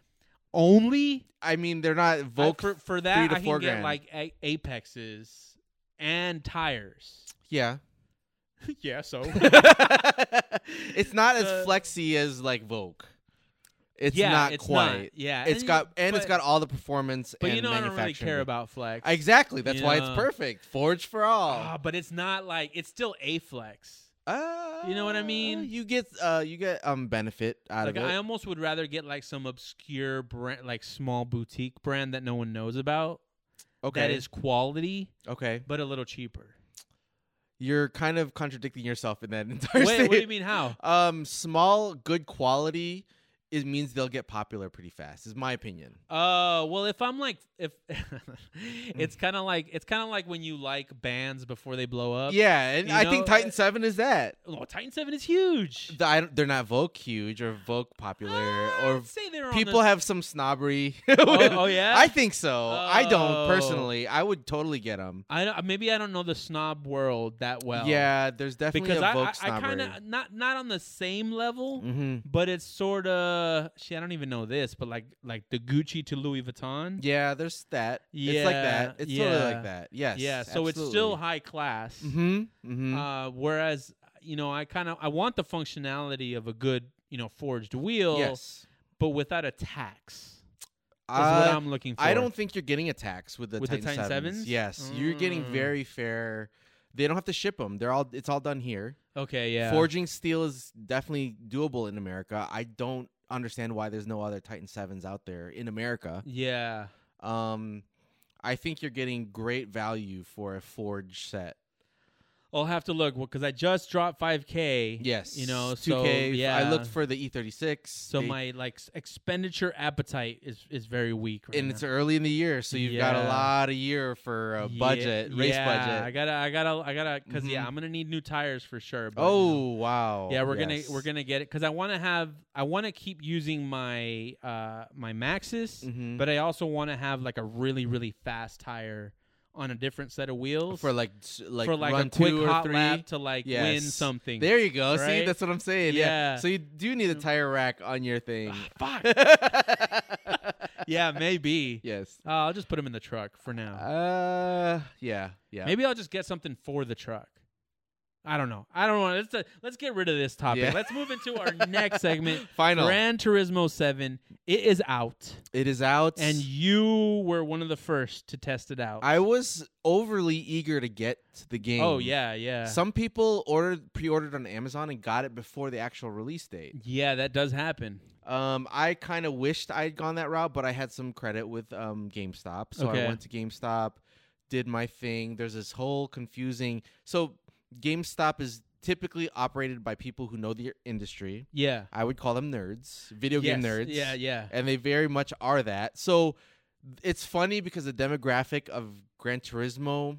Speaker 2: Only
Speaker 3: I mean, they're not
Speaker 2: I,
Speaker 3: Volk.
Speaker 2: for, for that,
Speaker 3: to
Speaker 2: I can
Speaker 3: four
Speaker 2: get
Speaker 3: grand.
Speaker 2: like a- apexes and tires.
Speaker 3: yeah.
Speaker 2: [laughs] yeah, [laughs] so
Speaker 3: [laughs] it's not as
Speaker 2: Uh,
Speaker 3: flexy as like Vogue. It's
Speaker 2: yeah,
Speaker 3: not
Speaker 2: it's
Speaker 3: quite.
Speaker 2: Not, yeah,
Speaker 3: It's
Speaker 2: you-
Speaker 3: got and it's
Speaker 2: but-
Speaker 3: got all the performance.
Speaker 2: But
Speaker 3: and
Speaker 2: you know, I don't really care
Speaker 3: manufacturing.
Speaker 2: about flex.
Speaker 3: [laughs] Exactly. That's
Speaker 2: You
Speaker 3: why
Speaker 2: know.
Speaker 3: it's perfect. Forge for all.
Speaker 2: Ah, but it's not like it's still a flex.
Speaker 3: Uh,
Speaker 2: you know what I mean?
Speaker 3: You get uh, you get um benefit out
Speaker 2: Like
Speaker 3: of it.
Speaker 2: I almost would rather get like some obscure brand, like small boutique brand that no one knows about.
Speaker 3: okay.
Speaker 2: That is quality,
Speaker 3: okay.
Speaker 2: but a little
Speaker 3: [laughs]
Speaker 2: cheaper.
Speaker 3: You're kind of contradicting yourself in that [laughs] entire
Speaker 2: Wait, what do you
Speaker 3: statement.
Speaker 2: mean? How?
Speaker 3: Um, small, good quality. It means they'll get popular pretty fast. Is my opinion.
Speaker 2: Uh, well, if I'm like, if [laughs]
Speaker 3: Mm.
Speaker 2: it's kind of like it's kind of like when you like bands before they blow up.
Speaker 3: yeah, and
Speaker 2: you
Speaker 3: I think
Speaker 2: know,
Speaker 3: Titan
Speaker 2: uh,
Speaker 3: Seven is that.
Speaker 2: Oh, Titan Seven is huge.
Speaker 3: The- I don't- they're not Vogue huge or Vogue popular
Speaker 2: Ah,
Speaker 3: or
Speaker 2: I'd say they're on the-
Speaker 3: people have some snobbery.
Speaker 2: [laughs]
Speaker 3: [laughs]
Speaker 2: Oh, oh, yeah.
Speaker 3: I think so. I
Speaker 2: Oh.
Speaker 3: don't personally. I would totally get them.
Speaker 2: I don't, maybe I don't know the snob world that well.
Speaker 3: yeah, there's definitely
Speaker 2: because
Speaker 3: a
Speaker 2: I,
Speaker 3: Vogue
Speaker 2: I, I
Speaker 3: snobbery.
Speaker 2: kind of not not on the same level.
Speaker 3: hmm
Speaker 2: but it's sort of shit. I don't even know this, but like like the Gucci to Louis Vuitton.
Speaker 3: Yeah, there's that. it's like that.
Speaker 2: Yeah,
Speaker 3: It's totally
Speaker 2: yeah.
Speaker 3: like that. Yes.
Speaker 2: yeah. So it's still high class.
Speaker 3: Mm-hmm. Mm-hmm.
Speaker 2: Uh, whereas you know, I kind of I want the functionality of a good you know forged wheel,
Speaker 3: yes.
Speaker 2: but without a tax. Is what
Speaker 3: Uh,
Speaker 2: I'm looking for.
Speaker 3: I don't think you're getting a tax with the
Speaker 2: With the
Speaker 3: Titan,
Speaker 2: Titan
Speaker 3: 7s.
Speaker 2: sevens?
Speaker 3: Yes, you're getting
Speaker 2: Mm.
Speaker 3: very fair. They don't have to ship them. They're all. It's all done here.
Speaker 2: Okay. Yeah.
Speaker 3: Forging steel is definitely doable in America. I don't understand why there's no other Titan Sevens out there in America.
Speaker 2: Yeah.
Speaker 3: Um, I think you're getting great value for a forge set.
Speaker 2: I'll have to look because I just dropped 5K.
Speaker 3: Yes,
Speaker 2: You know.
Speaker 3: two
Speaker 2: So
Speaker 3: K.
Speaker 2: yeah.
Speaker 3: I looked for the E36.
Speaker 2: So
Speaker 3: They-
Speaker 2: my like s- expenditure appetite is is very weak. Right
Speaker 3: and
Speaker 2: now.
Speaker 3: it's early in the year, so you've got a
Speaker 2: Yeah.
Speaker 3: lot of year for a
Speaker 2: Yeah,
Speaker 3: budget, race
Speaker 2: yeah, I
Speaker 3: budget.
Speaker 2: gotta, I gotta, I gotta, because yeah,
Speaker 3: Mhm.
Speaker 2: I'm gonna need new tires for sure. But, you know.
Speaker 3: Oh wow!
Speaker 2: yeah, we're
Speaker 3: Yes.
Speaker 2: gonna, we're gonna get it because I want to have, I want to keep using my, uh, my Maxis,
Speaker 3: Mhm.
Speaker 2: but I also want to have like a really, really fast tire on a different set of wheels
Speaker 3: for like s- like
Speaker 2: for like
Speaker 3: run
Speaker 2: a quick
Speaker 3: two or
Speaker 2: hot
Speaker 3: three.
Speaker 2: lap to like win
Speaker 3: Yes.
Speaker 2: something.
Speaker 3: There you go. See,
Speaker 2: right?
Speaker 3: that's what I'm saying. Yeah.
Speaker 2: Yeah. Ah,
Speaker 3: So you do need a tire rack on your thing.
Speaker 2: Fuck. yeah, maybe.
Speaker 3: [laughs] yes.
Speaker 2: Uh, I'll just put them in the truck for now.
Speaker 3: Uh. Yeah. Yeah. [gasps]
Speaker 2: Maybe I'll just get something for the truck. I don't know. I don't know. Let's uh, let's get rid of this topic.
Speaker 3: Yeah.
Speaker 2: Let's move into our next
Speaker 3: [laughs]
Speaker 2: segment.
Speaker 3: Final.
Speaker 2: Gran Turismo Seven. It is out,
Speaker 3: it is out.
Speaker 2: and you were one of the first to test it out.
Speaker 3: I was overly eager to get the game.
Speaker 2: oh yeah, yeah,
Speaker 3: Some people ordered pre-ordered on Amazon and got it before the actual release date.
Speaker 2: yeah. That does happen.
Speaker 3: Um, I kind of wished I'd gone that route, but I had some credit with um, GameStop, so
Speaker 2: Okay.
Speaker 3: I went to GameStop, did my thing. There's this whole confusing. So GameStop is typically operated by people who know the industry.
Speaker 2: Yeah.
Speaker 3: I would call them nerds, video game
Speaker 2: Yes.
Speaker 3: nerds.
Speaker 2: Yeah, yeah.
Speaker 3: and they very much are that. So it's funny because the demographic of Gran Turismo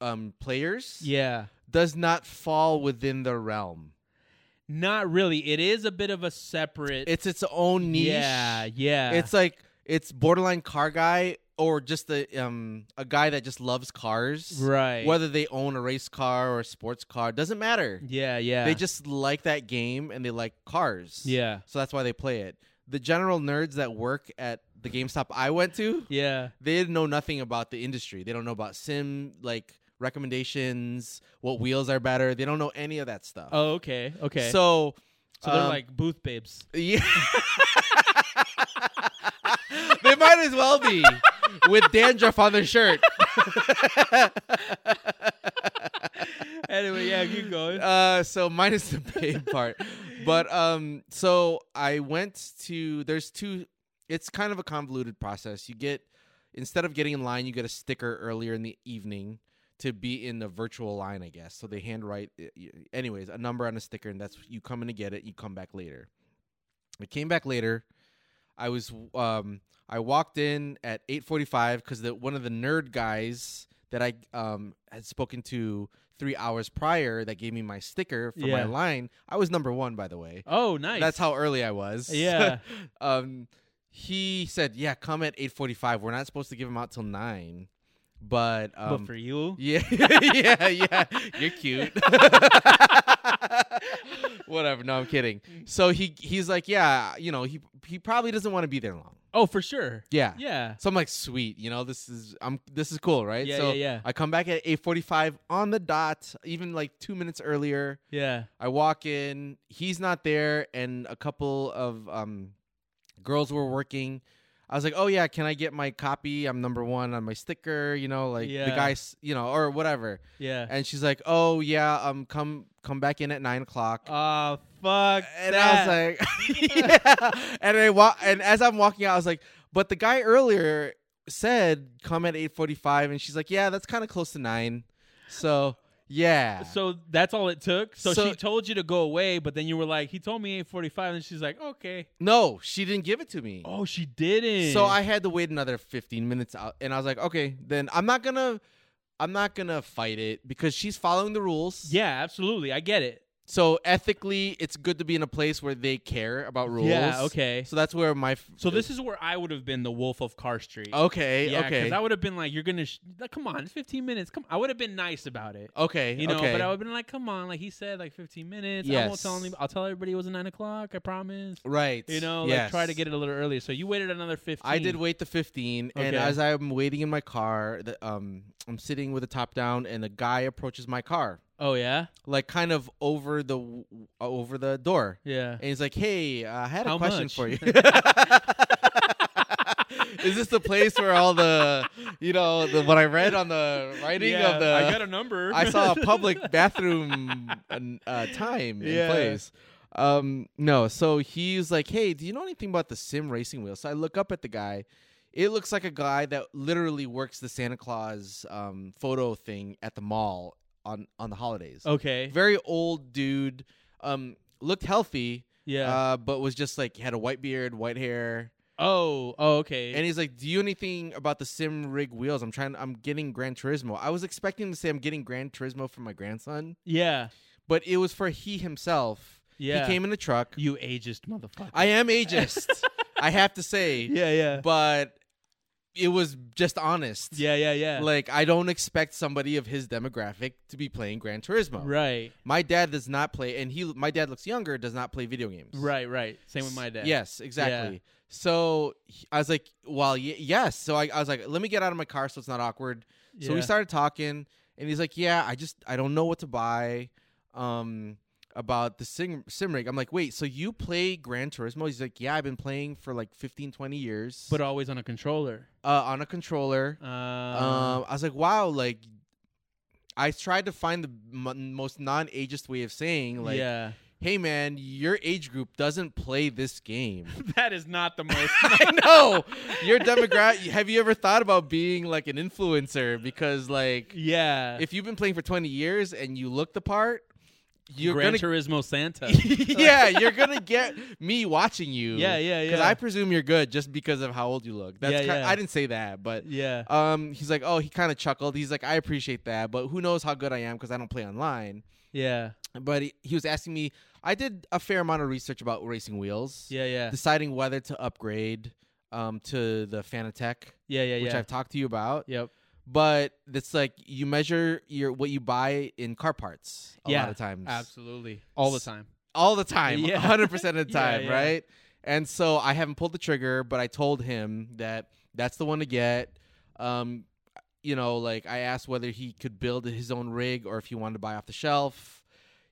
Speaker 3: um, players
Speaker 2: Yeah.
Speaker 3: does not fall within the realm.
Speaker 2: Not really. It is a bit of a separate.
Speaker 3: It's its own niche.
Speaker 2: Yeah, yeah.
Speaker 3: It's like it's borderline car guy or just a um a guy that just loves cars.
Speaker 2: right.
Speaker 3: Whether they own a race car or a sports car, doesn't matter.
Speaker 2: yeah, yeah.
Speaker 3: They just like that game and they like cars.
Speaker 2: Yeah.
Speaker 3: So that's why they play it. The general nerds that work at the GameStop I went to,
Speaker 2: Yeah.
Speaker 3: they know nothing about the industry. They don't know about sim like recommendations, what wheels are better. They don't know any of that stuff.
Speaker 2: Oh, okay. Okay. So,
Speaker 3: So,
Speaker 2: they're
Speaker 3: um,
Speaker 2: like booth
Speaker 3: [laughs]
Speaker 2: babes.
Speaker 3: yeah. they might as well be with dandruff on their shirt. [laughs]
Speaker 2: anyway, yeah, keep going.
Speaker 3: Uh, so minus the paid part, but um, so I went to there's two. It's kind of a convoluted process. You get instead of getting in line, you get a sticker earlier in the evening to be in the virtual line, I guess. So they handwrite, y- y- anyways, a number on a sticker, and that's you come in to get it. You come back later. I came back later. I was um I walked in at 8:45 because the one of the nerd guys that I um had spoken to three hours prior that gave me my sticker for my
Speaker 2: Yeah.
Speaker 3: line. I was number one, by the way.
Speaker 2: oh, nice.
Speaker 3: That's how early I was.
Speaker 2: Yeah.
Speaker 3: [laughs] um, he said, "Yeah, come at 8:45. We're not supposed to give him out till nine, but um,
Speaker 2: but for you,
Speaker 3: yeah, [laughs] yeah, yeah. You're cute. [laughs] Whatever. No, I'm kidding. So he he's like, yeah, you know, he he probably doesn't want to be there long.
Speaker 2: oh, for sure.
Speaker 3: Yeah.
Speaker 2: Yeah.
Speaker 3: So I'm like, sweet. You know, this is I'm this is cool, right?
Speaker 2: Yeah,
Speaker 3: so
Speaker 2: yeah, yeah.
Speaker 3: I come back at 8:45 on the dot, even like two minutes earlier.
Speaker 2: Yeah.
Speaker 3: I walk in, he's not there, and a couple of um, girls were working. I was like, "Oh yeah, can I get my copy? I'm number one on my sticker, you know, like the
Speaker 2: Yeah.
Speaker 3: guys, you know, or whatever."
Speaker 2: Yeah.
Speaker 3: And she's like, "Oh yeah, um, come come back in at nine o'clock."
Speaker 2: Oh, fuck.
Speaker 3: and
Speaker 2: that.
Speaker 3: I was like, [laughs] "Yeah."
Speaker 2: [laughs]
Speaker 3: And I wa- and as I'm walking out, I was like, "But the guy earlier said come at 8:45," and she's like, "Yeah, that's kind of close to nine, so yeah."
Speaker 2: So that's all it took. So,
Speaker 3: So-
Speaker 2: she told you to go away, but then you were like, "He told me 8:45," and she's like, "Okay."
Speaker 3: no, she didn't give it to me.
Speaker 2: Oh, she didn't.
Speaker 3: So I had to wait another 15 minutes out and I was like, okay, then I'm not gonna I'm not gonna fight it because she's following the rules.
Speaker 2: Yeah, absolutely. I get it.
Speaker 3: So ethically, it's good to be in a place where they care about rules.
Speaker 2: Yeah. Okay.
Speaker 3: So that's where my f-
Speaker 2: So this is where I would have been the Wolf of Car Street.
Speaker 3: okay,
Speaker 2: yeah,
Speaker 3: okay.
Speaker 2: I would have been like, "You're gonna sh- like, come on, it's 15 minutes. Come." I would have been nice about it,
Speaker 3: okay,
Speaker 2: you know.
Speaker 3: okay.
Speaker 2: But I would have been like, "Come on, like he said, like 15 minutes. I won't tell
Speaker 3: Yes.
Speaker 2: anybody. I'll tell everybody it was at nine o'clock. I promise.
Speaker 3: right.
Speaker 2: You know, like try to get it a little earlier. So you waited another 15.
Speaker 3: I did wait the 15,
Speaker 2: Okay.
Speaker 3: and as I'm waiting in my car, the, um, I'm sitting with the top down, and a guy approaches my car,
Speaker 2: Oh yeah,
Speaker 3: like kind of over the w- uh, over the door.
Speaker 2: yeah.
Speaker 3: And he's like, "Hey, uh, I had a
Speaker 2: How
Speaker 3: question
Speaker 2: much? [laughs]
Speaker 3: for you. Is this the place where all the, you know, the, what I read on the writing
Speaker 2: yeah,
Speaker 3: of the?
Speaker 2: I got a number.
Speaker 3: [laughs] I saw a public bathroom an- uh, time
Speaker 2: Yeah.
Speaker 3: and place. Um, no, so he's like, "Hey, do you know anything about the sim racing wheel?" So I look up at the guy. It looks like a guy that literally works the Santa Claus um, photo thing at the mall on on the holidays.
Speaker 2: [laughs] okay.
Speaker 3: Very old dude. Um, looked healthy
Speaker 2: Yeah.
Speaker 3: uh, but was just like had a white beard, white hair,
Speaker 2: oh. Oh. Okay.
Speaker 3: and he's like, "Do you know anything about the sim rig wheels? I'm trying. I'm getting Gran Turismo. I was expecting to say I'm getting Gran Turismo for my grandson,
Speaker 2: yeah.
Speaker 3: but it was for he himself.
Speaker 2: Yeah.
Speaker 3: He came in a truck.
Speaker 2: You ageist motherfucker.
Speaker 3: I am ageist. I have to
Speaker 2: [laughs]
Speaker 3: say,
Speaker 2: yeah. Yeah.
Speaker 3: but it was just honest.
Speaker 2: Yeah. Yeah. Yeah.
Speaker 3: Like I don't expect somebody of his demographic to be playing Gran Turismo.
Speaker 2: right.
Speaker 3: My dad does not play, and he my dad looks younger. Does not play video games.
Speaker 2: Right. Right. Same with my dad.
Speaker 3: Yes, exactly. So he- I was like, well, y- yes. So I, I was like, let me get out of my car so it's not awkward. So
Speaker 2: Yeah.
Speaker 3: we started talking, and he's like, "Yeah, I just I don't know what to buy." Um, about the sim, sim rig. I'm like, wait, so you play Gran Turismo? He's like, yeah, I've been playing for like 15, 20 years,
Speaker 2: but always on a controller.
Speaker 3: uh, on a controller.
Speaker 2: Uh,
Speaker 3: um, I was like, wow, like I tried to find the m- most non-ageist way of saying, like, [laughs]
Speaker 2: yeah,
Speaker 3: hey man, your age group doesn't play
Speaker 2: [laughs]
Speaker 3: this game. [laughs]
Speaker 2: that is not the [laughs] most.
Speaker 3: I know your demographic. Have you ever thought about being like an influencer? Because like,
Speaker 2: yeah,
Speaker 3: if you've been playing for 20 years and you look the part, you're
Speaker 2: Gran
Speaker 3: gonna
Speaker 2: Turismo Santa.
Speaker 3: [laughs] yeah, you're gonna get me watching
Speaker 2: [laughs]
Speaker 3: you.
Speaker 2: Yeah, yeah,
Speaker 3: Because
Speaker 2: yeah.
Speaker 3: I presume you're good just because of how old you look. That's
Speaker 2: Yeah,
Speaker 3: ki-
Speaker 2: yeah.
Speaker 3: I didn't say that, but
Speaker 2: yeah,
Speaker 3: um, he's like, oh, he kind of chuckled. He's like, I appreciate that, but who knows how good I am because I don't play online.
Speaker 2: yeah,
Speaker 3: But he, he was asking me. I did a fair amount of research about racing wheels,
Speaker 2: yeah, yeah,
Speaker 3: deciding whether to upgrade um to the Fanatec,
Speaker 2: yeah, yeah,
Speaker 3: which
Speaker 2: yeah.
Speaker 3: I've talked to you about.
Speaker 2: Yep.
Speaker 3: But it's like you measure your what you buy in car parts a
Speaker 2: Yeah,
Speaker 3: lot of times
Speaker 2: Absolutely. All the time.
Speaker 3: all the time, [laughs]
Speaker 2: Yeah.
Speaker 3: 100% of the
Speaker 2: [laughs] Yeah,
Speaker 3: time,
Speaker 2: yeah.
Speaker 3: right? And so I haven't pulled the trigger, but I told him that that's the one to get. Um, you know, like I asked whether he could build his own rig or if he wanted to buy off the shelf.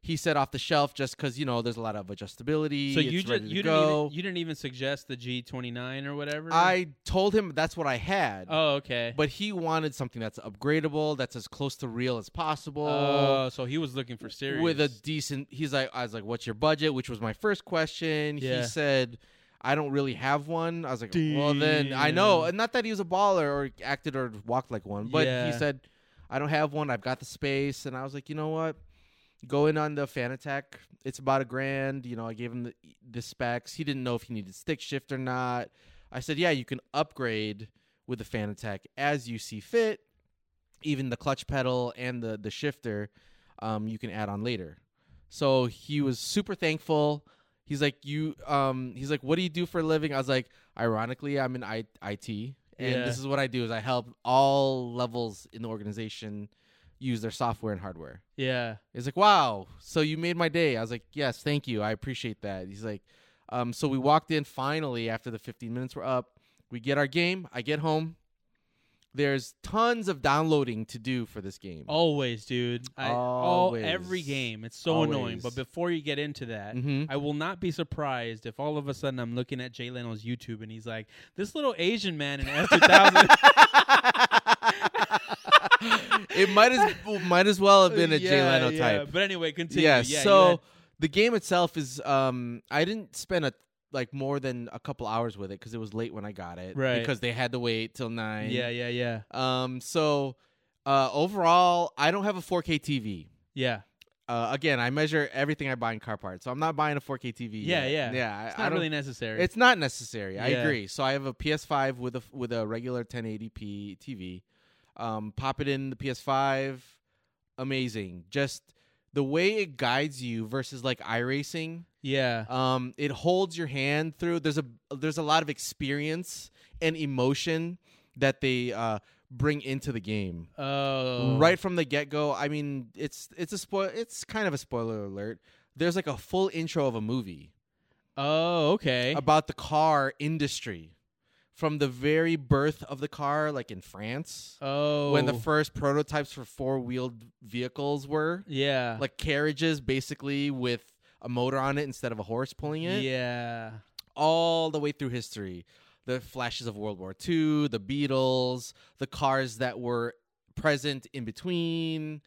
Speaker 3: He said off the shelf just because, you know, there's a lot of adjustability.
Speaker 2: So you
Speaker 3: it's
Speaker 2: just
Speaker 3: ready to
Speaker 2: you didn't
Speaker 3: go.
Speaker 2: even, you didn't even suggest the G twenty nine or whatever.
Speaker 3: I told him that's what I had.
Speaker 2: oh okay.
Speaker 3: But he wanted something that's upgradable, that's as close to real as possible.
Speaker 2: oh, so he was looking for serious
Speaker 3: Uh, with a decent he's like i was like what's your budget which was my first question
Speaker 2: Yeah.
Speaker 3: he said i don't really have one i was like well then i know
Speaker 2: Damn.
Speaker 3: and not that he was a baller or acted or walked like one but
Speaker 2: Yeah.
Speaker 3: he said i don't have one i've got the space and i was like you know what go in on the fan attack it's about a grand you know i gave him the, the specs he didn't know if he needed stick shift or not i said yeah you can upgrade with the fan attack as you see fit even the clutch pedal and the the shifter um, you can add on later. So he was super thankful. He's like, you, um, he's like, what do you do for a living? I was like, ironically, I'm in I- IT, and
Speaker 2: Yeah.
Speaker 3: this is what I do: is I help all levels in the organization use their software and hardware.
Speaker 2: yeah
Speaker 3: He's like, wow, so you made my day. I was like, yes, thank you, I appreciate that. He's like, um, so we walked in finally after the 15 minutes were up. We get our game. I get home. There's tons of downloading to do for this game.
Speaker 2: Oh, always dude I,
Speaker 3: Always.
Speaker 2: all every game it's so annoying
Speaker 3: Always.
Speaker 2: but before you get into that [laughs]
Speaker 3: Mhm.
Speaker 2: I will not be surprised if all of a sudden I'm looking at Jay Leno's YouTube and he's like this little Asian man in S two
Speaker 3: [laughs]
Speaker 2: thousand
Speaker 3: it might as might as well have been a Jay Leno type.
Speaker 2: but anyway continue
Speaker 3: Yeah.
Speaker 2: yeah you
Speaker 3: so
Speaker 2: had-
Speaker 3: the game itself is um I didn't spend a like more than a couple hours with it because it was late when I got it.
Speaker 2: Right.
Speaker 3: Because they had to wait till nine.
Speaker 2: yeah yeah yeah
Speaker 3: Um. So uh, overall, I don't have a 4K TV.
Speaker 2: yeah
Speaker 3: Uh, again, I measure everything I buy in car parts, so I'm not buying a 4K TV.
Speaker 2: Yeah, yeah.
Speaker 3: yet. yeah. I-
Speaker 2: it's
Speaker 3: I
Speaker 2: not
Speaker 3: don't
Speaker 2: really necessary
Speaker 3: it's not necessary. I
Speaker 2: Yeah.
Speaker 3: agree. So I have a PS5 with a with a regular 1080p TV. Um, pop it in the PS5. Amazing. Just the way it guides you versus like iRacing.
Speaker 2: yeah
Speaker 3: Um, it holds your hand through. There's a there's a lot of experience and emotion that they uh, bring into the game
Speaker 2: oh
Speaker 3: uh, right from the get go. I mean, it's it's a spoil. It's kind of a spoiler alert. There's like a full intro of a movie
Speaker 2: oh okay
Speaker 3: about the car industry from the very birth of the car, like in France,
Speaker 2: oh
Speaker 3: when the first prototypes for four wheeled vehicles were
Speaker 2: yeah
Speaker 3: like carriages basically with a motor on it instead of a horse pulling it,
Speaker 2: yeah
Speaker 3: all the way through history. The flashes of World War II, the Beatles, the cars that were present in between,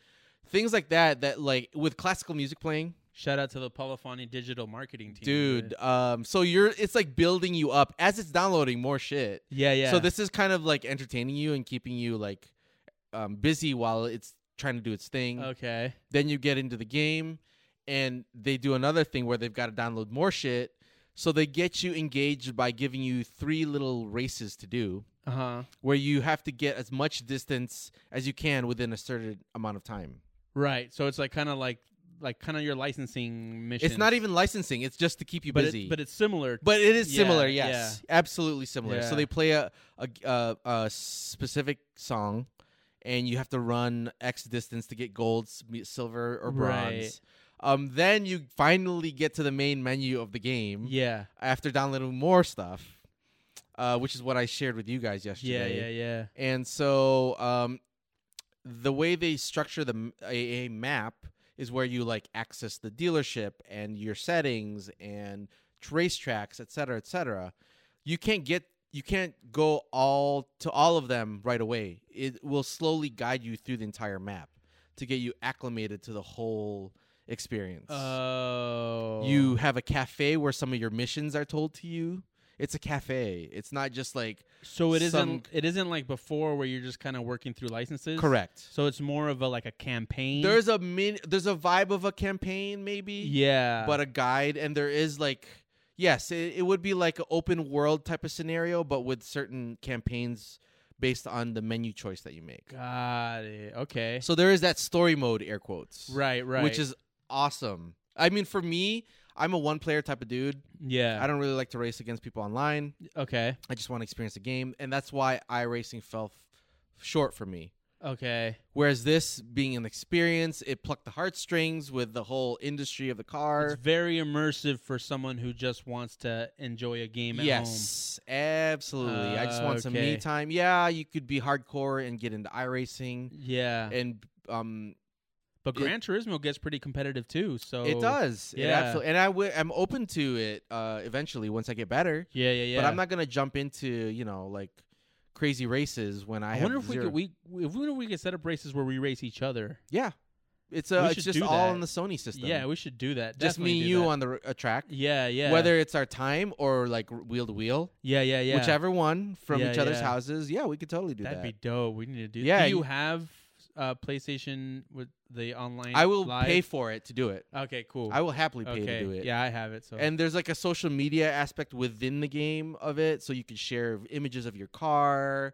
Speaker 3: things like that. That like with classical music playing,
Speaker 2: Shout out to the Polyphony digital marketing team.
Speaker 3: dude. Um, so you're it's like building you up as it's downloading more shit.
Speaker 2: Yeah, yeah.
Speaker 3: So this is kind of like entertaining you and keeping you like um, busy while it's trying to do its thing.
Speaker 2: Okay.
Speaker 3: Then you get into the game, and they do another thing where they've got to download more shit. So they get you engaged by giving you three little races to do,
Speaker 2: Uh huh.
Speaker 3: where you have to get as much distance as you can within a certain amount of time.
Speaker 2: Right. So it's like kind of like like kind of your licensing mission.
Speaker 3: It's not even licensing; it's just to keep you
Speaker 2: but
Speaker 3: busy.
Speaker 2: It, but it's similar.
Speaker 3: But it is
Speaker 2: Yeah,
Speaker 3: similar, yes, absolutely similar.
Speaker 2: Yeah.
Speaker 3: So they play a, a a a specific song, and you have to run X distance to get gold, s- me- silver, or bronze. Um, then you finally get to the main menu of the game
Speaker 2: yeah.
Speaker 3: after downloading more stuff, uh, which is what I shared with you guys
Speaker 2: Yeah.
Speaker 3: yesterday.
Speaker 2: Yeah. Yeah.
Speaker 3: And so um, the way they structure the m- a, a map is where you like access the dealership and your settings and t- racetracks, et cetera, et cetera. You can't get you can't go all to all of them right away. It will slowly guide you through the entire map to get you acclimated to the whole experience.
Speaker 2: Uh, Oh.
Speaker 3: you have a cafe where some of your missions are told to you. It's a cafe. It's not just like
Speaker 2: So it isn't
Speaker 3: some-
Speaker 2: it isn't like before where you're just kind of working through licenses.
Speaker 3: correct.
Speaker 2: So it's more of a like a campaign.
Speaker 3: There's a min there's a vibe of a campaign maybe.
Speaker 2: yeah,
Speaker 3: but a guide and there is like yes it, it would be like an open world type of scenario but with certain campaigns based on the menu choice that you make
Speaker 2: got it. Okay.
Speaker 3: so there is that story mode air quotes
Speaker 2: Right. Right.
Speaker 3: which is awesome i mean for me i'm a one player type of dude
Speaker 2: yeah.
Speaker 3: i don't really like to race against people online
Speaker 2: okay.
Speaker 3: i just want to experience the game and that's why iRacing fell f- short for me
Speaker 2: Okay.
Speaker 3: whereas this being an experience it plucked the heartstrings with the whole industry of the car
Speaker 2: It's very immersive for someone who just wants to enjoy a game at Ah,
Speaker 3: yes, absolutely. I just want some me
Speaker 2: Okay.
Speaker 3: time. Yeah, you could be hardcore and get into iRacing
Speaker 2: home. Yeah.
Speaker 3: and um
Speaker 2: but
Speaker 3: it-
Speaker 2: Gran Turismo gets pretty competitive too. So
Speaker 3: it does. It
Speaker 2: Oh, yeah.
Speaker 3: absolutely. And I w- I'm open to it uh eventually once I get better.
Speaker 2: Yeah. Yeah. Yeah.
Speaker 3: But I'm not going to jump into, you know, like crazy races when I,
Speaker 2: I,
Speaker 3: have
Speaker 2: wonder if we
Speaker 3: zero-
Speaker 2: could we if we, wonder if we could set up races where we race each other.
Speaker 3: Yeah. It's uh,
Speaker 2: should
Speaker 3: it's just
Speaker 2: do
Speaker 3: all
Speaker 2: that.
Speaker 3: on the Sony system.
Speaker 2: Yeah, we should do that.
Speaker 3: just me
Speaker 2: Definitely
Speaker 3: and
Speaker 2: do
Speaker 3: you
Speaker 2: that.
Speaker 3: on the r- a track.
Speaker 2: Yeah, yeah.
Speaker 3: Whether it's our time or like r- wheel to wheel,
Speaker 2: yeah, yeah, yeah.
Speaker 3: whichever one from
Speaker 2: Yeah,
Speaker 3: each other's
Speaker 2: yeah.
Speaker 3: houses, yeah, we could totally do
Speaker 2: That'd
Speaker 3: that.
Speaker 2: be dope. We need to do.
Speaker 3: Yeah,
Speaker 2: Do you
Speaker 3: you-
Speaker 2: have uh, PlayStation with the online?
Speaker 3: I will
Speaker 2: live?
Speaker 3: pay for it to do it.
Speaker 2: Okay, cool.
Speaker 3: I will happily pay
Speaker 2: okay.
Speaker 3: to do it.
Speaker 2: Yeah, I have it. So
Speaker 3: And there's like a social media aspect within the game of it, so you can share images of your car,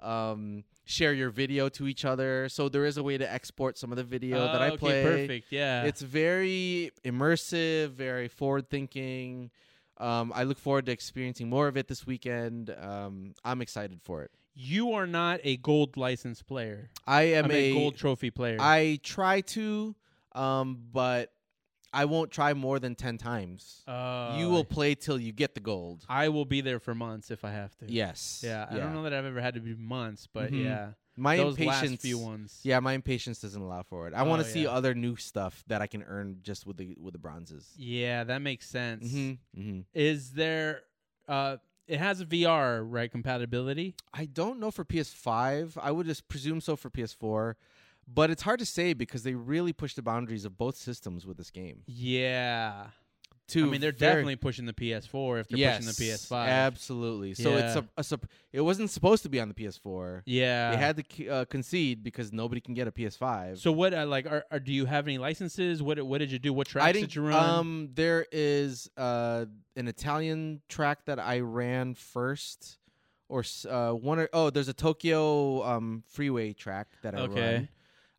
Speaker 3: um, share your video to each other. So there is a way to export some of the video that
Speaker 2: Oh,
Speaker 3: I
Speaker 2: okay,
Speaker 3: play.
Speaker 2: Perfect. Yeah.
Speaker 3: It's very immersive, very forward thinking. Um, I look forward to experiencing more of it this weekend. Um, I'm excited for it.
Speaker 2: you are not a gold license player.
Speaker 3: I am
Speaker 2: I'm a, gold trophy player.
Speaker 3: I try to, um, but I won't try more than ten times.
Speaker 2: Uh,
Speaker 3: you will play till you get the gold.
Speaker 2: I will be there for months if I have to.
Speaker 3: Yes.
Speaker 2: Yeah. I don't know that I've ever had to be months, but
Speaker 3: Mhm.
Speaker 2: yeah,
Speaker 3: My
Speaker 2: those
Speaker 3: impatience.
Speaker 2: last few ones.
Speaker 3: Yeah, my impatience doesn't allow for it. I want
Speaker 2: Oh,
Speaker 3: to see
Speaker 2: yeah.
Speaker 3: other new stuff that I can earn just with the with the bronzes.
Speaker 2: Yeah, that makes sense.
Speaker 3: hmm hmm
Speaker 2: Is there? Uh, it has a VR right compatibility.
Speaker 3: I don't know for PS5. I would just presume so for PS4, but it's hard to say because they really push the boundaries of both systems with this game.
Speaker 2: Yeah.
Speaker 3: Too.
Speaker 2: I mean, they're
Speaker 3: very-
Speaker 2: definitely pushing the PS4 if they're
Speaker 3: yes,
Speaker 2: pushing the PS5.
Speaker 3: Absolutely. So it's
Speaker 2: Yeah.
Speaker 3: a, a sup- it wasn't supposed to be on the PS4.
Speaker 2: yeah.
Speaker 3: they had to c- uh, concede because nobody can get a PS5.
Speaker 2: so what? Uh, like, are, are do you have any licenses? What What did you do? What tracks
Speaker 3: I
Speaker 2: did
Speaker 3: didn't.
Speaker 2: you run?
Speaker 3: Um, there is uh an Italian track that I ran first, or s- uh one or oh, there's a Tokyo um freeway track that I
Speaker 2: Okay.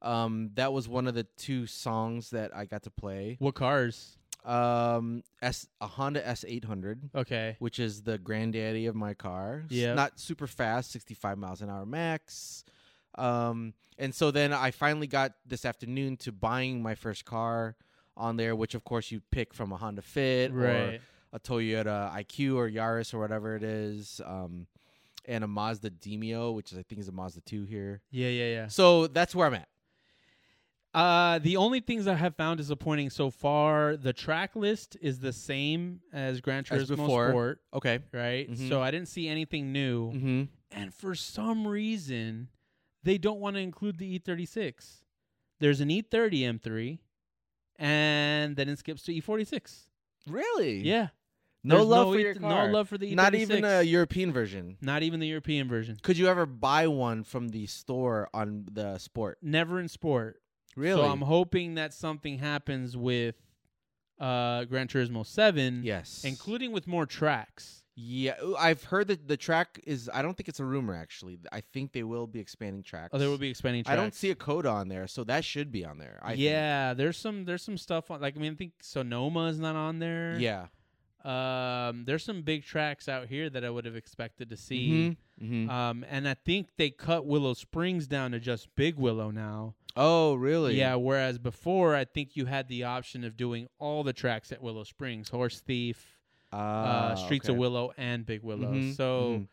Speaker 3: run. Um, that was one of the two songs that I got to play.
Speaker 2: what cars?
Speaker 3: Um, S a Honda S eight hundred,
Speaker 2: Okay.
Speaker 3: which is the granddaddy of my car. S-
Speaker 2: Yep.
Speaker 3: not super fast, sixty five miles an hour max. Um, and so then I finally got this afternoon to buying my first car on there, which of course you pick from a Honda Fit or
Speaker 2: Right.
Speaker 3: a Toyota IQ or Yaris or whatever it is, um, and a Mazda Demio, which is, I think is a Mazda two here.
Speaker 2: Yeah. Yeah.
Speaker 3: So that's where I'm at.
Speaker 2: Yeah. Uh, the only things I have found disappointing so far, the track list is the same as Gran
Speaker 3: As
Speaker 2: Turismo
Speaker 3: before.
Speaker 2: Sport,
Speaker 3: Okay.
Speaker 2: right?
Speaker 3: Mhm.
Speaker 2: So I didn't see anything new,
Speaker 3: Mm-hmm.
Speaker 2: and for some reason, they don't want to include the E36. There's an E E30 M3, and then it skips to E46.
Speaker 3: Really?
Speaker 2: Yeah.
Speaker 3: No
Speaker 2: There's
Speaker 3: love for
Speaker 2: E-
Speaker 3: your car.
Speaker 2: No love for the E36.
Speaker 3: Not even a European version.
Speaker 2: Not even the European version.
Speaker 3: Could you ever buy one from the store on the sport?
Speaker 2: Never in sport. So I'm hoping that something happens with uh Gran Turismo 7,
Speaker 3: yes.
Speaker 2: including with more tracks.
Speaker 3: yeah, ooh, I've heard that the track is. I don't think it's a rumor. Actually, I think they will be expanding tracks.
Speaker 2: Oh, there will be expanding tracks.
Speaker 3: I don't see a coda on there, so that should be on there. I think.
Speaker 2: yeah, there's some there's some stuff on like I mean I think Sonoma is not on there.
Speaker 3: Yeah.
Speaker 2: Um there's some big tracks out here that I would have expected to see.
Speaker 3: Mhm, mhm.
Speaker 2: Um and I think they cut Willow Springs down to just Big Willow now.
Speaker 3: oh, really?
Speaker 2: Yeah, whereas before I think you had the option of doing all the tracks at Willow Springs, Horse Thief, uh,
Speaker 3: Ah,
Speaker 2: Streets
Speaker 3: okay.
Speaker 2: of Willow and Big Willow.
Speaker 3: Mhm,
Speaker 2: So
Speaker 3: mhm.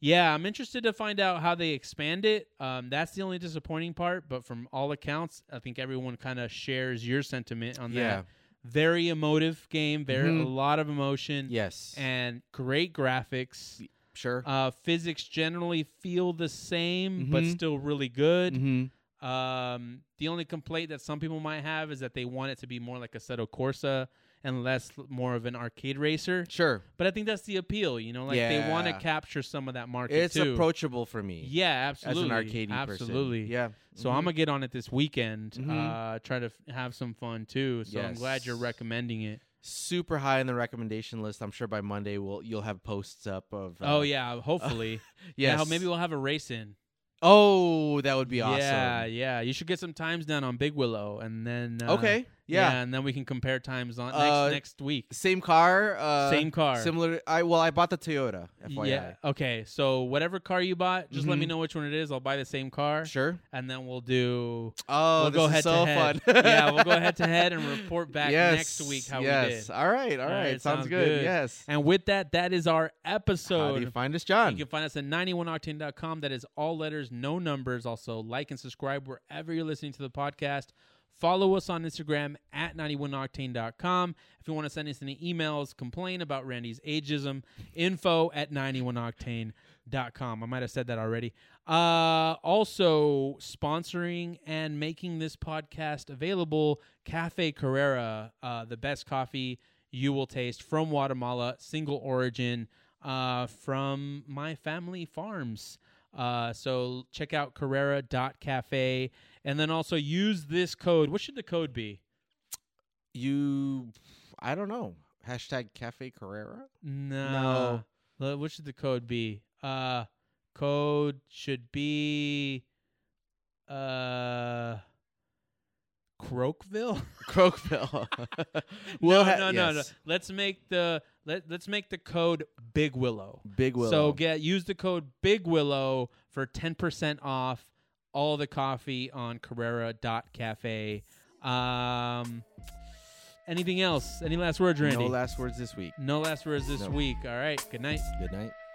Speaker 2: Yeah, I'm interested to find out how they expand it. Um, that's the only disappointing part, but from all accounts, I think everyone kind of shares your sentiment on
Speaker 3: Yeah.
Speaker 2: that. Very emotive game, very
Speaker 3: Mhm.
Speaker 2: a lot of emotion,
Speaker 3: Yes.
Speaker 2: and great graphics.
Speaker 3: sure.
Speaker 2: Uh, physics generally feel the same, but
Speaker 3: Mhm.
Speaker 2: still really good.
Speaker 3: hmm
Speaker 2: Um, the only complaint that some people might have is that they want it to be more like Assetto Corsa and less more of an arcade racer.
Speaker 3: Sure.
Speaker 2: But I think that's the appeal, you know, like they want to
Speaker 3: Yeah.
Speaker 2: capture some of that market
Speaker 3: It's
Speaker 2: too.
Speaker 3: approachable for me.
Speaker 2: yeah,
Speaker 3: As
Speaker 2: absolutely.
Speaker 3: an arcadey person.
Speaker 2: absolutely.
Speaker 3: Yeah.
Speaker 2: So
Speaker 3: Mhm.
Speaker 2: I'm gonna get on it this weekend.
Speaker 3: Mhm.
Speaker 2: Uh, try to f- have some fun too. So I'm glad you're
Speaker 3: Yes.
Speaker 2: recommending it.
Speaker 3: super high on the recommendation list. I'm sure by Monday we'll you'll have posts up of. uh,
Speaker 2: oh yeah, hopefully.
Speaker 3: [laughs] Yes.
Speaker 2: Now, maybe we'll have a race in.
Speaker 3: oh, that would be awesome.
Speaker 2: Yeah, yeah. You should get some times down on Big Willow, and then uh,
Speaker 3: okay. Yeah.
Speaker 2: and then we can compare times on next,
Speaker 3: Uh,
Speaker 2: next week.
Speaker 3: Same car. Uh,
Speaker 2: Same car.
Speaker 3: Similar. I well, I bought the Toyota. FYI.
Speaker 2: Yeah. Okay. So whatever car you bought, just let me
Speaker 3: Mhm.
Speaker 2: know which one it is. I'll buy the same car,
Speaker 3: Sure.
Speaker 2: and then we'll do.
Speaker 3: Oh,
Speaker 2: we'll
Speaker 3: this
Speaker 2: go
Speaker 3: is
Speaker 2: head
Speaker 3: so
Speaker 2: to head. [laughs]
Speaker 3: fun.
Speaker 2: yeah, we'll go head
Speaker 3: [laughs]
Speaker 2: to head and report back
Speaker 3: yes.
Speaker 2: next week how
Speaker 3: yes.
Speaker 2: we did.
Speaker 3: All right. All
Speaker 2: All
Speaker 3: right.
Speaker 2: right,
Speaker 3: Sounds,
Speaker 2: sounds
Speaker 3: good.
Speaker 2: good.
Speaker 3: Yes.
Speaker 2: And with that, that is our episode.
Speaker 3: how do you find us, John?
Speaker 2: You can find us at 91octane.com. That is all letters, no numbers. Also, like and subscribe wherever you're listening to the podcast. Follow us on Instagram at 91octane.com. If you want to send us any emails, complain about Randy's ageism, info at 91octane.com. I might have said that already. Uh, also, sponsoring and making this podcast available, Cafe Carrera, uh, the best coffee you will taste from Guatemala, single origin uh, from my family farms. Uh, so check out Carrera.cafe and then also use this code. What should the code be?
Speaker 3: you. I don't know. Hashtag Cafe Carrera. [laughs]
Speaker 2: No. no. What should the code be? Uh, code should be uh, [laughs] Croakville.
Speaker 3: Croakville.
Speaker 2: [laughs] no,
Speaker 3: We'll ha-
Speaker 2: no, no, no.
Speaker 3: yes.
Speaker 2: Let's make the let, let's make the code Big Willow.
Speaker 3: Big Willow.
Speaker 2: So get use the code Big Willow for ten percent off all the coffee on Carrera.cafe. Um anything else? Any last words, Randy?
Speaker 3: No last words this week.
Speaker 2: No last words this
Speaker 3: No.
Speaker 2: week. All right. Good night.
Speaker 3: Good night.